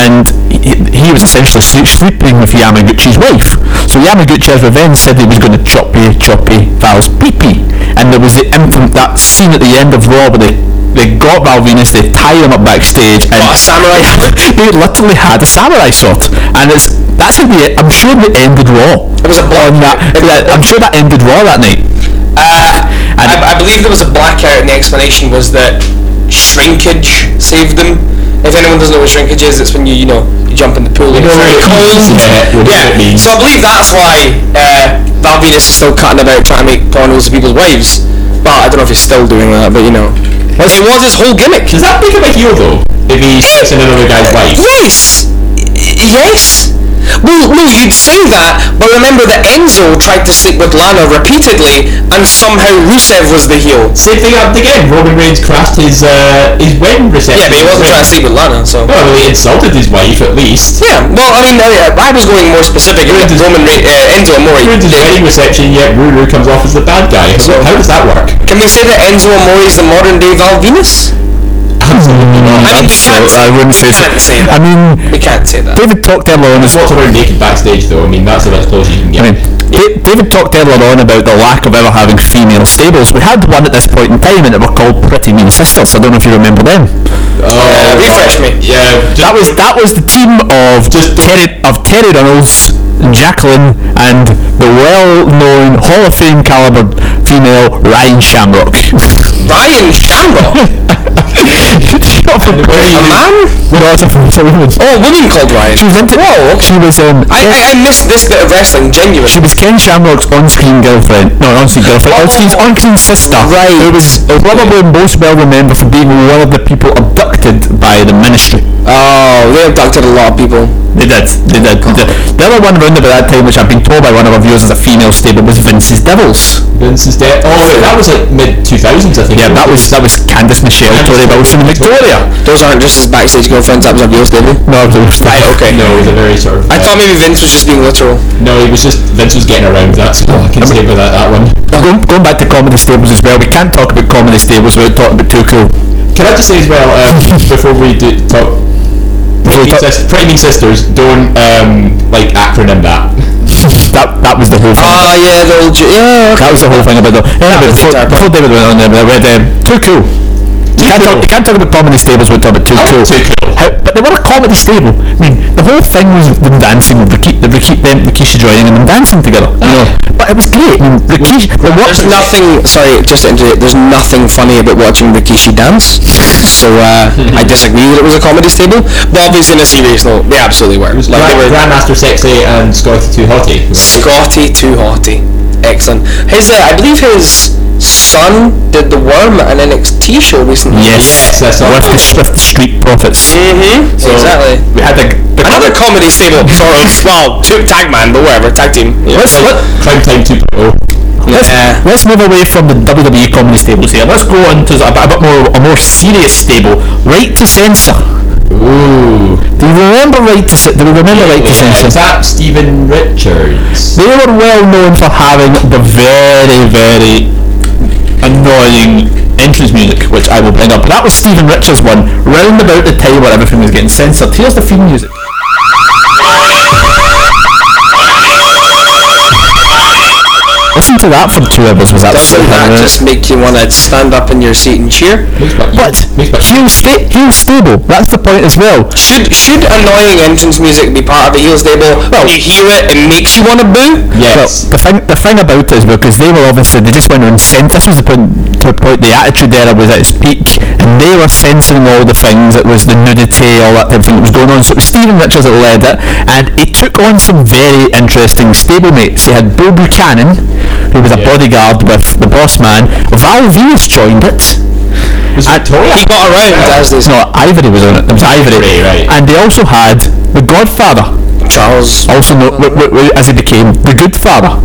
[SPEAKER 2] and he, he was essentially sleep, sleeping with Yamaguchi's wife. So Yamaguchi, as revenge, said he was going to choppy, choppy Val's pee-pee. And there was the infant, that scene at the end of Raw where they, they got Val Venus, they tie him up backstage, and
[SPEAKER 4] Got
[SPEAKER 2] <laughs>
[SPEAKER 4] a samurai sword.
[SPEAKER 2] they literally had a samurai sword. And it's, that's how the, I'm sure they ended Raw.
[SPEAKER 4] It was a block.
[SPEAKER 2] on that, that- I'm sure that ended Raw that night.
[SPEAKER 4] Uh, I, I believe there was a blackout, and the explanation was that shrinkage saved them. If anyone doesn't know what shrinkage is, it's when you you know you jump in the pool and it's very
[SPEAKER 1] Yeah, we
[SPEAKER 4] cold.
[SPEAKER 1] know what it means.
[SPEAKER 4] So I believe that's why uh, Val Venus is still cutting about trying to make pornos of people's wives. But I don't know if he's still doing that. But you know, it was his whole gimmick.
[SPEAKER 1] Does that make him a heel though? If he sticks in another guy's life.
[SPEAKER 4] Yes! Y- Yes! Well, no, you'd say that, but remember that Enzo tried to sleep with Lana repeatedly, and somehow Rusev was the heel.
[SPEAKER 1] Same thing happened again. Roman Reigns crashed his uh, his wedding reception.
[SPEAKER 4] Yeah, but he wasn't trying to sleep with Lana, so...
[SPEAKER 1] No, well, he insulted his wife at least.
[SPEAKER 4] Yeah, well, I mean, I, I was going more specific. Roman, Re- uh, Enzo Amore.
[SPEAKER 1] Ruined his wedding reception, yet Ruru comes off as the bad guy. So how does that work?
[SPEAKER 4] Can we say that Enzo Amore is the modern-day Val Venus?
[SPEAKER 1] I
[SPEAKER 2] Absolutely
[SPEAKER 14] not.
[SPEAKER 15] I mean, you can't say
[SPEAKER 14] I wouldn't say
[SPEAKER 15] that.
[SPEAKER 14] that.
[SPEAKER 15] say that.
[SPEAKER 2] I mean,
[SPEAKER 15] we can't say that.
[SPEAKER 4] Oh,
[SPEAKER 2] David talked earlier on.
[SPEAKER 14] Just walk around naked backstage, though. I mean, that's about as close as you can get.
[SPEAKER 2] I mean, Da- David talked earlier on about the lack of ever having female stables. We had one at this point in time, and it were called Pretty Mean Sisters. I don't know if you remember them.
[SPEAKER 14] Uh, refresh me. Yeah.
[SPEAKER 2] that was that was the team of Terry of Terry Reynolds, Jacqueline, and the well-known Hall of Fame caliber female Ryan
[SPEAKER 14] <laughs>
[SPEAKER 2] Shamrock. <laughs>
[SPEAKER 4] Ryan <laughs> Shamrock?
[SPEAKER 2] Not from-
[SPEAKER 4] A man?
[SPEAKER 2] No, it's a, it's a woman.
[SPEAKER 4] Oh, a woman called Ryan.
[SPEAKER 2] She was into.
[SPEAKER 4] Whoa.
[SPEAKER 2] She was um.
[SPEAKER 4] I, I, I missed this bit of wrestling, genuinely.
[SPEAKER 2] She was Ken Shamrock's on-screen girlfriend. No, on-screen girlfriend. On-screen, on-screen sister. Right. Who was probably most well remembered for being one of the people abducted by the ministry.
[SPEAKER 4] Oh, they abducted a lot of people.
[SPEAKER 2] They did. They did. They did. The other one around about that time, which I've been told by one of our viewers as a female stable, was Vince's Devils.
[SPEAKER 14] Vince's death. Oh, wait, that was like mid 2000s, I think.
[SPEAKER 2] Yeah, that was that was Candice Michelle, Tori Wilson, and Victoria.
[SPEAKER 4] Those aren't just his backstage girlfriends, that was a real stable.
[SPEAKER 2] No, it was-
[SPEAKER 4] Right, okay.
[SPEAKER 14] No, it was a very sort of.
[SPEAKER 4] I thought maybe Vince was just being literal.
[SPEAKER 14] No, it was just Vince was getting around that, so I can stay with that, that one.
[SPEAKER 2] Now, Going, going back to comedy stables as well, we can't talk about comedy stables without talking about Too Cool.
[SPEAKER 14] Can I just say as well,
[SPEAKER 2] <laughs>
[SPEAKER 14] um, before we do talk, Pretty
[SPEAKER 2] Before we
[SPEAKER 14] Mean
[SPEAKER 2] talk-
[SPEAKER 14] Sis- Pretty Mean Sisters, don't um, like acronym that.
[SPEAKER 2] <laughs> that that was the whole thing.
[SPEAKER 4] Oh, yeah, the old. Ju- yeah,
[SPEAKER 2] That was the whole thing about the. Yeah, but before, before David went on there, but with um, Too Cool. You can't, talk, you can't talk about comedy stables without talking about Too Cool.
[SPEAKER 14] Too Cool.
[SPEAKER 2] How, but they were a comedy stable. I mean, the whole thing was them dancing with Riki, the Riki, them, Rikisha joining and them dancing together. You know? But it was great. I mean, Rikisha, the work
[SPEAKER 4] There's nothing, sorry, just to interject, there's nothing funny about watching Rikishi <laughs> dance. So, uh, I disagree that it was a comedy stable. But obviously, in a serious note, they absolutely were. Like, they
[SPEAKER 14] Grand,
[SPEAKER 4] were
[SPEAKER 14] Grandmaster Sexy and Scotty Too Hottie.
[SPEAKER 4] Scotty Too Hotty. Excellent. His, uh, I believe his son did the worm at an NXT show recently.
[SPEAKER 2] Yes,
[SPEAKER 14] that's all.
[SPEAKER 2] with the, with the street profits.
[SPEAKER 4] Mm-hmm.
[SPEAKER 14] So-
[SPEAKER 4] exactly.
[SPEAKER 2] We had the, the
[SPEAKER 4] Another comedy stable, sort of. Well, two, tag man, but whatever, tag team. Yeah.
[SPEAKER 2] Let's, let,
[SPEAKER 14] Crime Time oh. 2.0.
[SPEAKER 2] let's,
[SPEAKER 4] Yeah.
[SPEAKER 2] let's move away from the WWE comedy stables here. Let's go on to a, bit- a bit more a more serious stable, Right to Censor.
[SPEAKER 14] Ooh.
[SPEAKER 2] Do you remember Right to Censor? Do we remember Right to
[SPEAKER 14] Yeah,
[SPEAKER 2] Censor?
[SPEAKER 14] is that Stephen Richards?
[SPEAKER 2] They were well known for having the very, very annoying entrance music, which I will bring up. That was Stephen Richards' one, round about the time where everything was getting censored. Here's the theme music. Listen to that for two hours was
[SPEAKER 4] Doesn't
[SPEAKER 2] absolutely
[SPEAKER 4] that
[SPEAKER 2] hilarious.
[SPEAKER 4] just make you want to stand up in your seat and cheer?
[SPEAKER 2] But heel, sta- heel stable. That's the point as well.
[SPEAKER 4] Should should annoying entrance music be part of a heels stable? When you hear it, it makes you want to boo.
[SPEAKER 14] Yes.
[SPEAKER 2] Well, the thing, the thing about it is because they were obviously they just went around censor. This was the point to a point the attitude era was at its peak, and they were censoring all the things. It was the nudity, all that type of thing that was going on. So it was Stephen Richards that led it, and he took on some very interesting stablemates. He had Bill Buchanan, who was a bodyguard with the Boss Man. Val Venus joined it.
[SPEAKER 14] Was
[SPEAKER 2] and
[SPEAKER 14] Victoria?
[SPEAKER 2] He got around.
[SPEAKER 4] as this-
[SPEAKER 2] no, Ivory was on it. There was Ivory,
[SPEAKER 14] Ivory, right.
[SPEAKER 2] and they also had the Godfather
[SPEAKER 4] Charles.
[SPEAKER 2] also known w- w- w- as he became the good father.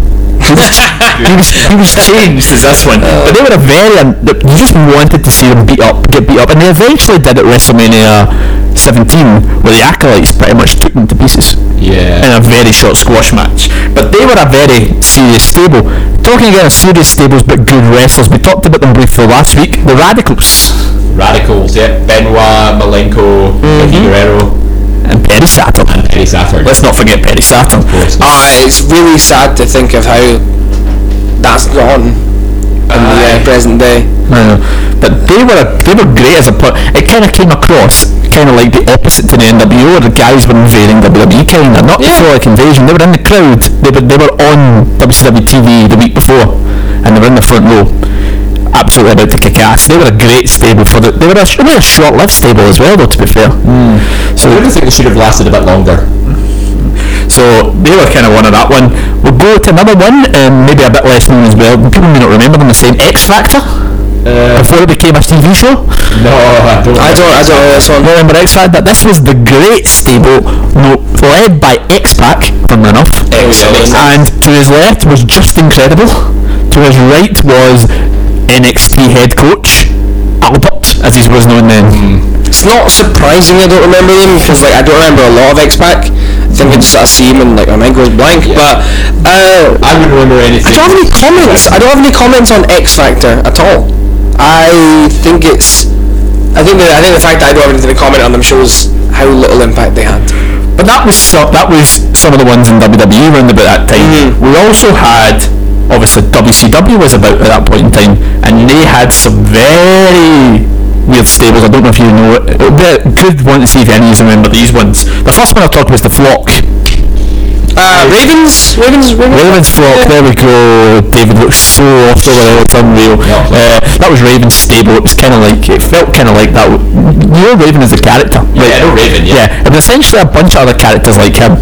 [SPEAKER 2] he, was, he was he was changed as this one, but they were a very un- th- you just wanted to see them beat up, get beat up, and they eventually did at WrestleMania 17, where the acolytes pretty much took them to pieces in
[SPEAKER 14] Yeah.
[SPEAKER 2] a very short squash match. But they were a very serious stable. Talking again of serious stables but good wrestlers, we talked about them briefly last week. The Radicals
[SPEAKER 14] Radicals, yeah. Benoit, Malenko, Eddie Guerrero,
[SPEAKER 2] Mm-hmm. and Perry Saturn.
[SPEAKER 14] Eddie Safford.
[SPEAKER 2] Let's not forget Perry Saturn.
[SPEAKER 4] Ah, it's really sad to think of how that's gone in the uh, present day.
[SPEAKER 2] No, but they were they were great as a put. It kind of came across kind of like the opposite to the NWO, where the guys were invading WWE kind of not
[SPEAKER 4] Yeah.
[SPEAKER 2] before like invasion. They were in the crowd. They were they were on WCW TV the week before, and they were in the front row. Absolutely about to kick ass. They were a great stable for the. They were a, sh- really a short-lived stable as well, though. To be fair,
[SPEAKER 14] So Hmm. I really think it should have lasted a bit longer.
[SPEAKER 2] so they were kind of one of that one. We'll go to another one, um, maybe a bit less known as well. People may not remember them the same. X Factor
[SPEAKER 14] Uh,
[SPEAKER 2] before it became a TV show.
[SPEAKER 14] no, I don't.
[SPEAKER 4] I don't, I don't know this one.
[SPEAKER 2] remember outside that this was the great stable no, led by X-Pac, funnily enough.
[SPEAKER 14] Excellent.
[SPEAKER 2] And to his left was Just Incredible. To his right was NXT head coach Albert, as he was known then.
[SPEAKER 14] Hmm.
[SPEAKER 4] It's not surprising I don't remember them because like I don't remember a lot of X Pac. I think I just I see him and like my mind goes blank. But uh,
[SPEAKER 14] I wouldn't remember anything.
[SPEAKER 4] I don't have any comments. I don't have any comments on X Factor at all. I think it's I think the, I think the fact that I don't have anything to comment on them shows how little impact they had.
[SPEAKER 2] But that was so, that was some of the ones in WWE around about that time. We also had obviously WCW was about at that point in time, and they had some very weird stables. I don't know if you know it. Uh, but Could want to see if any of you remember these ones. The first one I talked was the Flock.
[SPEAKER 4] Uh, Ravens, Ravens, Ravens.
[SPEAKER 2] Ravens Flock, there we go. David looks so off over there, it's unreal. Uh, that was Raven's stable, it was kind of like, it felt kind of like that. w- You know Raven is a character. Like,
[SPEAKER 4] I know Raven, yeah.
[SPEAKER 2] Yeah, it was essentially a bunch of other characters like him.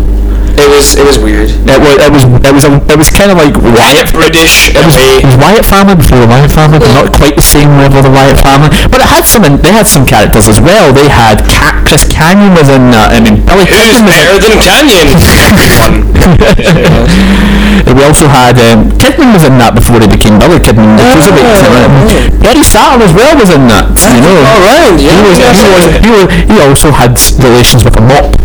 [SPEAKER 4] It was it was weird.
[SPEAKER 2] It was, it was, it was, a, it was kind of like Wyatt.
[SPEAKER 4] British
[SPEAKER 2] It was, it was Wyatt family before the Wyatt family, but not quite the same level of the Wyatt family. But it had some, in- they had some characters as well. They had Cat, Chris Canyon was in that. I mean, Billy
[SPEAKER 4] Who's
[SPEAKER 2] Kidman was in-
[SPEAKER 4] better than Canyon? Um, <laughs>
[SPEAKER 2] And we also had um, Kidman was in that before he became Billy Kidman, the cruiserweight.
[SPEAKER 4] Oh,
[SPEAKER 2] champion. Perry Saturn as well was in that. You know,
[SPEAKER 4] all right,
[SPEAKER 2] he,
[SPEAKER 4] yeah,
[SPEAKER 2] was,
[SPEAKER 4] yeah,
[SPEAKER 2] he,
[SPEAKER 4] so-
[SPEAKER 2] was, he, was, he also had s- relations with a mop.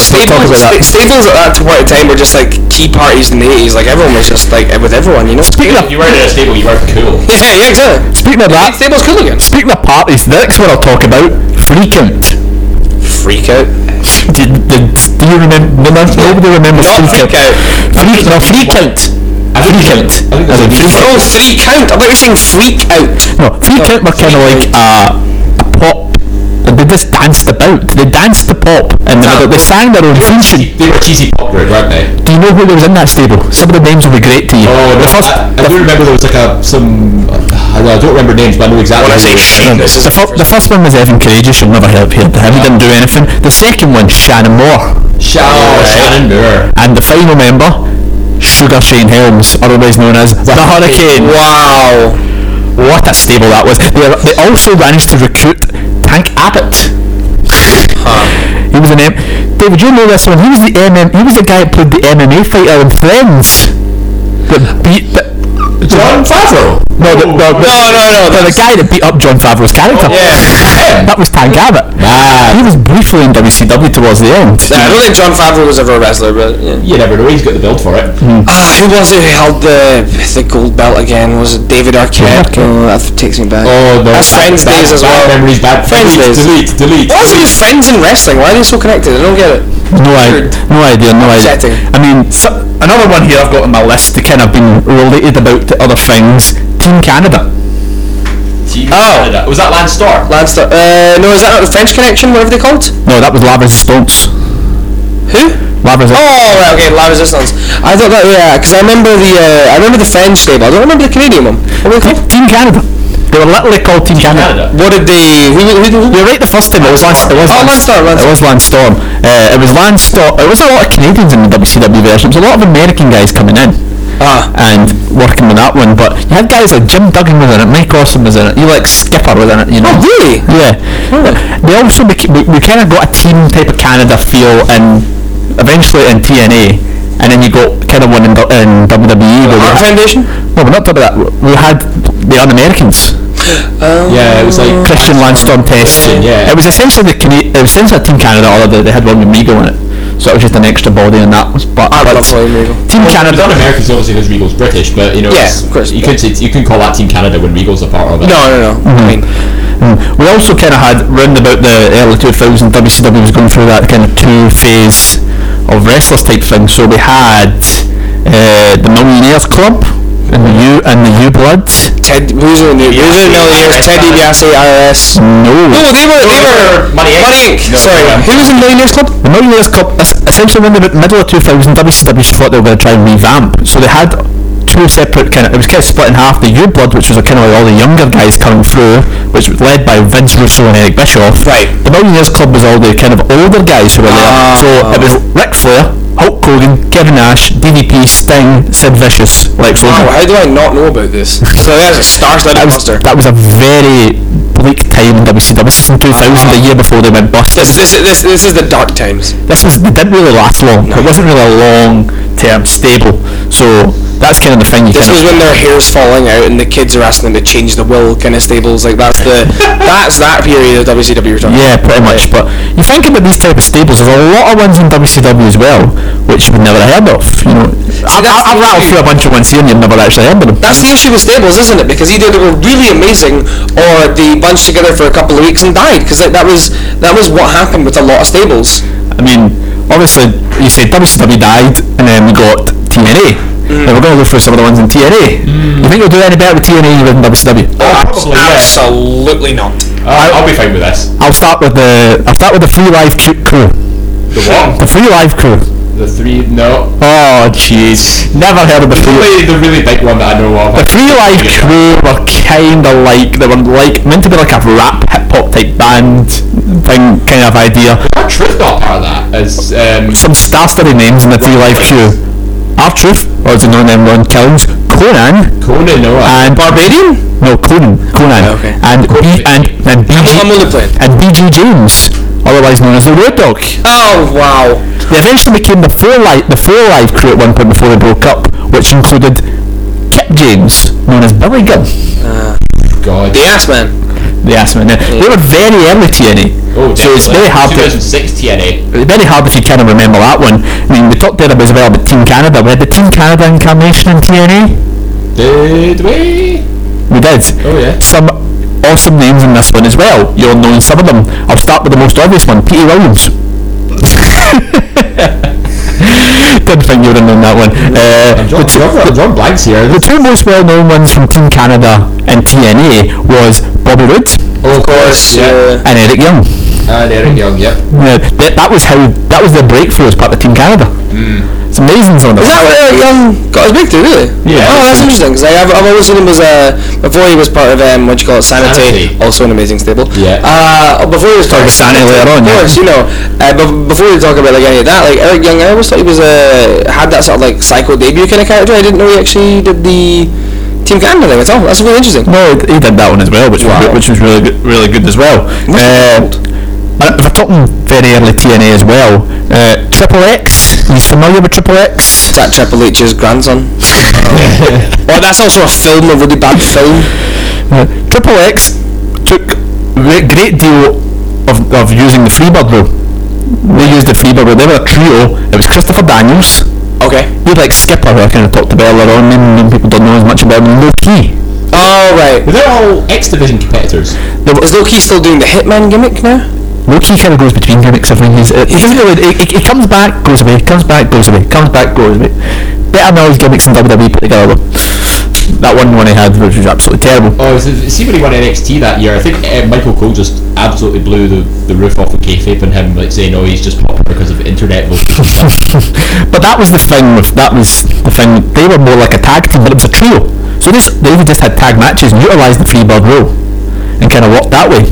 [SPEAKER 2] So we'll talk
[SPEAKER 4] Stables,
[SPEAKER 2] about
[SPEAKER 4] sta-
[SPEAKER 2] that.
[SPEAKER 4] stables at that point in time were just like key parties in the 80s. Like everyone was just like with everyone, you know?
[SPEAKER 2] Speaking of-
[SPEAKER 4] you weren't in a stable, you were cool. <laughs> yeah, yeah, exactly.
[SPEAKER 2] Speaking of that,
[SPEAKER 4] Stables cool again.
[SPEAKER 2] speaking of parties, the next one I'll talk about, Freakant.
[SPEAKER 4] Freak out.
[SPEAKER 2] Did, did, do you remember? No, nobody remembers
[SPEAKER 4] Not
[SPEAKER 2] Freakant.
[SPEAKER 4] freak out.
[SPEAKER 2] Freak, no, Freakant. Freakant. As in Freakant.
[SPEAKER 4] Oh, three count. I thought you were saying freak out.
[SPEAKER 2] No, Freakant were kind of like a, a pop. They just danced about. They danced the pop in the middle. They sang their own theme tune.
[SPEAKER 16] They were cheesy pop group, weren't they?
[SPEAKER 2] Do you know who there was in that stable? Some of the names will be great to you.
[SPEAKER 16] Oh, no,
[SPEAKER 2] the first,
[SPEAKER 16] I, I do remember there was like a some. I don't- I don't remember names, but I know exactly.
[SPEAKER 4] When I say shit, this is
[SPEAKER 2] the, fir- the first one was Evan Courageous. You'll never hear heard of him. He didn't do anything. The second one, Shannon Moore.
[SPEAKER 16] Shannon, Shannon Moore.
[SPEAKER 2] And the final member, Sugar Shane Helms, otherwise known as the, Hurricane.
[SPEAKER 4] Wow.
[SPEAKER 2] What a stable that was. They, they also managed to recruit Tank Abbott. He was an M. David, you know this one. He was the MM. He was the guy that played the MMA fighter in Friends. That beat. The,
[SPEAKER 16] John Favreau.
[SPEAKER 2] no, the, no, no, no, no, no. The guy that beat up John Favreau's character.
[SPEAKER 16] yeah.
[SPEAKER 2] <laughs> That was Tank Abbott. He was briefly in WCW towards the end.
[SPEAKER 4] Yeah, I don't think John Favreau was ever a wrestler, but yeah.
[SPEAKER 16] You never know. He's got the build for it.
[SPEAKER 2] Hmm.
[SPEAKER 4] Ah, who was it who held the the gold belt again? Was it David Arquette? Oh, that takes me back.
[SPEAKER 16] Oh, no.
[SPEAKER 4] That's Friends
[SPEAKER 16] bad,
[SPEAKER 4] days as
[SPEAKER 16] bad
[SPEAKER 4] well.
[SPEAKER 16] Memories, bad
[SPEAKER 4] Friends
[SPEAKER 16] delete,
[SPEAKER 4] days.
[SPEAKER 16] Delete, delete.
[SPEAKER 4] Why is it just friends in wrestling? Why are they so connected? I don't get it.
[SPEAKER 2] No, I, no idea, no
[SPEAKER 4] Upsetting.
[SPEAKER 2] idea. I mean, so, another one here I've got on my list to kind of been related about to other things. Team Canada.
[SPEAKER 16] Team Canada. Was that Lance Starr?
[SPEAKER 4] Lanster. Oh. Uh, no, is that not the French Connection? Whatever they called.
[SPEAKER 2] No, that was La Resistance.
[SPEAKER 4] Who?
[SPEAKER 2] La Resistance.
[SPEAKER 4] Oh, right, okay, La Resistance. I thought that, yeah, because I remember the, uh, I remember the French stable. I don't remember the Canadian one. What were they called?
[SPEAKER 2] Team Canada. They were literally called Team, Canada.
[SPEAKER 4] What did they? Who, who, who,
[SPEAKER 2] You're right the first time. It was Lance. It was
[SPEAKER 4] Oh, Lance Storm, Lance
[SPEAKER 2] It was Lance Storm. Uh, it was Lance Storm. It was a lot of Canadians in the WCW version. It was a lot of American guys coming in.
[SPEAKER 4] Ah.
[SPEAKER 2] And working with that one, but you had guys like Jim Duggan was in it, Mike Awesome was in it, Elix Skipper was in it, you know.
[SPEAKER 4] Oh, really?
[SPEAKER 2] Yeah. They also bec- we, we kind of got a team type of Canada feel in eventually in TNA, and then you got kind of one in, du- in WWE. where we
[SPEAKER 4] Heart
[SPEAKER 2] had-
[SPEAKER 4] Foundation?
[SPEAKER 2] No, we're not talking about that. We- We had the Un-Americans,
[SPEAKER 4] Um,
[SPEAKER 16] Yeah, it was like
[SPEAKER 2] Christian Landstorm Test.
[SPEAKER 16] yeah.
[SPEAKER 2] It was essentially the Cana- it was essentially Team Canada. Although they had one with Regal in it, so it was just an extra body in that. was- But,
[SPEAKER 4] I
[SPEAKER 2] but
[SPEAKER 4] love William Regal.
[SPEAKER 2] Team
[SPEAKER 16] It's not
[SPEAKER 2] Canada.
[SPEAKER 16] Americans obviously because Regal's British, but you know,
[SPEAKER 4] Yeah,
[SPEAKER 16] it's-
[SPEAKER 4] of course,
[SPEAKER 16] you
[SPEAKER 4] yeah.
[SPEAKER 16] could say, you can call that Team Canada when Regal's a part of it.
[SPEAKER 4] No, no, no. I mean, Mm-hmm.
[SPEAKER 2] Mm. We also kind of had round about the early 2000s, WCW was going through that kind of two phase of wrestlers type thing. So we had uh, the Millionaires Club and the U and the U Bloods.
[SPEAKER 4] Ted, who's in the new, who's in the
[SPEAKER 16] IRS.
[SPEAKER 4] millionaires? Teddy DiBiase, IRS.
[SPEAKER 2] No,
[SPEAKER 4] No, they were, they were,
[SPEAKER 16] Money Inc.
[SPEAKER 4] Money Inc.
[SPEAKER 16] No,
[SPEAKER 4] Sorry,
[SPEAKER 16] yeah.
[SPEAKER 4] who was in Millionaires Club?
[SPEAKER 2] the Millionaires Club es- essentially round about the middle of 2000, WCW thought they were going to try and revamp. So they had two separate kind of it was kind of split in half. The U Blood, which was a kind of like all the younger guys coming through, which was led by Vince Russo and Eric Bischoff.
[SPEAKER 4] Right.
[SPEAKER 2] The Millionaires Club was all the kind of older guys who were there.
[SPEAKER 4] Ah.
[SPEAKER 2] So it was Ric Flair, Hulk Hogan, Kevin Nash, DDP, Sting, Sid Vicious, Lex Luger.
[SPEAKER 4] Wow, how do I not know about <laughs> this? So that's a star-studded
[SPEAKER 2] That was,
[SPEAKER 4] roster.
[SPEAKER 2] that was a very bleak time in WCW. This is in 2000, the year before they went bust.
[SPEAKER 4] This, this, this, this is the dark times.
[SPEAKER 2] this was it didn't really last long. It wasn't really a long term stable. So that's kind of the thing. You
[SPEAKER 4] This
[SPEAKER 2] kind
[SPEAKER 4] was
[SPEAKER 2] of,
[SPEAKER 4] when their hair's falling out and the kids are asking them to change the will kind of stables. Like that's
[SPEAKER 16] <laughs>
[SPEAKER 4] the that's that period of WCW we're talking.
[SPEAKER 2] yeah, pretty much. But you think about these type of stables. There's a lot of ones in WCW as well. which we've never heard of. You know, I've,
[SPEAKER 4] that's
[SPEAKER 2] I've
[SPEAKER 4] the
[SPEAKER 2] rattled
[SPEAKER 4] issue.
[SPEAKER 2] through a bunch of ones here and you've never actually heard of them.
[SPEAKER 4] That's the issue with Stables, isn't it? Because either they were really amazing or they bunched together for a couple of weeks and died. Because that was that was what happened with a lot of Stables.
[SPEAKER 2] I mean, obviously, you said WCW died, and then we got TNA.
[SPEAKER 16] Mm.
[SPEAKER 2] Now we're going to go through some of the ones in TNA. You think you'll do any better with TNA than WCW?
[SPEAKER 16] Oh,
[SPEAKER 5] Absolutely, absolutely not.
[SPEAKER 16] I'll be fine with this.
[SPEAKER 2] I'll start with the I'll start with the free live cu- crew.
[SPEAKER 16] The what?
[SPEAKER 2] The free live crew.
[SPEAKER 16] The three, no.
[SPEAKER 2] Oh jeez, never heard of the
[SPEAKER 16] There's
[SPEAKER 2] free.
[SPEAKER 16] only the really big one that I know of.
[SPEAKER 2] The free live crew were kind of like they were like meant to be like a rap hip hop type band thing kind of idea.
[SPEAKER 16] Our truth not part of that is um,
[SPEAKER 2] Some star-studded names in the free live crew. Our truth, or as a known name Ron Killings, Conan,
[SPEAKER 16] Conan, no. I-
[SPEAKER 2] and Barbadian? No, Conan. Conan.
[SPEAKER 4] okay.
[SPEAKER 2] And B- and and BG
[SPEAKER 4] I'm only playing.
[SPEAKER 2] and BG James, otherwise known as the Road Dog.
[SPEAKER 4] Oh wow!
[SPEAKER 2] They eventually became the four live the four live crew at one point before they broke up, which included Kip James, known as Billy Gunn.
[SPEAKER 16] God.
[SPEAKER 4] The ass man.
[SPEAKER 2] The Assman. Now, they were very early TNA,
[SPEAKER 16] Oh,
[SPEAKER 2] so it's very
[SPEAKER 16] definitely.
[SPEAKER 2] hard to
[SPEAKER 16] 2006 TNA.
[SPEAKER 2] it's very hard if you kind of remember that one. I mean, we talked there about as well about Team Canada. We had the Team Canada incarnation in TNA.
[SPEAKER 16] Did we?
[SPEAKER 2] We did.
[SPEAKER 16] Oh yeah.
[SPEAKER 2] some awesome names in this one as well. You'll know some of them. I'll start with the most obvious one, Petey Williams. <laughs> Didn't think you would have known that one. Uh,
[SPEAKER 16] I'm John,
[SPEAKER 2] the, two,
[SPEAKER 16] John, John, John Blank's here.
[SPEAKER 2] the two most well-known ones from Team Canada and TNA was Bobby Roode
[SPEAKER 16] Oh, of course. Yeah.
[SPEAKER 2] and Eric Young.
[SPEAKER 16] And Eric Young. Yep.
[SPEAKER 2] Now, that, that was how that was their breakthrough as part of Team Canada.
[SPEAKER 4] Hmm.
[SPEAKER 2] It's amazing some of them.
[SPEAKER 4] Is that what Eric Young got his breakthrough? Really?
[SPEAKER 2] Yeah.
[SPEAKER 4] Oh, that's interesting. Because I've, I've always seen him as a before he was part of um, what do you call it, Sanity,
[SPEAKER 16] Sanity.
[SPEAKER 4] also an amazing stable.
[SPEAKER 16] Yeah.
[SPEAKER 4] Uh, before he was part
[SPEAKER 2] Talk
[SPEAKER 4] of
[SPEAKER 2] about Sanity later on,
[SPEAKER 4] of
[SPEAKER 2] yeah.
[SPEAKER 4] course, you know. Uh, but before we talk about like any of that, like Eric Young, I always thought he was uh, had that sort of like psycho debut kind of character. I didn't know he actually did the Team Canada thing at all. That's really interesting.
[SPEAKER 2] No, he did that one as well, which was, which was really good, really good as well. Uh, but we're talking very early TNA as well. Uh, Triple X, you familiar with Triple X?
[SPEAKER 4] Is that Triple H's
[SPEAKER 2] <laughs>
[SPEAKER 4] grandson? well, that's also a film, a really bad film.
[SPEAKER 2] Uh, Triple X took a great deal of, of using the Freebird rule. They used the Freebird rule. They were a trio. It was Christopher Daniels.
[SPEAKER 4] Okay.
[SPEAKER 2] He was like Skipper, who I kind of talked about earlier on. and Many people don't know as much about him. Low key. Oh,
[SPEAKER 4] All right.
[SPEAKER 16] They're all X Division competitors.
[SPEAKER 4] Is Loki still doing the Hitman gimmick now?
[SPEAKER 2] Loki kind of goes between gimmicks. I think he's, uh, he doesn't really. He, he- he comes back, goes away, comes back, goes away, comes back, goes away. Better know his gimmicks in WWE put together. Though. That one one he had, which was absolutely terrible.
[SPEAKER 16] Oh, so- see when he won NXT that year. I think uh, Michael Cole just absolutely blew the, the roof off of kayfabe on him, like saying, "Oh, he's just popular because of internet voting."
[SPEAKER 2] <laughs> but that was the thing. With, that was the thing. They were more like a tag team, but it was a trio. So this, they just had tag matches and utilised the free bird rule and kind of worked that way,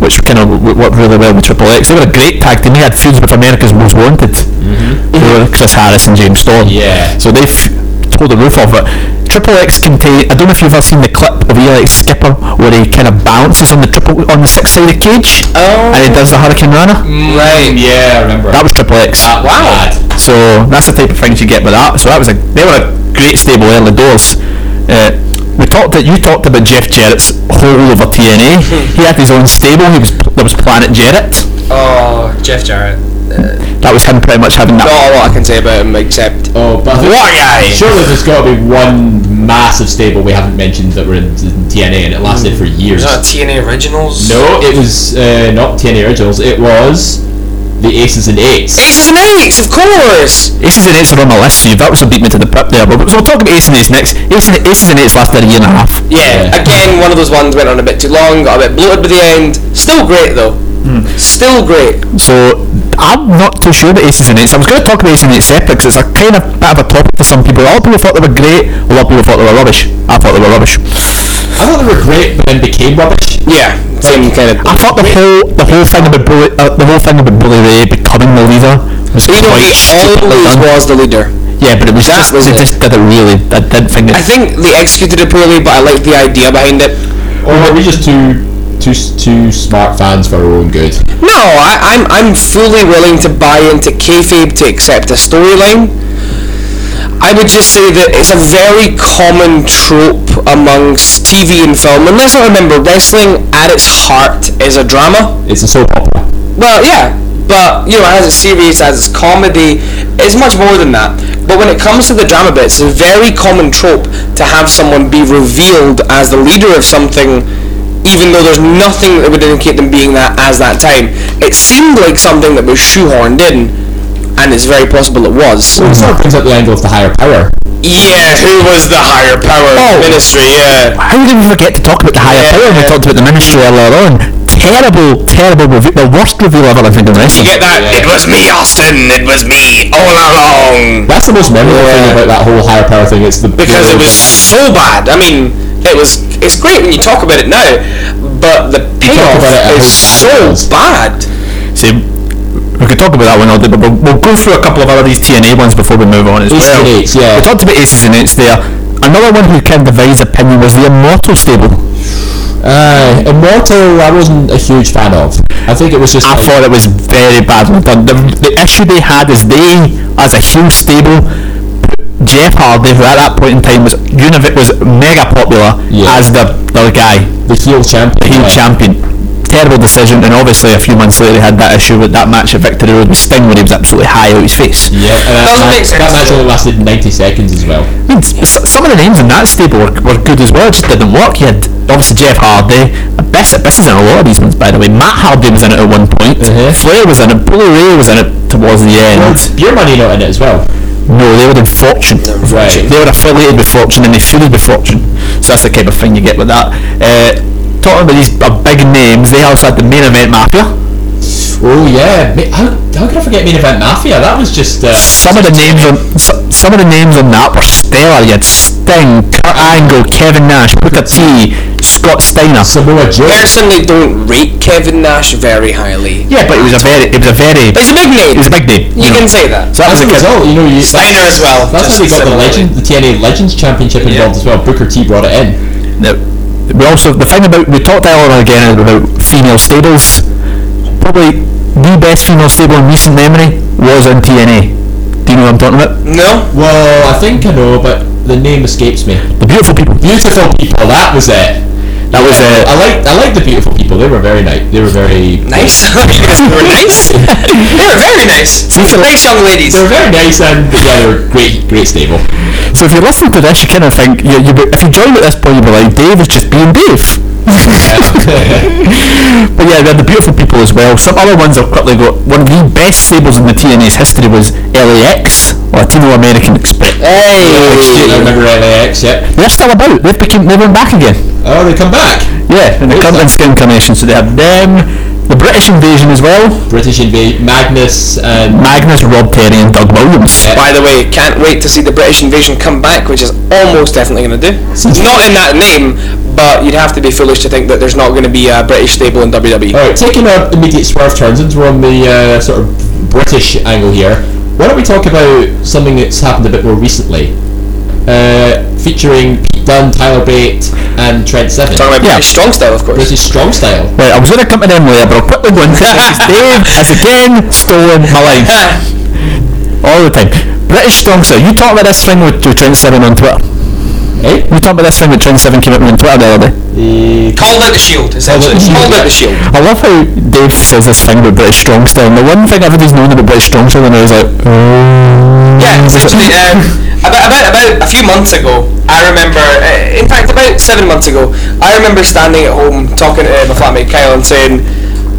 [SPEAKER 2] which kind of worked really well with Triple X. They were a great tag team. They had feuds with America's Most Wanted. They were Chris Harris and James Storm.
[SPEAKER 16] Yeah.
[SPEAKER 2] So they f- tore the roof off it. Triple X contain. I don't know if you've ever seen the clip of Elix Skipper where he kind of bounces on the triple on the six sided cage
[SPEAKER 4] Oh.
[SPEAKER 2] and he does the Hurricane Rana.
[SPEAKER 4] Right.
[SPEAKER 16] yeah, I remember.
[SPEAKER 2] That was Triple X.
[SPEAKER 16] That was bad.
[SPEAKER 2] So that's the type of things you get with that. So that was a they were a great stable early doors. Uh, we talked that you talked about Jeff Jarrett's whole
[SPEAKER 16] <laughs>
[SPEAKER 2] over TNA. he had his own stable. He was there was Planet Jarrett.
[SPEAKER 5] Oh, Jeff Jarrett.
[SPEAKER 2] That was him pretty much having that.
[SPEAKER 4] Not a lot I can say about him except
[SPEAKER 16] Oh, but I think-
[SPEAKER 4] What guy?
[SPEAKER 16] Surely there's got to be one massive stable we haven't mentioned that were in, in TNA, and it lasted for years.
[SPEAKER 5] Was that TNA Originals?
[SPEAKER 16] No, it was uh, not TNA originals. It was the Aces and Eights.
[SPEAKER 4] Aces and Eights, of course.
[SPEAKER 2] Aces and Eights are on my list, so you've also beat me to the prep there. But so we'll talk about Aces and Eights next. Aces and, Aces and Eights lasted a year and a half.
[SPEAKER 4] Yeah,
[SPEAKER 16] Yeah.
[SPEAKER 4] again, one of those ones went on a bit too long, got a bit bloated by the end. Still great though. Still great.
[SPEAKER 2] So I'm not too sure about Aces and Eights. I was going to talk about Aces and Eights separate because it's a kind of bit of a topic for some people. A lot of people thought they were great. A lot of people thought they were rubbish. I thought they were rubbish.
[SPEAKER 16] I thought they were great, but then became rubbish.
[SPEAKER 4] Yeah, same kind of.
[SPEAKER 2] I thought the whole the whole thing about Bully, uh, the whole thing about Bully Ray becoming the leader was
[SPEAKER 4] You know,
[SPEAKER 2] quite
[SPEAKER 4] he
[SPEAKER 2] stupidly
[SPEAKER 4] always
[SPEAKER 2] done.
[SPEAKER 4] was the leader.
[SPEAKER 2] Yeah, but it was
[SPEAKER 4] That
[SPEAKER 2] just
[SPEAKER 4] was
[SPEAKER 2] they
[SPEAKER 4] it.
[SPEAKER 2] just did it really. I didn't think it.
[SPEAKER 4] I think they executed it poorly, but I like the idea behind it.
[SPEAKER 16] Or were we just too too too smart fans for our own good?
[SPEAKER 4] No, I, I'm I'm fully willing to buy into kayfabe to accept a storyline. I would just say that it's a very common trope amongst TV and film. And let's not remember, wrestling at its heart is a drama.
[SPEAKER 16] It's a soap opera.
[SPEAKER 4] Well, yeah, But you know, as it's serious, as it's comedy, it's much more than that. But when it comes to the drama bits, it's a very common trope to have someone be revealed as the leader of something, even though there's nothing that would indicate them being that as that time. It seemed like something that was shoehorned in, and it's very possible it was.
[SPEAKER 16] Well, it sort of brings up the angle of the higher power.
[SPEAKER 4] Yeah, who was the higher power ministry? Yeah.
[SPEAKER 2] How did we forget to talk about the higher power when we talked about the ministry earlier on? Terrible, terrible reveal. The worst reveal I've ever seen in
[SPEAKER 4] You
[SPEAKER 2] wrestling.
[SPEAKER 4] get that? It was me, Austin. It was me all along.
[SPEAKER 16] That's the most memorable thing about that whole higher power thing. It's the
[SPEAKER 4] because it was so bad. I mean, it was. It's great when you talk about it now, but the payoff
[SPEAKER 2] about it at
[SPEAKER 4] is so bad.
[SPEAKER 2] See, we could talk about that one all day, but we'll, we'll go through a couple of other these TNA ones before we move on
[SPEAKER 16] Aces
[SPEAKER 2] as
[SPEAKER 16] and
[SPEAKER 2] well.
[SPEAKER 16] eights, yeah.
[SPEAKER 2] We talked about aces and eights there. Another one who kind of divides opinion was the Immortal stable.
[SPEAKER 16] Uh, Immortal, I wasn't a huge fan of. I think it was just.
[SPEAKER 2] I
[SPEAKER 16] like-
[SPEAKER 2] thought it was very badly done. The, the issue they had is they, as a heel stable, Jeff Hardy, who at that point in time was univ- was mega popular
[SPEAKER 16] Yeah.
[SPEAKER 2] as the, the guy,
[SPEAKER 16] the heel champion.
[SPEAKER 2] the heel
[SPEAKER 16] right?
[SPEAKER 2] champion. Terrible decision, and obviously a few months later they had that issue with that match at Victory Road with Sting, where he was absolutely high out his face.
[SPEAKER 16] Yeah, uh, and that,
[SPEAKER 4] Doesn't
[SPEAKER 16] match-
[SPEAKER 4] make sense,
[SPEAKER 16] that match
[SPEAKER 4] though.
[SPEAKER 16] only lasted 90 seconds as well.
[SPEAKER 2] I mean, s- s- some of the names in that stable were, were good as well, it just didn't work. You had obviously Jeff Hardy, Bess, Bess is in a lot of these ones by the way. Matt Hardy was in it at one point,
[SPEAKER 16] Mm-hmm.
[SPEAKER 2] Flair was in it, Bully Ray was in it towards the end.
[SPEAKER 16] Your money not in it as well.
[SPEAKER 2] No, they were in Fortune.
[SPEAKER 16] Right.
[SPEAKER 2] They were affiliated with Fortune and they feuded with Fortune. So that's the kind of thing you get with that. Uh, talking about these uh, big names, they also had the main event mafia.
[SPEAKER 16] Oh yeah, Ma- how, how could I forget Main Event Mafia? That was just uh,
[SPEAKER 2] Some of the names on so- some of the names on that were stellar. You had Sting, Kurt Angle, Kevin Nash, Booker T, Scott Steiner.
[SPEAKER 16] Samoa Joe.
[SPEAKER 4] Personally, don't rate Kevin Nash very highly.
[SPEAKER 2] Yeah, but it was a very, it was a very,
[SPEAKER 4] But he's a big name.
[SPEAKER 2] it was a big name.
[SPEAKER 4] You
[SPEAKER 2] know.
[SPEAKER 4] can say that.
[SPEAKER 2] So that was
[SPEAKER 16] As a
[SPEAKER 2] a good.
[SPEAKER 16] result, you know, you,
[SPEAKER 4] Steiner as well.
[SPEAKER 16] That's
[SPEAKER 4] just
[SPEAKER 16] how they got the legend,
[SPEAKER 4] similarly.
[SPEAKER 16] the TNA Legends Championship involved as well. Booker T brought it in.
[SPEAKER 2] Now, we also the thing about we talked earlier on again about female stables. Probably the best female stable in recent memory was in TNA. Do you know what I'm talking about?
[SPEAKER 4] No.
[SPEAKER 16] Well, I think I know, but the name escapes me.
[SPEAKER 2] The beautiful people.
[SPEAKER 16] Beautiful people. That was it.
[SPEAKER 2] That was
[SPEAKER 16] I, I
[SPEAKER 2] uh,
[SPEAKER 16] <laughs> like I like the beautiful people. They were very nice. They were very <laughs>
[SPEAKER 4] Nice. <laughs> because they were nice. They were very nice. nice young ladies.
[SPEAKER 16] They were very nice and yeah, they were great great stable.
[SPEAKER 2] So if you listen to this, you kind of think you, you, be- if you join at this point, you'd be like Dave is just being Dave. <laughs> but yeah, they're the beautiful people as well. Some other ones I'll quickly go. One of the best stables in the TNA's history was LAX, Latino American Express.
[SPEAKER 16] I remember LAX. Yep.
[SPEAKER 2] They're still about. They've become. They went back again.
[SPEAKER 16] Oh, they come back.
[SPEAKER 2] Yeah, and the current skin carnation. So they have them, the British invasion as well.
[SPEAKER 16] British invade Magnus and
[SPEAKER 2] Magnus, Rob Terry, and Doug Williams.
[SPEAKER 4] By the way, can't wait to see the British invasion come back, which is almost definitely going to do. Not in that name, but you'd have to be foolish to think that there's not going to be a British stable in E. WWE.
[SPEAKER 2] Uh,
[SPEAKER 16] All right, taking our immediate swerve turns since we're on the uh, sort of British angle here, why don't we talk about something that's happened a bit more recently, uh, featuring Pete Dunne, Tyler Bate, and Trent Seven.
[SPEAKER 4] Talking about
[SPEAKER 2] Yeah.
[SPEAKER 4] British strong style, of course.
[SPEAKER 16] British strong style.
[SPEAKER 2] Right, I was going to come to them later, but I'll quickly go into
[SPEAKER 16] <laughs>
[SPEAKER 2] it because Dave has again stolen my line. All the time. British Strong Style. You talk about this thing with, with Trent Seven on Twitter.
[SPEAKER 16] Eh?
[SPEAKER 2] You talk about this thing with Trent Seven came up with on Twitter the other day.
[SPEAKER 16] The
[SPEAKER 4] Called out the shield, essentially. Called out the shield.
[SPEAKER 2] I love how Dave says this thing about British Strong Style. And the one thing everybody's known about British Strong Style, and I was like, oh.
[SPEAKER 4] Yeah, essentially, um, about, about, about a few months ago, I remember, uh, in fact, about seven months ago, I remember standing at home talking to my flatmate Kyle and saying,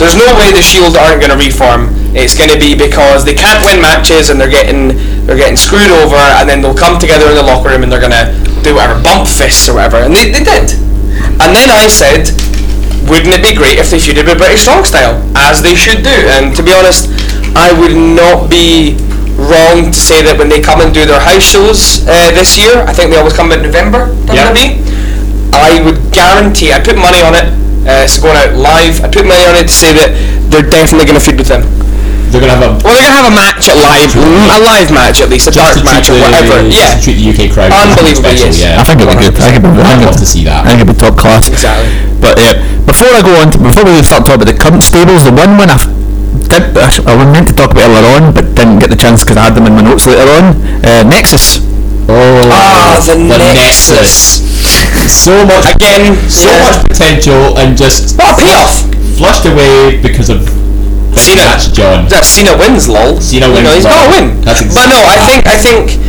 [SPEAKER 4] there's no way the Shield aren't going to reform. It's going to be because they can't win matches and they're getting they're getting screwed over, and then they'll come together in the locker room and they're going to do whatever, bump fists or whatever, and they, they did. And then I said, wouldn't it be great if they feuded with British Strong Style, as they should do? And to be honest, I would not be wrong to say that when they come and do their house shows uh, this year, I think they always come in November,
[SPEAKER 16] Yeah.
[SPEAKER 4] WWE, I would guarantee, I put money on it, uh, it's going out live, I put money on it to say that they're definitely going to feud with them.
[SPEAKER 16] <laughs> they're gonna have a
[SPEAKER 4] Well, they're going to have a match at live, a live match at least, a
[SPEAKER 16] just to treat
[SPEAKER 4] dark match or
[SPEAKER 16] the,
[SPEAKER 4] whatever.
[SPEAKER 16] just to
[SPEAKER 4] Yeah,
[SPEAKER 16] treat the UK crowd. as something
[SPEAKER 4] Unbelievable,
[SPEAKER 16] special,
[SPEAKER 4] yes.
[SPEAKER 16] Yeah.
[SPEAKER 2] I think it'd be good. I think it'd be, I
[SPEAKER 16] I'd
[SPEAKER 2] think
[SPEAKER 16] love to see that.
[SPEAKER 2] I think it'd be top class.
[SPEAKER 4] Exactly.
[SPEAKER 2] But yeah, before I go on, to, before we start talking about the current stables, the one one I've did, I sh- I meant to talk about earlier on, but didn't get the chance because I had them in my notes later on. Uh, Nexus.
[SPEAKER 16] Oh,
[SPEAKER 4] Ah, the Nexus.
[SPEAKER 16] so much
[SPEAKER 4] Again,
[SPEAKER 16] so
[SPEAKER 4] yeah.
[SPEAKER 16] much potential and just
[SPEAKER 4] what a payoff!
[SPEAKER 16] flushed away because of
[SPEAKER 4] Cena-
[SPEAKER 16] That's John.
[SPEAKER 4] Yeah, Cena wins, lol.
[SPEAKER 16] Cena
[SPEAKER 4] You
[SPEAKER 16] wins.
[SPEAKER 4] know, he's
[SPEAKER 16] lol.
[SPEAKER 4] gotta win.
[SPEAKER 16] That's
[SPEAKER 4] But no, I think I think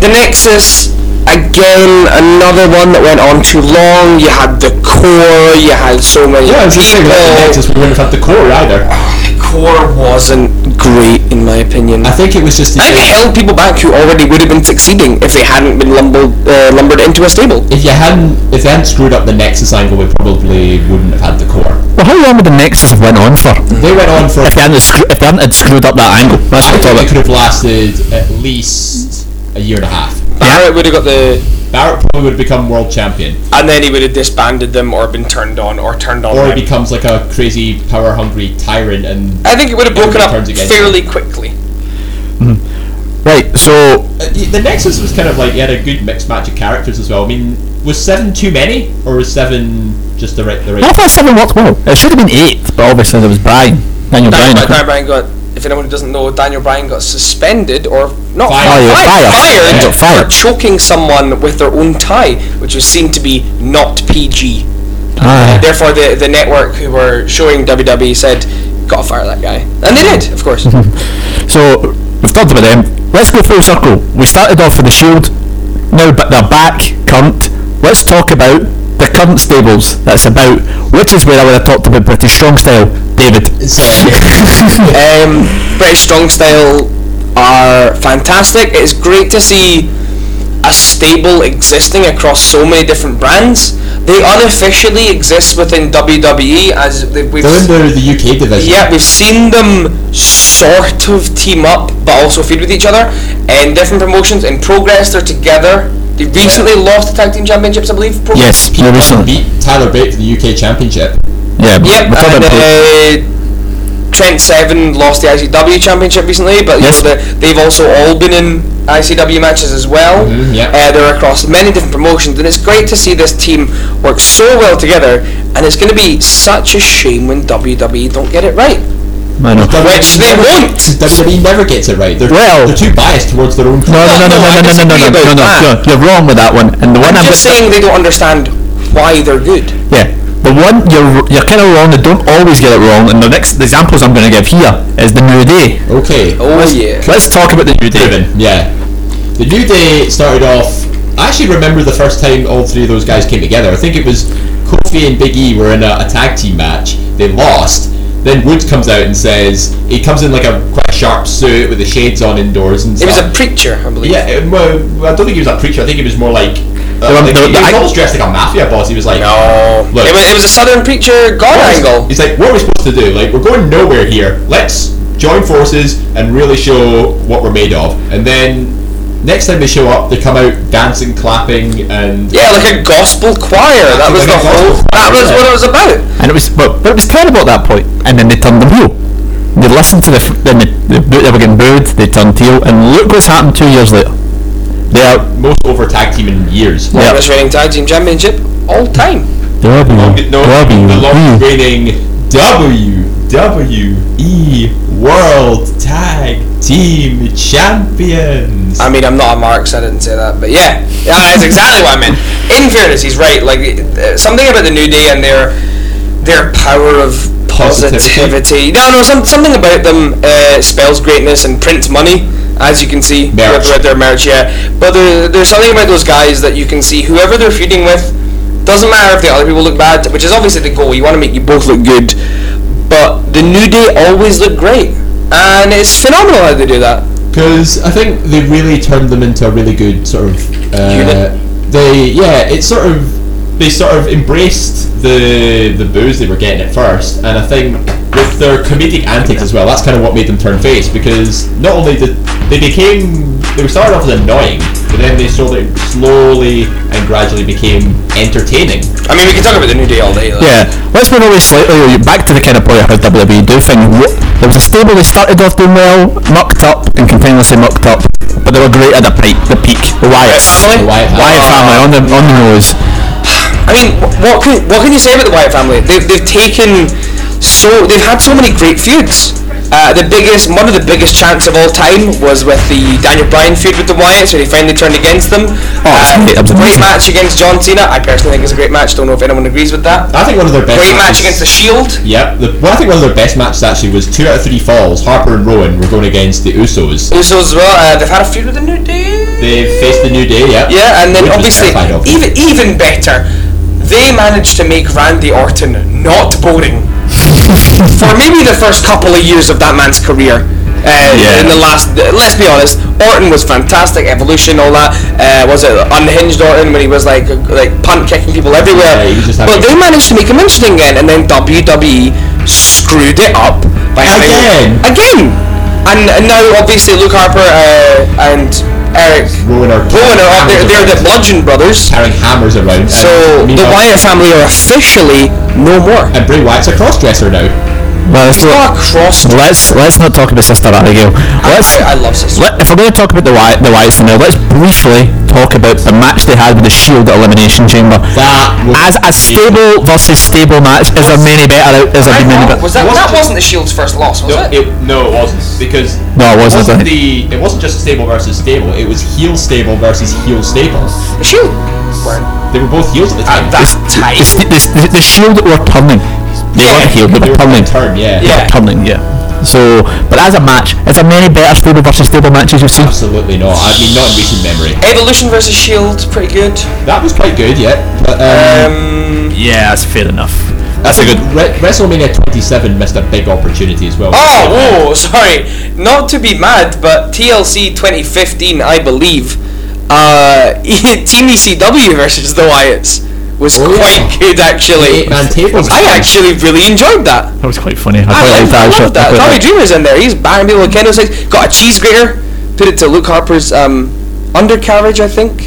[SPEAKER 17] The Nexus, again, another one that went on too long. You had the core, you had so many
[SPEAKER 16] Yeah, I was just saying
[SPEAKER 17] people.
[SPEAKER 16] without the Nexus, we wouldn't have had the core either.
[SPEAKER 4] Core wasn't
[SPEAKER 17] great, in my opinion.
[SPEAKER 16] I think it was just. The,
[SPEAKER 17] I think it held people back who already would have been succeeding if they hadn't been lumbered, uh, lumbered into a stable.
[SPEAKER 16] If you hadn't, if they hadn't screwed up the Nexus angle, we probably wouldn't have had the core.
[SPEAKER 2] Well, how long would the Nexus have went on for?
[SPEAKER 16] They went on for.
[SPEAKER 2] If they hadn't, screw- if they hadn't had screwed up that angle, that's
[SPEAKER 16] I
[SPEAKER 2] the
[SPEAKER 16] think it
[SPEAKER 2] topic.
[SPEAKER 16] could have lasted at least a year and a half.
[SPEAKER 4] Barrett would have got the
[SPEAKER 16] Barrett probably would have become world champion,
[SPEAKER 4] and then he would have disbanded them or been turned on or turned on.
[SPEAKER 16] or he
[SPEAKER 4] them.
[SPEAKER 16] becomes like a crazy power hungry tyrant, and
[SPEAKER 4] I think it would have broken
[SPEAKER 16] everybody
[SPEAKER 4] up
[SPEAKER 16] turns against him.
[SPEAKER 4] fairly quickly.
[SPEAKER 2] Right, so
[SPEAKER 16] Uh, y- The Nexus was kind of like you had a good mixed match of characters as well. I mean, was seven too many, or was seven just the right the right?
[SPEAKER 2] I thought seven worked well. It should have been eight, but obviously there was Brian, Daniel
[SPEAKER 4] Daniel,
[SPEAKER 2] Bryan. I
[SPEAKER 4] Bryan,
[SPEAKER 2] couldn't-
[SPEAKER 4] Bryan got. If anyone who doesn't know, Daniel Bryan got suspended or not
[SPEAKER 2] Fired.
[SPEAKER 4] fired,
[SPEAKER 2] Fired.
[SPEAKER 4] fired,
[SPEAKER 2] Fired. Fired.
[SPEAKER 4] for choking someone with their own tie, which was seen to be not PG.
[SPEAKER 2] Aye.
[SPEAKER 4] Therefore, the the network who were showing WWE said, "Gotta fire that guy," and they did, of
[SPEAKER 2] <laughs>
[SPEAKER 4] course.
[SPEAKER 2] So we've talked about them. Let's go full circle. We started off with the Shield. Now, but they're back, current. Let's talk about the current stables. That's about which is where I would have talked about British Strong Style, David.
[SPEAKER 4] um, British Strong Style are fantastic. It's great to see a stable existing across so many different brands. They unofficially exist within WWE as they- we've
[SPEAKER 16] They're in the, the UK division.
[SPEAKER 4] yeah, we've seen them sort of team up, but also feed with each other. And different promotions in progress, they're together. They recently lost the tag team championships, I believe. Pro-
[SPEAKER 2] Yes,
[SPEAKER 16] Pete
[SPEAKER 2] no
[SPEAKER 16] Dunne
[SPEAKER 2] recently.
[SPEAKER 16] beat Tyler Bate for the UK Championship.
[SPEAKER 2] Yeah, but
[SPEAKER 4] Yep,
[SPEAKER 2] we're talking
[SPEAKER 4] and
[SPEAKER 2] about
[SPEAKER 4] uh, Trent Seven lost the ICW championship recently, but you
[SPEAKER 2] Yes.
[SPEAKER 4] know, the, they've also all been in ICW matches as well.
[SPEAKER 16] yep.
[SPEAKER 4] Uh, they're across many different promotions, and it's great to see this team work so well together. And it's going to be such a shame when WWE don't get it right,
[SPEAKER 2] I know.
[SPEAKER 4] which they won't.
[SPEAKER 16] WWE E never gets it right. They're,
[SPEAKER 2] Well-
[SPEAKER 16] they're too biased towards their own.
[SPEAKER 2] No, no, no, no, no, no,
[SPEAKER 4] no, I
[SPEAKER 2] no, no,
[SPEAKER 4] disagree
[SPEAKER 2] no, no, no,
[SPEAKER 4] about that.
[SPEAKER 2] You're, you're wrong with that one. And the one I'm
[SPEAKER 4] I'm just
[SPEAKER 2] gonna-
[SPEAKER 4] saying they don't understand why they're good.
[SPEAKER 2] Yeah. The one you're you're kind of wrong. They don't always get it wrong. And the next the examples I'm going to give here is the New Day.
[SPEAKER 16] Okay.
[SPEAKER 4] Oh yeah.
[SPEAKER 2] Let's talk about the New Day.
[SPEAKER 16] Driven. Yeah. The New Day started off. I actually remember the first time all three of those guys came together. I think it was Kofi and Big E were in a, a tag team match. They lost. Then Woods comes out and says he comes in like a quite sharp suit with the shades on indoors and
[SPEAKER 4] It
[SPEAKER 16] stuff.
[SPEAKER 4] was a preacher, I believe.
[SPEAKER 16] yeah. It, well, I don't think he was a preacher. I think he was more like. Uh,
[SPEAKER 2] The one-
[SPEAKER 16] like-
[SPEAKER 2] the-
[SPEAKER 16] he
[SPEAKER 2] the-
[SPEAKER 16] was
[SPEAKER 2] I-
[SPEAKER 16] almost dressed like a mafia boss. He was like,
[SPEAKER 4] No.
[SPEAKER 16] Look.
[SPEAKER 4] Oh. It was, it was a Southern preacher God
[SPEAKER 16] what was-
[SPEAKER 4] angle.
[SPEAKER 16] He's like, what are we supposed to do? Like, we're going nowhere here. Let's join forces and really show what we're made of. And then next time they show up, they come out dancing, clapping, and
[SPEAKER 4] Yeah, like a gospel choir. That
[SPEAKER 16] Like
[SPEAKER 4] was the
[SPEAKER 16] a gospel
[SPEAKER 4] whole. That was what it was about.
[SPEAKER 2] And it was but, but it was terrible at that point. And then they turned them heel. They listened to the f- then they, they, boo- they were getting booed. They turned heel, and look what's happened two years later. They are
[SPEAKER 16] most over tag team in years.
[SPEAKER 2] Yeah.
[SPEAKER 4] Longest reigning tag team championship all time.
[SPEAKER 2] W E.
[SPEAKER 16] No, the longest reigning WWE World Tag Team Champions.
[SPEAKER 4] I mean, I'm not a mark, so I didn't say that, but yeah, yeah, that's exactly what I meant. In fairness, he's right. Like uh, something about the New Day and their their power of
[SPEAKER 16] Positivity.
[SPEAKER 4] positivity. No, no, some, something about them uh, spells greatness and prints money, as you can see
[SPEAKER 16] Merch.
[SPEAKER 4] with their merch. Yeah, but there, there's something about those guys that you can see whoever they're feuding with. Doesn't matter if the other people look bad, which is obviously the goal. You want to make you both look good, but the New Day always look great, and it's phenomenal how they do that.
[SPEAKER 16] Because I think they really turned them into a really good sort of. Uh,
[SPEAKER 4] Unit.
[SPEAKER 16] they yeah, it sort of they sort of embraced the the booze they were getting at first, and I think with their comedic antics as well, that's kind of what made them turn face. Because not only did they became they were started off as annoying, but then they sort of slowly and gradually became entertaining.
[SPEAKER 4] I mean, we can talk about the New Day all day. Though.
[SPEAKER 2] Yeah, let's move away slightly back to the kind of point of how WWE E do things. Wh- There was a stable they started off doing well, mucked up, and continuously mucked up, but they were great at the peak. The peak, the Wyatts, the
[SPEAKER 4] Family?
[SPEAKER 2] Wyatt, Wyatt family on the on the nose.
[SPEAKER 4] I mean, wh- what can what can you say about the Wyatt family? They've, they've taken so they've had so many great feuds. Uh, the biggest, one of the biggest chants of all time was with the Daniel Bryan feud with the Wyatts, where he finally turned against them. Oh,
[SPEAKER 16] sorry, that was amazing.
[SPEAKER 4] great match against John Cena. I personally think it's a great match. Don't know if anyone agrees with that.
[SPEAKER 16] I think one of their best
[SPEAKER 4] Great match
[SPEAKER 16] matches-
[SPEAKER 4] against the Shield.
[SPEAKER 16] Yep. The, well, I think one of their best matches actually was two out of three falls. Harper and Rowan were going against the Usos.
[SPEAKER 4] Usos as well. Uh, they've had a feud with the New Day.
[SPEAKER 16] They faced the New Day. Yep.
[SPEAKER 4] Yeah, and then
[SPEAKER 16] Which was
[SPEAKER 4] obviously,
[SPEAKER 16] terrified of.
[SPEAKER 4] even even better, they managed to make Randy Orton
[SPEAKER 16] <laughs>
[SPEAKER 4] not boring for maybe the first couple of years of that man's career. Uh,
[SPEAKER 16] Yeah.
[SPEAKER 4] In the last, let's be honest, Orton was fantastic. Evolution, all that. Uh, was it unhinged Orton when he was like like punt kicking people everywhere?
[SPEAKER 16] Yeah, he was just having-
[SPEAKER 4] but they managed to make him interesting again, and then WWE screwed it up by having
[SPEAKER 16] Again.
[SPEAKER 4] again. And, and now obviously Luke Harper uh, and Eric
[SPEAKER 16] Rowan are
[SPEAKER 4] Rowan are up there. They're the Bludgeon Brothers.
[SPEAKER 16] carrying hammers around.
[SPEAKER 4] So the Wyatt family are officially no more.
[SPEAKER 16] And Bray Wyatt's a crossdresser now.
[SPEAKER 2] Well, so let's let's not talk about Sister Abigail. Let's.
[SPEAKER 4] I love Sister.
[SPEAKER 2] Let, if we're going to talk about the Wyatt, the Wyatts now, let's briefly talk about the match they had with the Shield at Elimination Chamber.
[SPEAKER 16] That was
[SPEAKER 2] As a stable versus stable match, is there many better? Is there been many better?
[SPEAKER 4] Was that that wasn't the Shield's first loss, was
[SPEAKER 16] No,
[SPEAKER 4] it?
[SPEAKER 16] it, no, it wasn't because
[SPEAKER 2] No, it wasn't, I
[SPEAKER 16] wasn't
[SPEAKER 2] think.
[SPEAKER 16] the it wasn't just stable versus stable. It was heel stable versus heel stable.
[SPEAKER 4] The Shield. weren't
[SPEAKER 16] They were both heels at the time.
[SPEAKER 4] that
[SPEAKER 2] The,
[SPEAKER 4] tight.
[SPEAKER 2] the, the, the Shield were turning. They weren't healed, they
[SPEAKER 16] They were
[SPEAKER 2] were <laughs> turning.
[SPEAKER 16] turn, yeah.
[SPEAKER 2] They were
[SPEAKER 4] Yeah.
[SPEAKER 2] turning, yeah. So, but as a match, is there many better stable versus stable matches you've seen?
[SPEAKER 16] Absolutely not. I mean, not in recent memory.
[SPEAKER 4] Evolution versus Shield, pretty good.
[SPEAKER 16] That was quite good, yeah. But um,
[SPEAKER 4] Um,
[SPEAKER 2] Yeah, that's fair enough. That's a good.
[SPEAKER 16] Re- WrestleMania 27 missed a big opportunity as well.
[SPEAKER 4] oh, oh, <laughs> sorry. Not to be mad, but TLC 2015, I believe, uh, <laughs> Team ECW versus the Wyatts was
[SPEAKER 16] Oh, yeah.
[SPEAKER 4] quite good actually.
[SPEAKER 16] Eight man tables.
[SPEAKER 4] I actually really enjoyed that.
[SPEAKER 2] That was quite funny. I
[SPEAKER 4] I,
[SPEAKER 2] quite
[SPEAKER 4] I,
[SPEAKER 2] like that.
[SPEAKER 4] love
[SPEAKER 2] actually. I
[SPEAKER 4] that.
[SPEAKER 2] quite
[SPEAKER 4] Tommy
[SPEAKER 2] like-
[SPEAKER 4] Dreamer's in there. He's banging people with candlesticks. Got a cheese grater. Put it to Luke Harper's um, undercarriage, I think.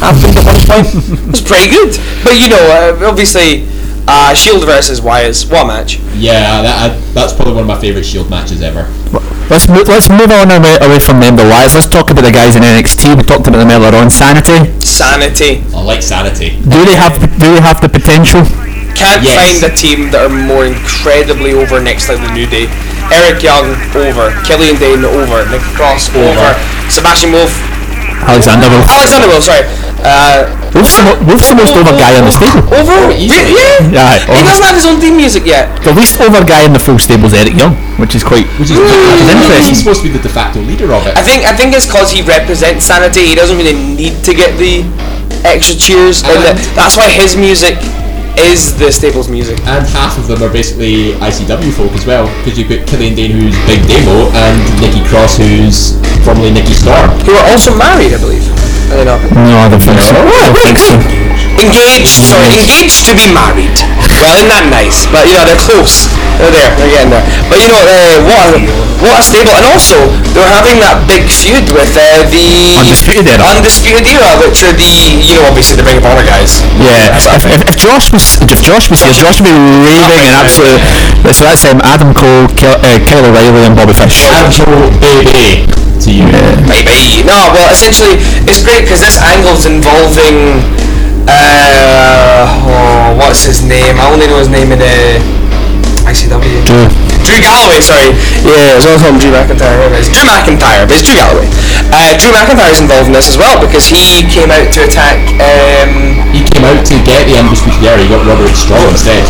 [SPEAKER 4] Happened at one point. It was pretty good. But you know, uh, obviously, uh, Shield versus Wires, what a match?
[SPEAKER 16] Yeah, that, I, that's probably one of my favourite Shield matches ever.
[SPEAKER 2] Let's move, let's move on away, away from them, the Wyatt's. Let's talk about the guys in NXT. We talked about them earlier on. Sanity.
[SPEAKER 4] Sanity.
[SPEAKER 16] I like Sanity.
[SPEAKER 2] Do they have do they have the potential?
[SPEAKER 4] Can't
[SPEAKER 16] Yes.
[SPEAKER 4] find a team that are more incredibly over next like the New Day. Eric Young over, Killian Dane over, Nick Cross over, Sebastian Wolf,
[SPEAKER 2] Alexander Wolf.
[SPEAKER 4] Alexander Wolf, sorry. Uh,
[SPEAKER 2] Wolf's the, mo- Wolf's the most over guy on the stable.
[SPEAKER 4] over? Yeah, yeah.
[SPEAKER 2] Yeah,
[SPEAKER 4] He doesn't have his own theme music yet.
[SPEAKER 2] The least over guy in the full stable is Eric Young, which is quite
[SPEAKER 16] Which is
[SPEAKER 2] is
[SPEAKER 16] He's
[SPEAKER 2] interesting.
[SPEAKER 16] supposed to be the de facto leader of it.
[SPEAKER 4] I think I think it's because he represents sanity. He doesn't really need to get the extra cheers, and
[SPEAKER 16] And-
[SPEAKER 4] that- that's why his music is the Staples music.
[SPEAKER 16] and half of them are basically ICW folk as well, because you've got Killian Dane, who's Big Demo, and Nikki Cross, who's formerly Nikki Storm.
[SPEAKER 4] Who are also married, I believe. Are they not?
[SPEAKER 2] No, I don't think so. I don't think so.
[SPEAKER 4] Engaged, sorry, engaged to be married. Well, isn't that nice? But you know they're close. They're there. They're getting there. But you know uh, what? A, what a stable. And also they're having that big feud with uh, the
[SPEAKER 2] Undisputed Era.
[SPEAKER 4] Undisputed Era, which are the you know obviously the Ring of Honor guys.
[SPEAKER 2] Yeah, if, if, if Josh was if Josh was here, Josh would be raving and absolutely. So that's um, Adam Cole, Kel, uh, Kyle O'Reilly, and Bobby Fish.
[SPEAKER 16] Actual baby to you.
[SPEAKER 4] Maybe. No, well, essentially, it's great because this angle's involving. Uh, oh, what's his name? I only know his name in uh, ICW. Drew. Drew Galloway, sorry. Yeah, I was always calling him Drew McIntyre. whatever it is. Drew McIntyre, but it's Drew Galloway. Uh, Drew McIntyre's involved in this as well because he came out to attack. Um,
[SPEAKER 16] He came out to get the Undisputed Era, he got Robert Strong instead.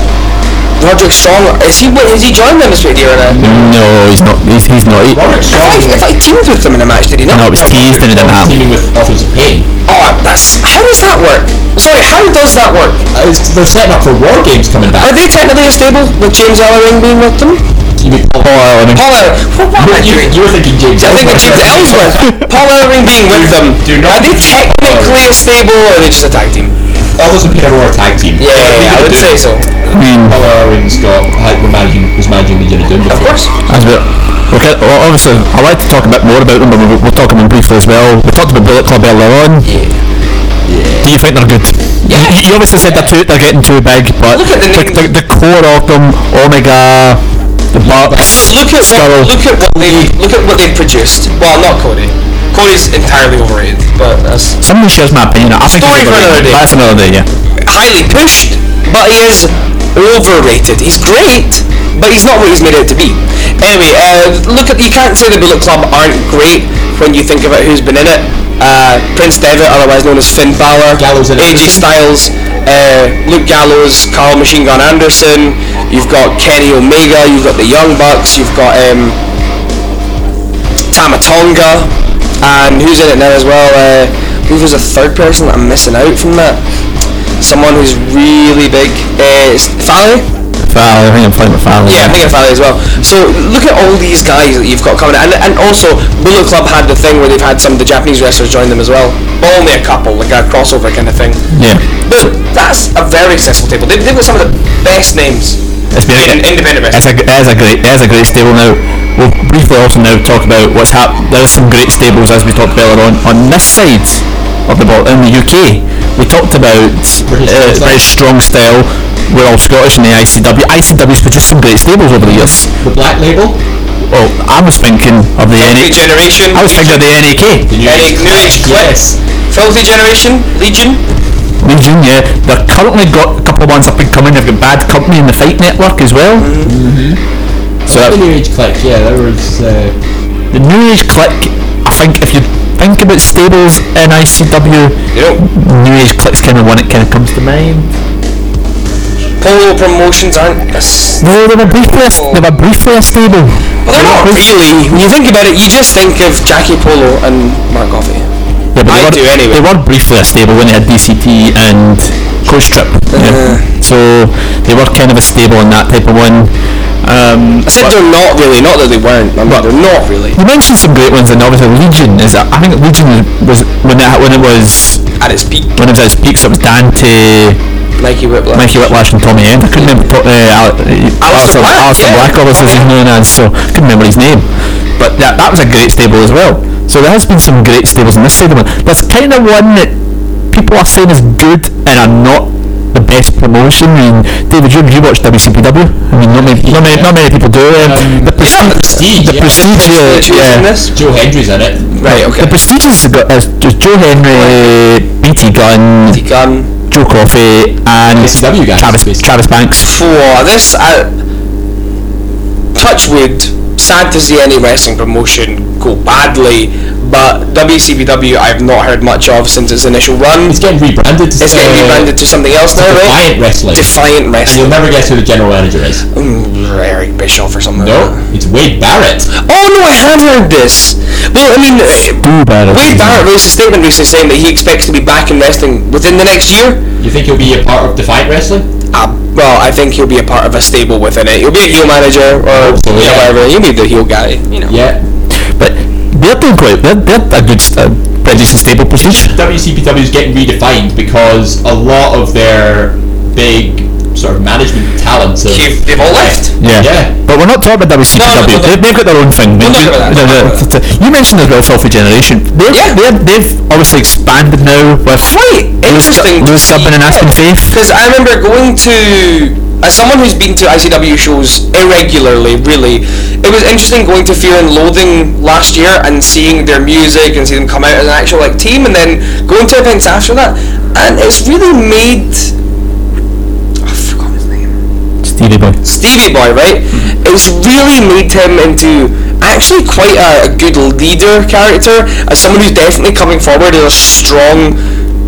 [SPEAKER 4] Roderick Strong. Is he is he joined them this week or not?
[SPEAKER 2] No, Oh, he's not. He's, he's not. He,
[SPEAKER 16] Robert
[SPEAKER 4] I
[SPEAKER 16] Strong
[SPEAKER 4] thought, he, I
[SPEAKER 16] was
[SPEAKER 4] thought he teamed with them in a match, did he not?
[SPEAKER 2] no, it was teased and it didn't happen.
[SPEAKER 16] teaming with Authors of Pain.
[SPEAKER 4] Oh, that's how does that work? Sorry, how does that work?
[SPEAKER 16] Uh, it's- they're setting up for War Games coming back.
[SPEAKER 4] Are they technically a stable with James Ellering being with them?
[SPEAKER 16] You mean Paul Ellering?
[SPEAKER 4] Paul Ellering. What, what am I
[SPEAKER 16] You,
[SPEAKER 4] doing?
[SPEAKER 16] you were thinking James
[SPEAKER 4] I think
[SPEAKER 16] Ellsworth.
[SPEAKER 4] it's James Ellsworth.
[SPEAKER 16] <laughs>
[SPEAKER 4] Paul Ellering being with them.
[SPEAKER 16] do not
[SPEAKER 4] Are they
[SPEAKER 16] confuse Paul
[SPEAKER 4] technically a stable or are they just a tag team?
[SPEAKER 16] Authors of Pain are a tag team.
[SPEAKER 4] Yeah, I would say so.
[SPEAKER 2] I mean,
[SPEAKER 16] Paul Elling's got, had, was managing, was managing Legion of Doom
[SPEAKER 4] Of
[SPEAKER 16] before.
[SPEAKER 4] course.
[SPEAKER 2] That's about, okay, well, obviously, I'd like to talk a bit more about them, but we'll, we'll talk about them briefly as well. We talked about Bullet Club earlier on. Yeah. Do you think they're good? Yeah. You, you obviously said they're, too, they're getting too big, but
[SPEAKER 4] Look at the
[SPEAKER 2] the,
[SPEAKER 4] name.
[SPEAKER 2] the, the core of them, Omega, the Bucks,
[SPEAKER 4] Look at
[SPEAKER 2] Skull.
[SPEAKER 4] what, look at what they look at what they produced. Well, not Cody. Cody's entirely overrated, but that's
[SPEAKER 2] Someone shares my opinion. I think
[SPEAKER 4] Story
[SPEAKER 2] he's
[SPEAKER 4] for another
[SPEAKER 2] overrated.
[SPEAKER 4] day.
[SPEAKER 2] That's another day, yeah.
[SPEAKER 4] highly pushed, but he is overrated. He's great, but he's not what he's made out to be. Anyway, uh, look at you can't say the Bullet Club aren't great when you think about who's been in it. Uh, Prince Devitt, otherwise known as Finn Balor,
[SPEAKER 16] in it, isn't
[SPEAKER 4] AJ
[SPEAKER 16] he?
[SPEAKER 4] Styles, uh, Luke Gallows, Carl Machine Gun Anderson. You've got Kenny Omega. You've got the Young Bucks. You've got um, Tamatonga, and who's in it now as well? Uh, who was a third person that I'm missing out from that? Someone who's really big. Uh, it's Fale.
[SPEAKER 2] Fowler, I think I'm playing with Fowler.
[SPEAKER 4] Yeah, I'm thinking of Fowler as well. So look at all these guys that you've got coming, and and also Bullet Club had the thing where they've had some of the Japanese wrestlers join them as well. But only a couple, like a crossover kind of thing.
[SPEAKER 2] Yeah.
[SPEAKER 4] But that's a very successful table. They, they've got some of the best names.
[SPEAKER 2] It's been
[SPEAKER 4] in independent
[SPEAKER 2] It's
[SPEAKER 4] wrestling.
[SPEAKER 2] a, it is a great, it is a great stable now. We'll briefly also now talk about what's happened. There is some great stables as we talked earlier on on this side of the ball in the UK. We talked about uh, British strong style. We're all Scottish in the ICW. ICW's produced some great stables over the years.
[SPEAKER 16] The Black Label.
[SPEAKER 2] Well, I was thinking of the NA.
[SPEAKER 4] Generation.
[SPEAKER 2] I was thinking of the NAK.
[SPEAKER 4] New Age, New Age Clips. Filthy Generation. Legion.
[SPEAKER 2] Legion, yeah. They're currently got a couple of ones up and coming. They've got Bad Company in the Fight Network as well. Mm-hmm.
[SPEAKER 16] the
[SPEAKER 2] So that-
[SPEAKER 16] New Age Click, yeah, there was. Uh,
[SPEAKER 2] the New Age Click, I think if you think about stables in ICW, New Age Click's kind of one that kind of comes to mind.
[SPEAKER 4] Polo promotions aren't.
[SPEAKER 2] No, they were briefly, a, they were briefly a stable.
[SPEAKER 4] Well, they're not really. When you think about it, you just think of Jackie Polo and Mark Goffey.
[SPEAKER 2] Yeah, but they were,
[SPEAKER 4] I do anyway.
[SPEAKER 2] They were briefly a stable when they had DCT and Coach Trip.
[SPEAKER 4] Uh-huh.
[SPEAKER 2] Yeah. So they were kind of a stable in that type of one. Um,
[SPEAKER 4] I said
[SPEAKER 2] but-
[SPEAKER 4] they're not really, not that they weren't. I mean, they're not really.
[SPEAKER 2] You mentioned some great ones, and obviously Legion is. I think Legion was when it when it was
[SPEAKER 4] at its peak.
[SPEAKER 2] When it was at its peak, so it was Dante,
[SPEAKER 4] Mikey Whiplash,
[SPEAKER 2] Mikey Whiplash, and Tommy End. I couldn't remember. To- Uh, Al- uh, Alistair Black, Alistair Black obviously is his known as, so I couldn't remember his name. But that that was a great stable as well. So there has been some great stables on this side of it. There's kind of one that people are saying is good and are not the best promotion. I mean, David, you, you watch WCPW. I mean, not many, not many, not many people do. Um, the Prestige, the Prestige, yeah, yeah.
[SPEAKER 16] Joe Hendry's in it.
[SPEAKER 4] Right, okay.
[SPEAKER 2] The Prestige is, got- is just uh, Joe Henry, BT Gunn, Joe Coffey, and
[SPEAKER 16] ICW guys,
[SPEAKER 2] Travis, Travis Banks.
[SPEAKER 4] For this, uh, I, Touchwood, sad to see any wrestling promotion go badly, but WCBW I have not heard much of since its initial run. It's
[SPEAKER 16] getting rebranded to
[SPEAKER 4] It's getting
[SPEAKER 16] uh,
[SPEAKER 4] rebranded to something else now,
[SPEAKER 16] Defiant
[SPEAKER 4] right?
[SPEAKER 16] Wrestling.
[SPEAKER 4] Defiant Wrestling.
[SPEAKER 16] You'll never guess who the general manager is.
[SPEAKER 4] Mm, Eric Bischoff or something.
[SPEAKER 16] No, it's Wade Barrett.
[SPEAKER 4] Oh no, I had heard this. Well, I mean,
[SPEAKER 2] Boo Barrett.
[SPEAKER 4] Wade Barrett released a statement recently saying that he expects to be back in wrestling within the next year.
[SPEAKER 16] You think he'll be a part of Defiant Wrestling?
[SPEAKER 4] Uh, well, I think he'll be a part of a stable within it. He'll be a heel manager or you know, whatever. He'll be the heel guy. You know.
[SPEAKER 16] Yeah.
[SPEAKER 2] But they're doing great. They're, they're a good, st- a pretty decent stable prestige.
[SPEAKER 16] WCPW is getting redefined because a lot of their big sort of management talents have
[SPEAKER 4] They've- they've all left.
[SPEAKER 2] Yeah. But we're not talking about WCPW. They- They've got their own thing. We- we- no, no, t- t- You mentioned as well Selfie Generation. They've, they're, they've obviously expanded now with
[SPEAKER 4] Quite interesting.
[SPEAKER 2] Lewis Subban and Aspen Faith.
[SPEAKER 4] Because I remember going to as someone who's been to ICW shows irregularly, really, it was interesting going to Fear and Loathing last year and seeing their music and seeing them come out as an actual like team, and then going to events after that, and it's really made
[SPEAKER 2] Stevie Boy.
[SPEAKER 4] Stevie Boy, right? It's really made him into actually quite a, a good leader character, as someone who's definitely coming forward as a strong,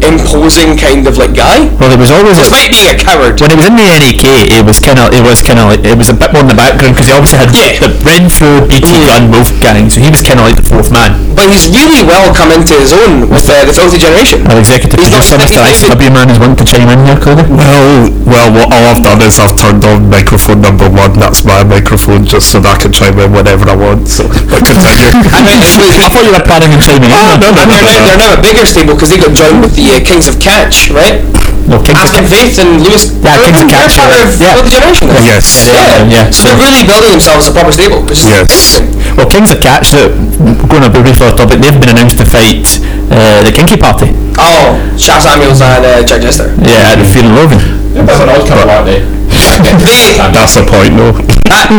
[SPEAKER 4] imposing kind of like guy.
[SPEAKER 2] Well, it was always a-
[SPEAKER 4] despite being a coward.
[SPEAKER 2] When it was in the NAK, it was kind of, it was kind of, like, it was a bit more in the background because he obviously had the Renfrew, BT Gunn, Wolfgang, so he was kind of like the fourth man.
[SPEAKER 4] But he's really well come into his own with uh, the Filthy Generation.
[SPEAKER 2] Our executive producer, Mr. ICW man, is wanting to chime in here, Cody.
[SPEAKER 18] Well, well, what all I've done is I've turned on microphone number one. That's my microphone, just so that I can chime in whenever I want. So, but
[SPEAKER 4] <laughs>
[SPEAKER 18] continue.
[SPEAKER 2] I thought you were planning on chiming in.
[SPEAKER 4] Ah, no, no, they're, now, they're now a bigger stable because they got joined with the uh, Kings of Catch, <laughs> right?
[SPEAKER 2] No, Kings
[SPEAKER 4] Aston Faith and Lewis. Yeah, Kings of Catch. Part of Filthy Generation.
[SPEAKER 2] Yeah. Yes.
[SPEAKER 4] Yeah.
[SPEAKER 2] Yeah, yeah.
[SPEAKER 4] So they're really building themselves a proper stable, which is interesting.
[SPEAKER 2] Well, Kings of Catch, that, going a bit brief off topic, they've been announced to fight uh, the Kinky Party.
[SPEAKER 4] Oh, Shaft Samuels and uh, Jack Jester.
[SPEAKER 2] Yeah, at the Fear and Loathing.
[SPEAKER 16] They're both an odd couple, aren't they?
[SPEAKER 4] <laughs> They,
[SPEAKER 18] that's the point, though.
[SPEAKER 5] I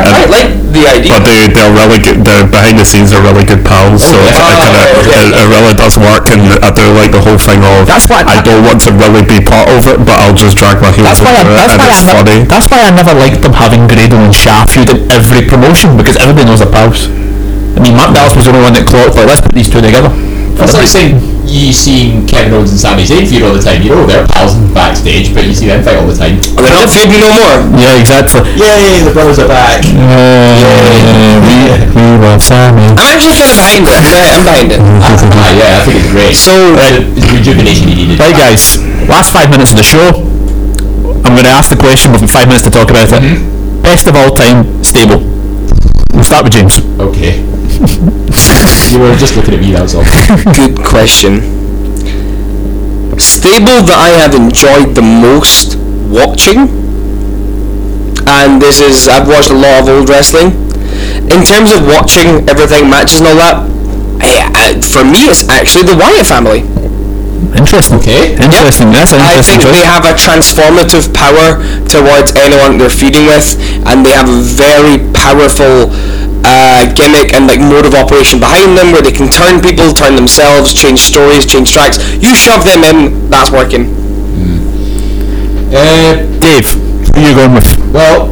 [SPEAKER 5] quite like the idea.
[SPEAKER 18] But they, they're really good. They're behind the scenes. They're really good pals. So it, it, kinda, it, it really does work, and I do like the whole thing of.
[SPEAKER 2] That's what-
[SPEAKER 18] I don't want to really be part of it, but I'll just drag my heels
[SPEAKER 2] That's why, I,
[SPEAKER 18] into
[SPEAKER 2] that's,
[SPEAKER 18] it, and
[SPEAKER 2] why I
[SPEAKER 18] it's
[SPEAKER 2] never,
[SPEAKER 18] funny.
[SPEAKER 2] that's why I never liked them having Gradle and Shaffield in every promotion because everybody knows their pals. I mean, Mark Dallas was the only one that clocked, like, let's put these two together.
[SPEAKER 16] That's like saying you seen Kevin Owens and Sami Zayn feud all the time. You know they're pals backstage, but you see them fight all the time.
[SPEAKER 4] They're not feuding no more.
[SPEAKER 2] Yeah, exactly.
[SPEAKER 16] Yay, the brothers are back.
[SPEAKER 2] we, we love Sammy.
[SPEAKER 4] I'm actually kind of behind it. I'm behind it.
[SPEAKER 2] <laughs>
[SPEAKER 16] Ah, yeah, I think it's great.
[SPEAKER 2] So,
[SPEAKER 16] it's rejuvenation you needed.
[SPEAKER 2] Right, guys, last five minutes of the show. I'm going to ask the question. We've got five minutes to talk about it.
[SPEAKER 16] Mm-hmm.
[SPEAKER 2] Best of all time stable. We'll start with James.
[SPEAKER 16] Okay. <laughs> you were just looking at me, that was all.
[SPEAKER 4] Good question. Stable that I have enjoyed the most watching, and this is I've watched a lot of old wrestling. In terms of watching everything, matches and all that, I, I, for me it's actually the Wyatt family.
[SPEAKER 2] Interesting.
[SPEAKER 16] Okay.
[SPEAKER 2] Interesting. That's an
[SPEAKER 4] I
[SPEAKER 2] interesting
[SPEAKER 4] think
[SPEAKER 2] choice.
[SPEAKER 4] they have a transformative power towards anyone they're feeding with, and they have a very powerful uh, gimmick and like mode of operation behind them, where they can turn people, turn themselves, change stories, change tracks. You shove them in, that's working.
[SPEAKER 16] Uh,
[SPEAKER 2] Dave, who are you going with?
[SPEAKER 16] Well,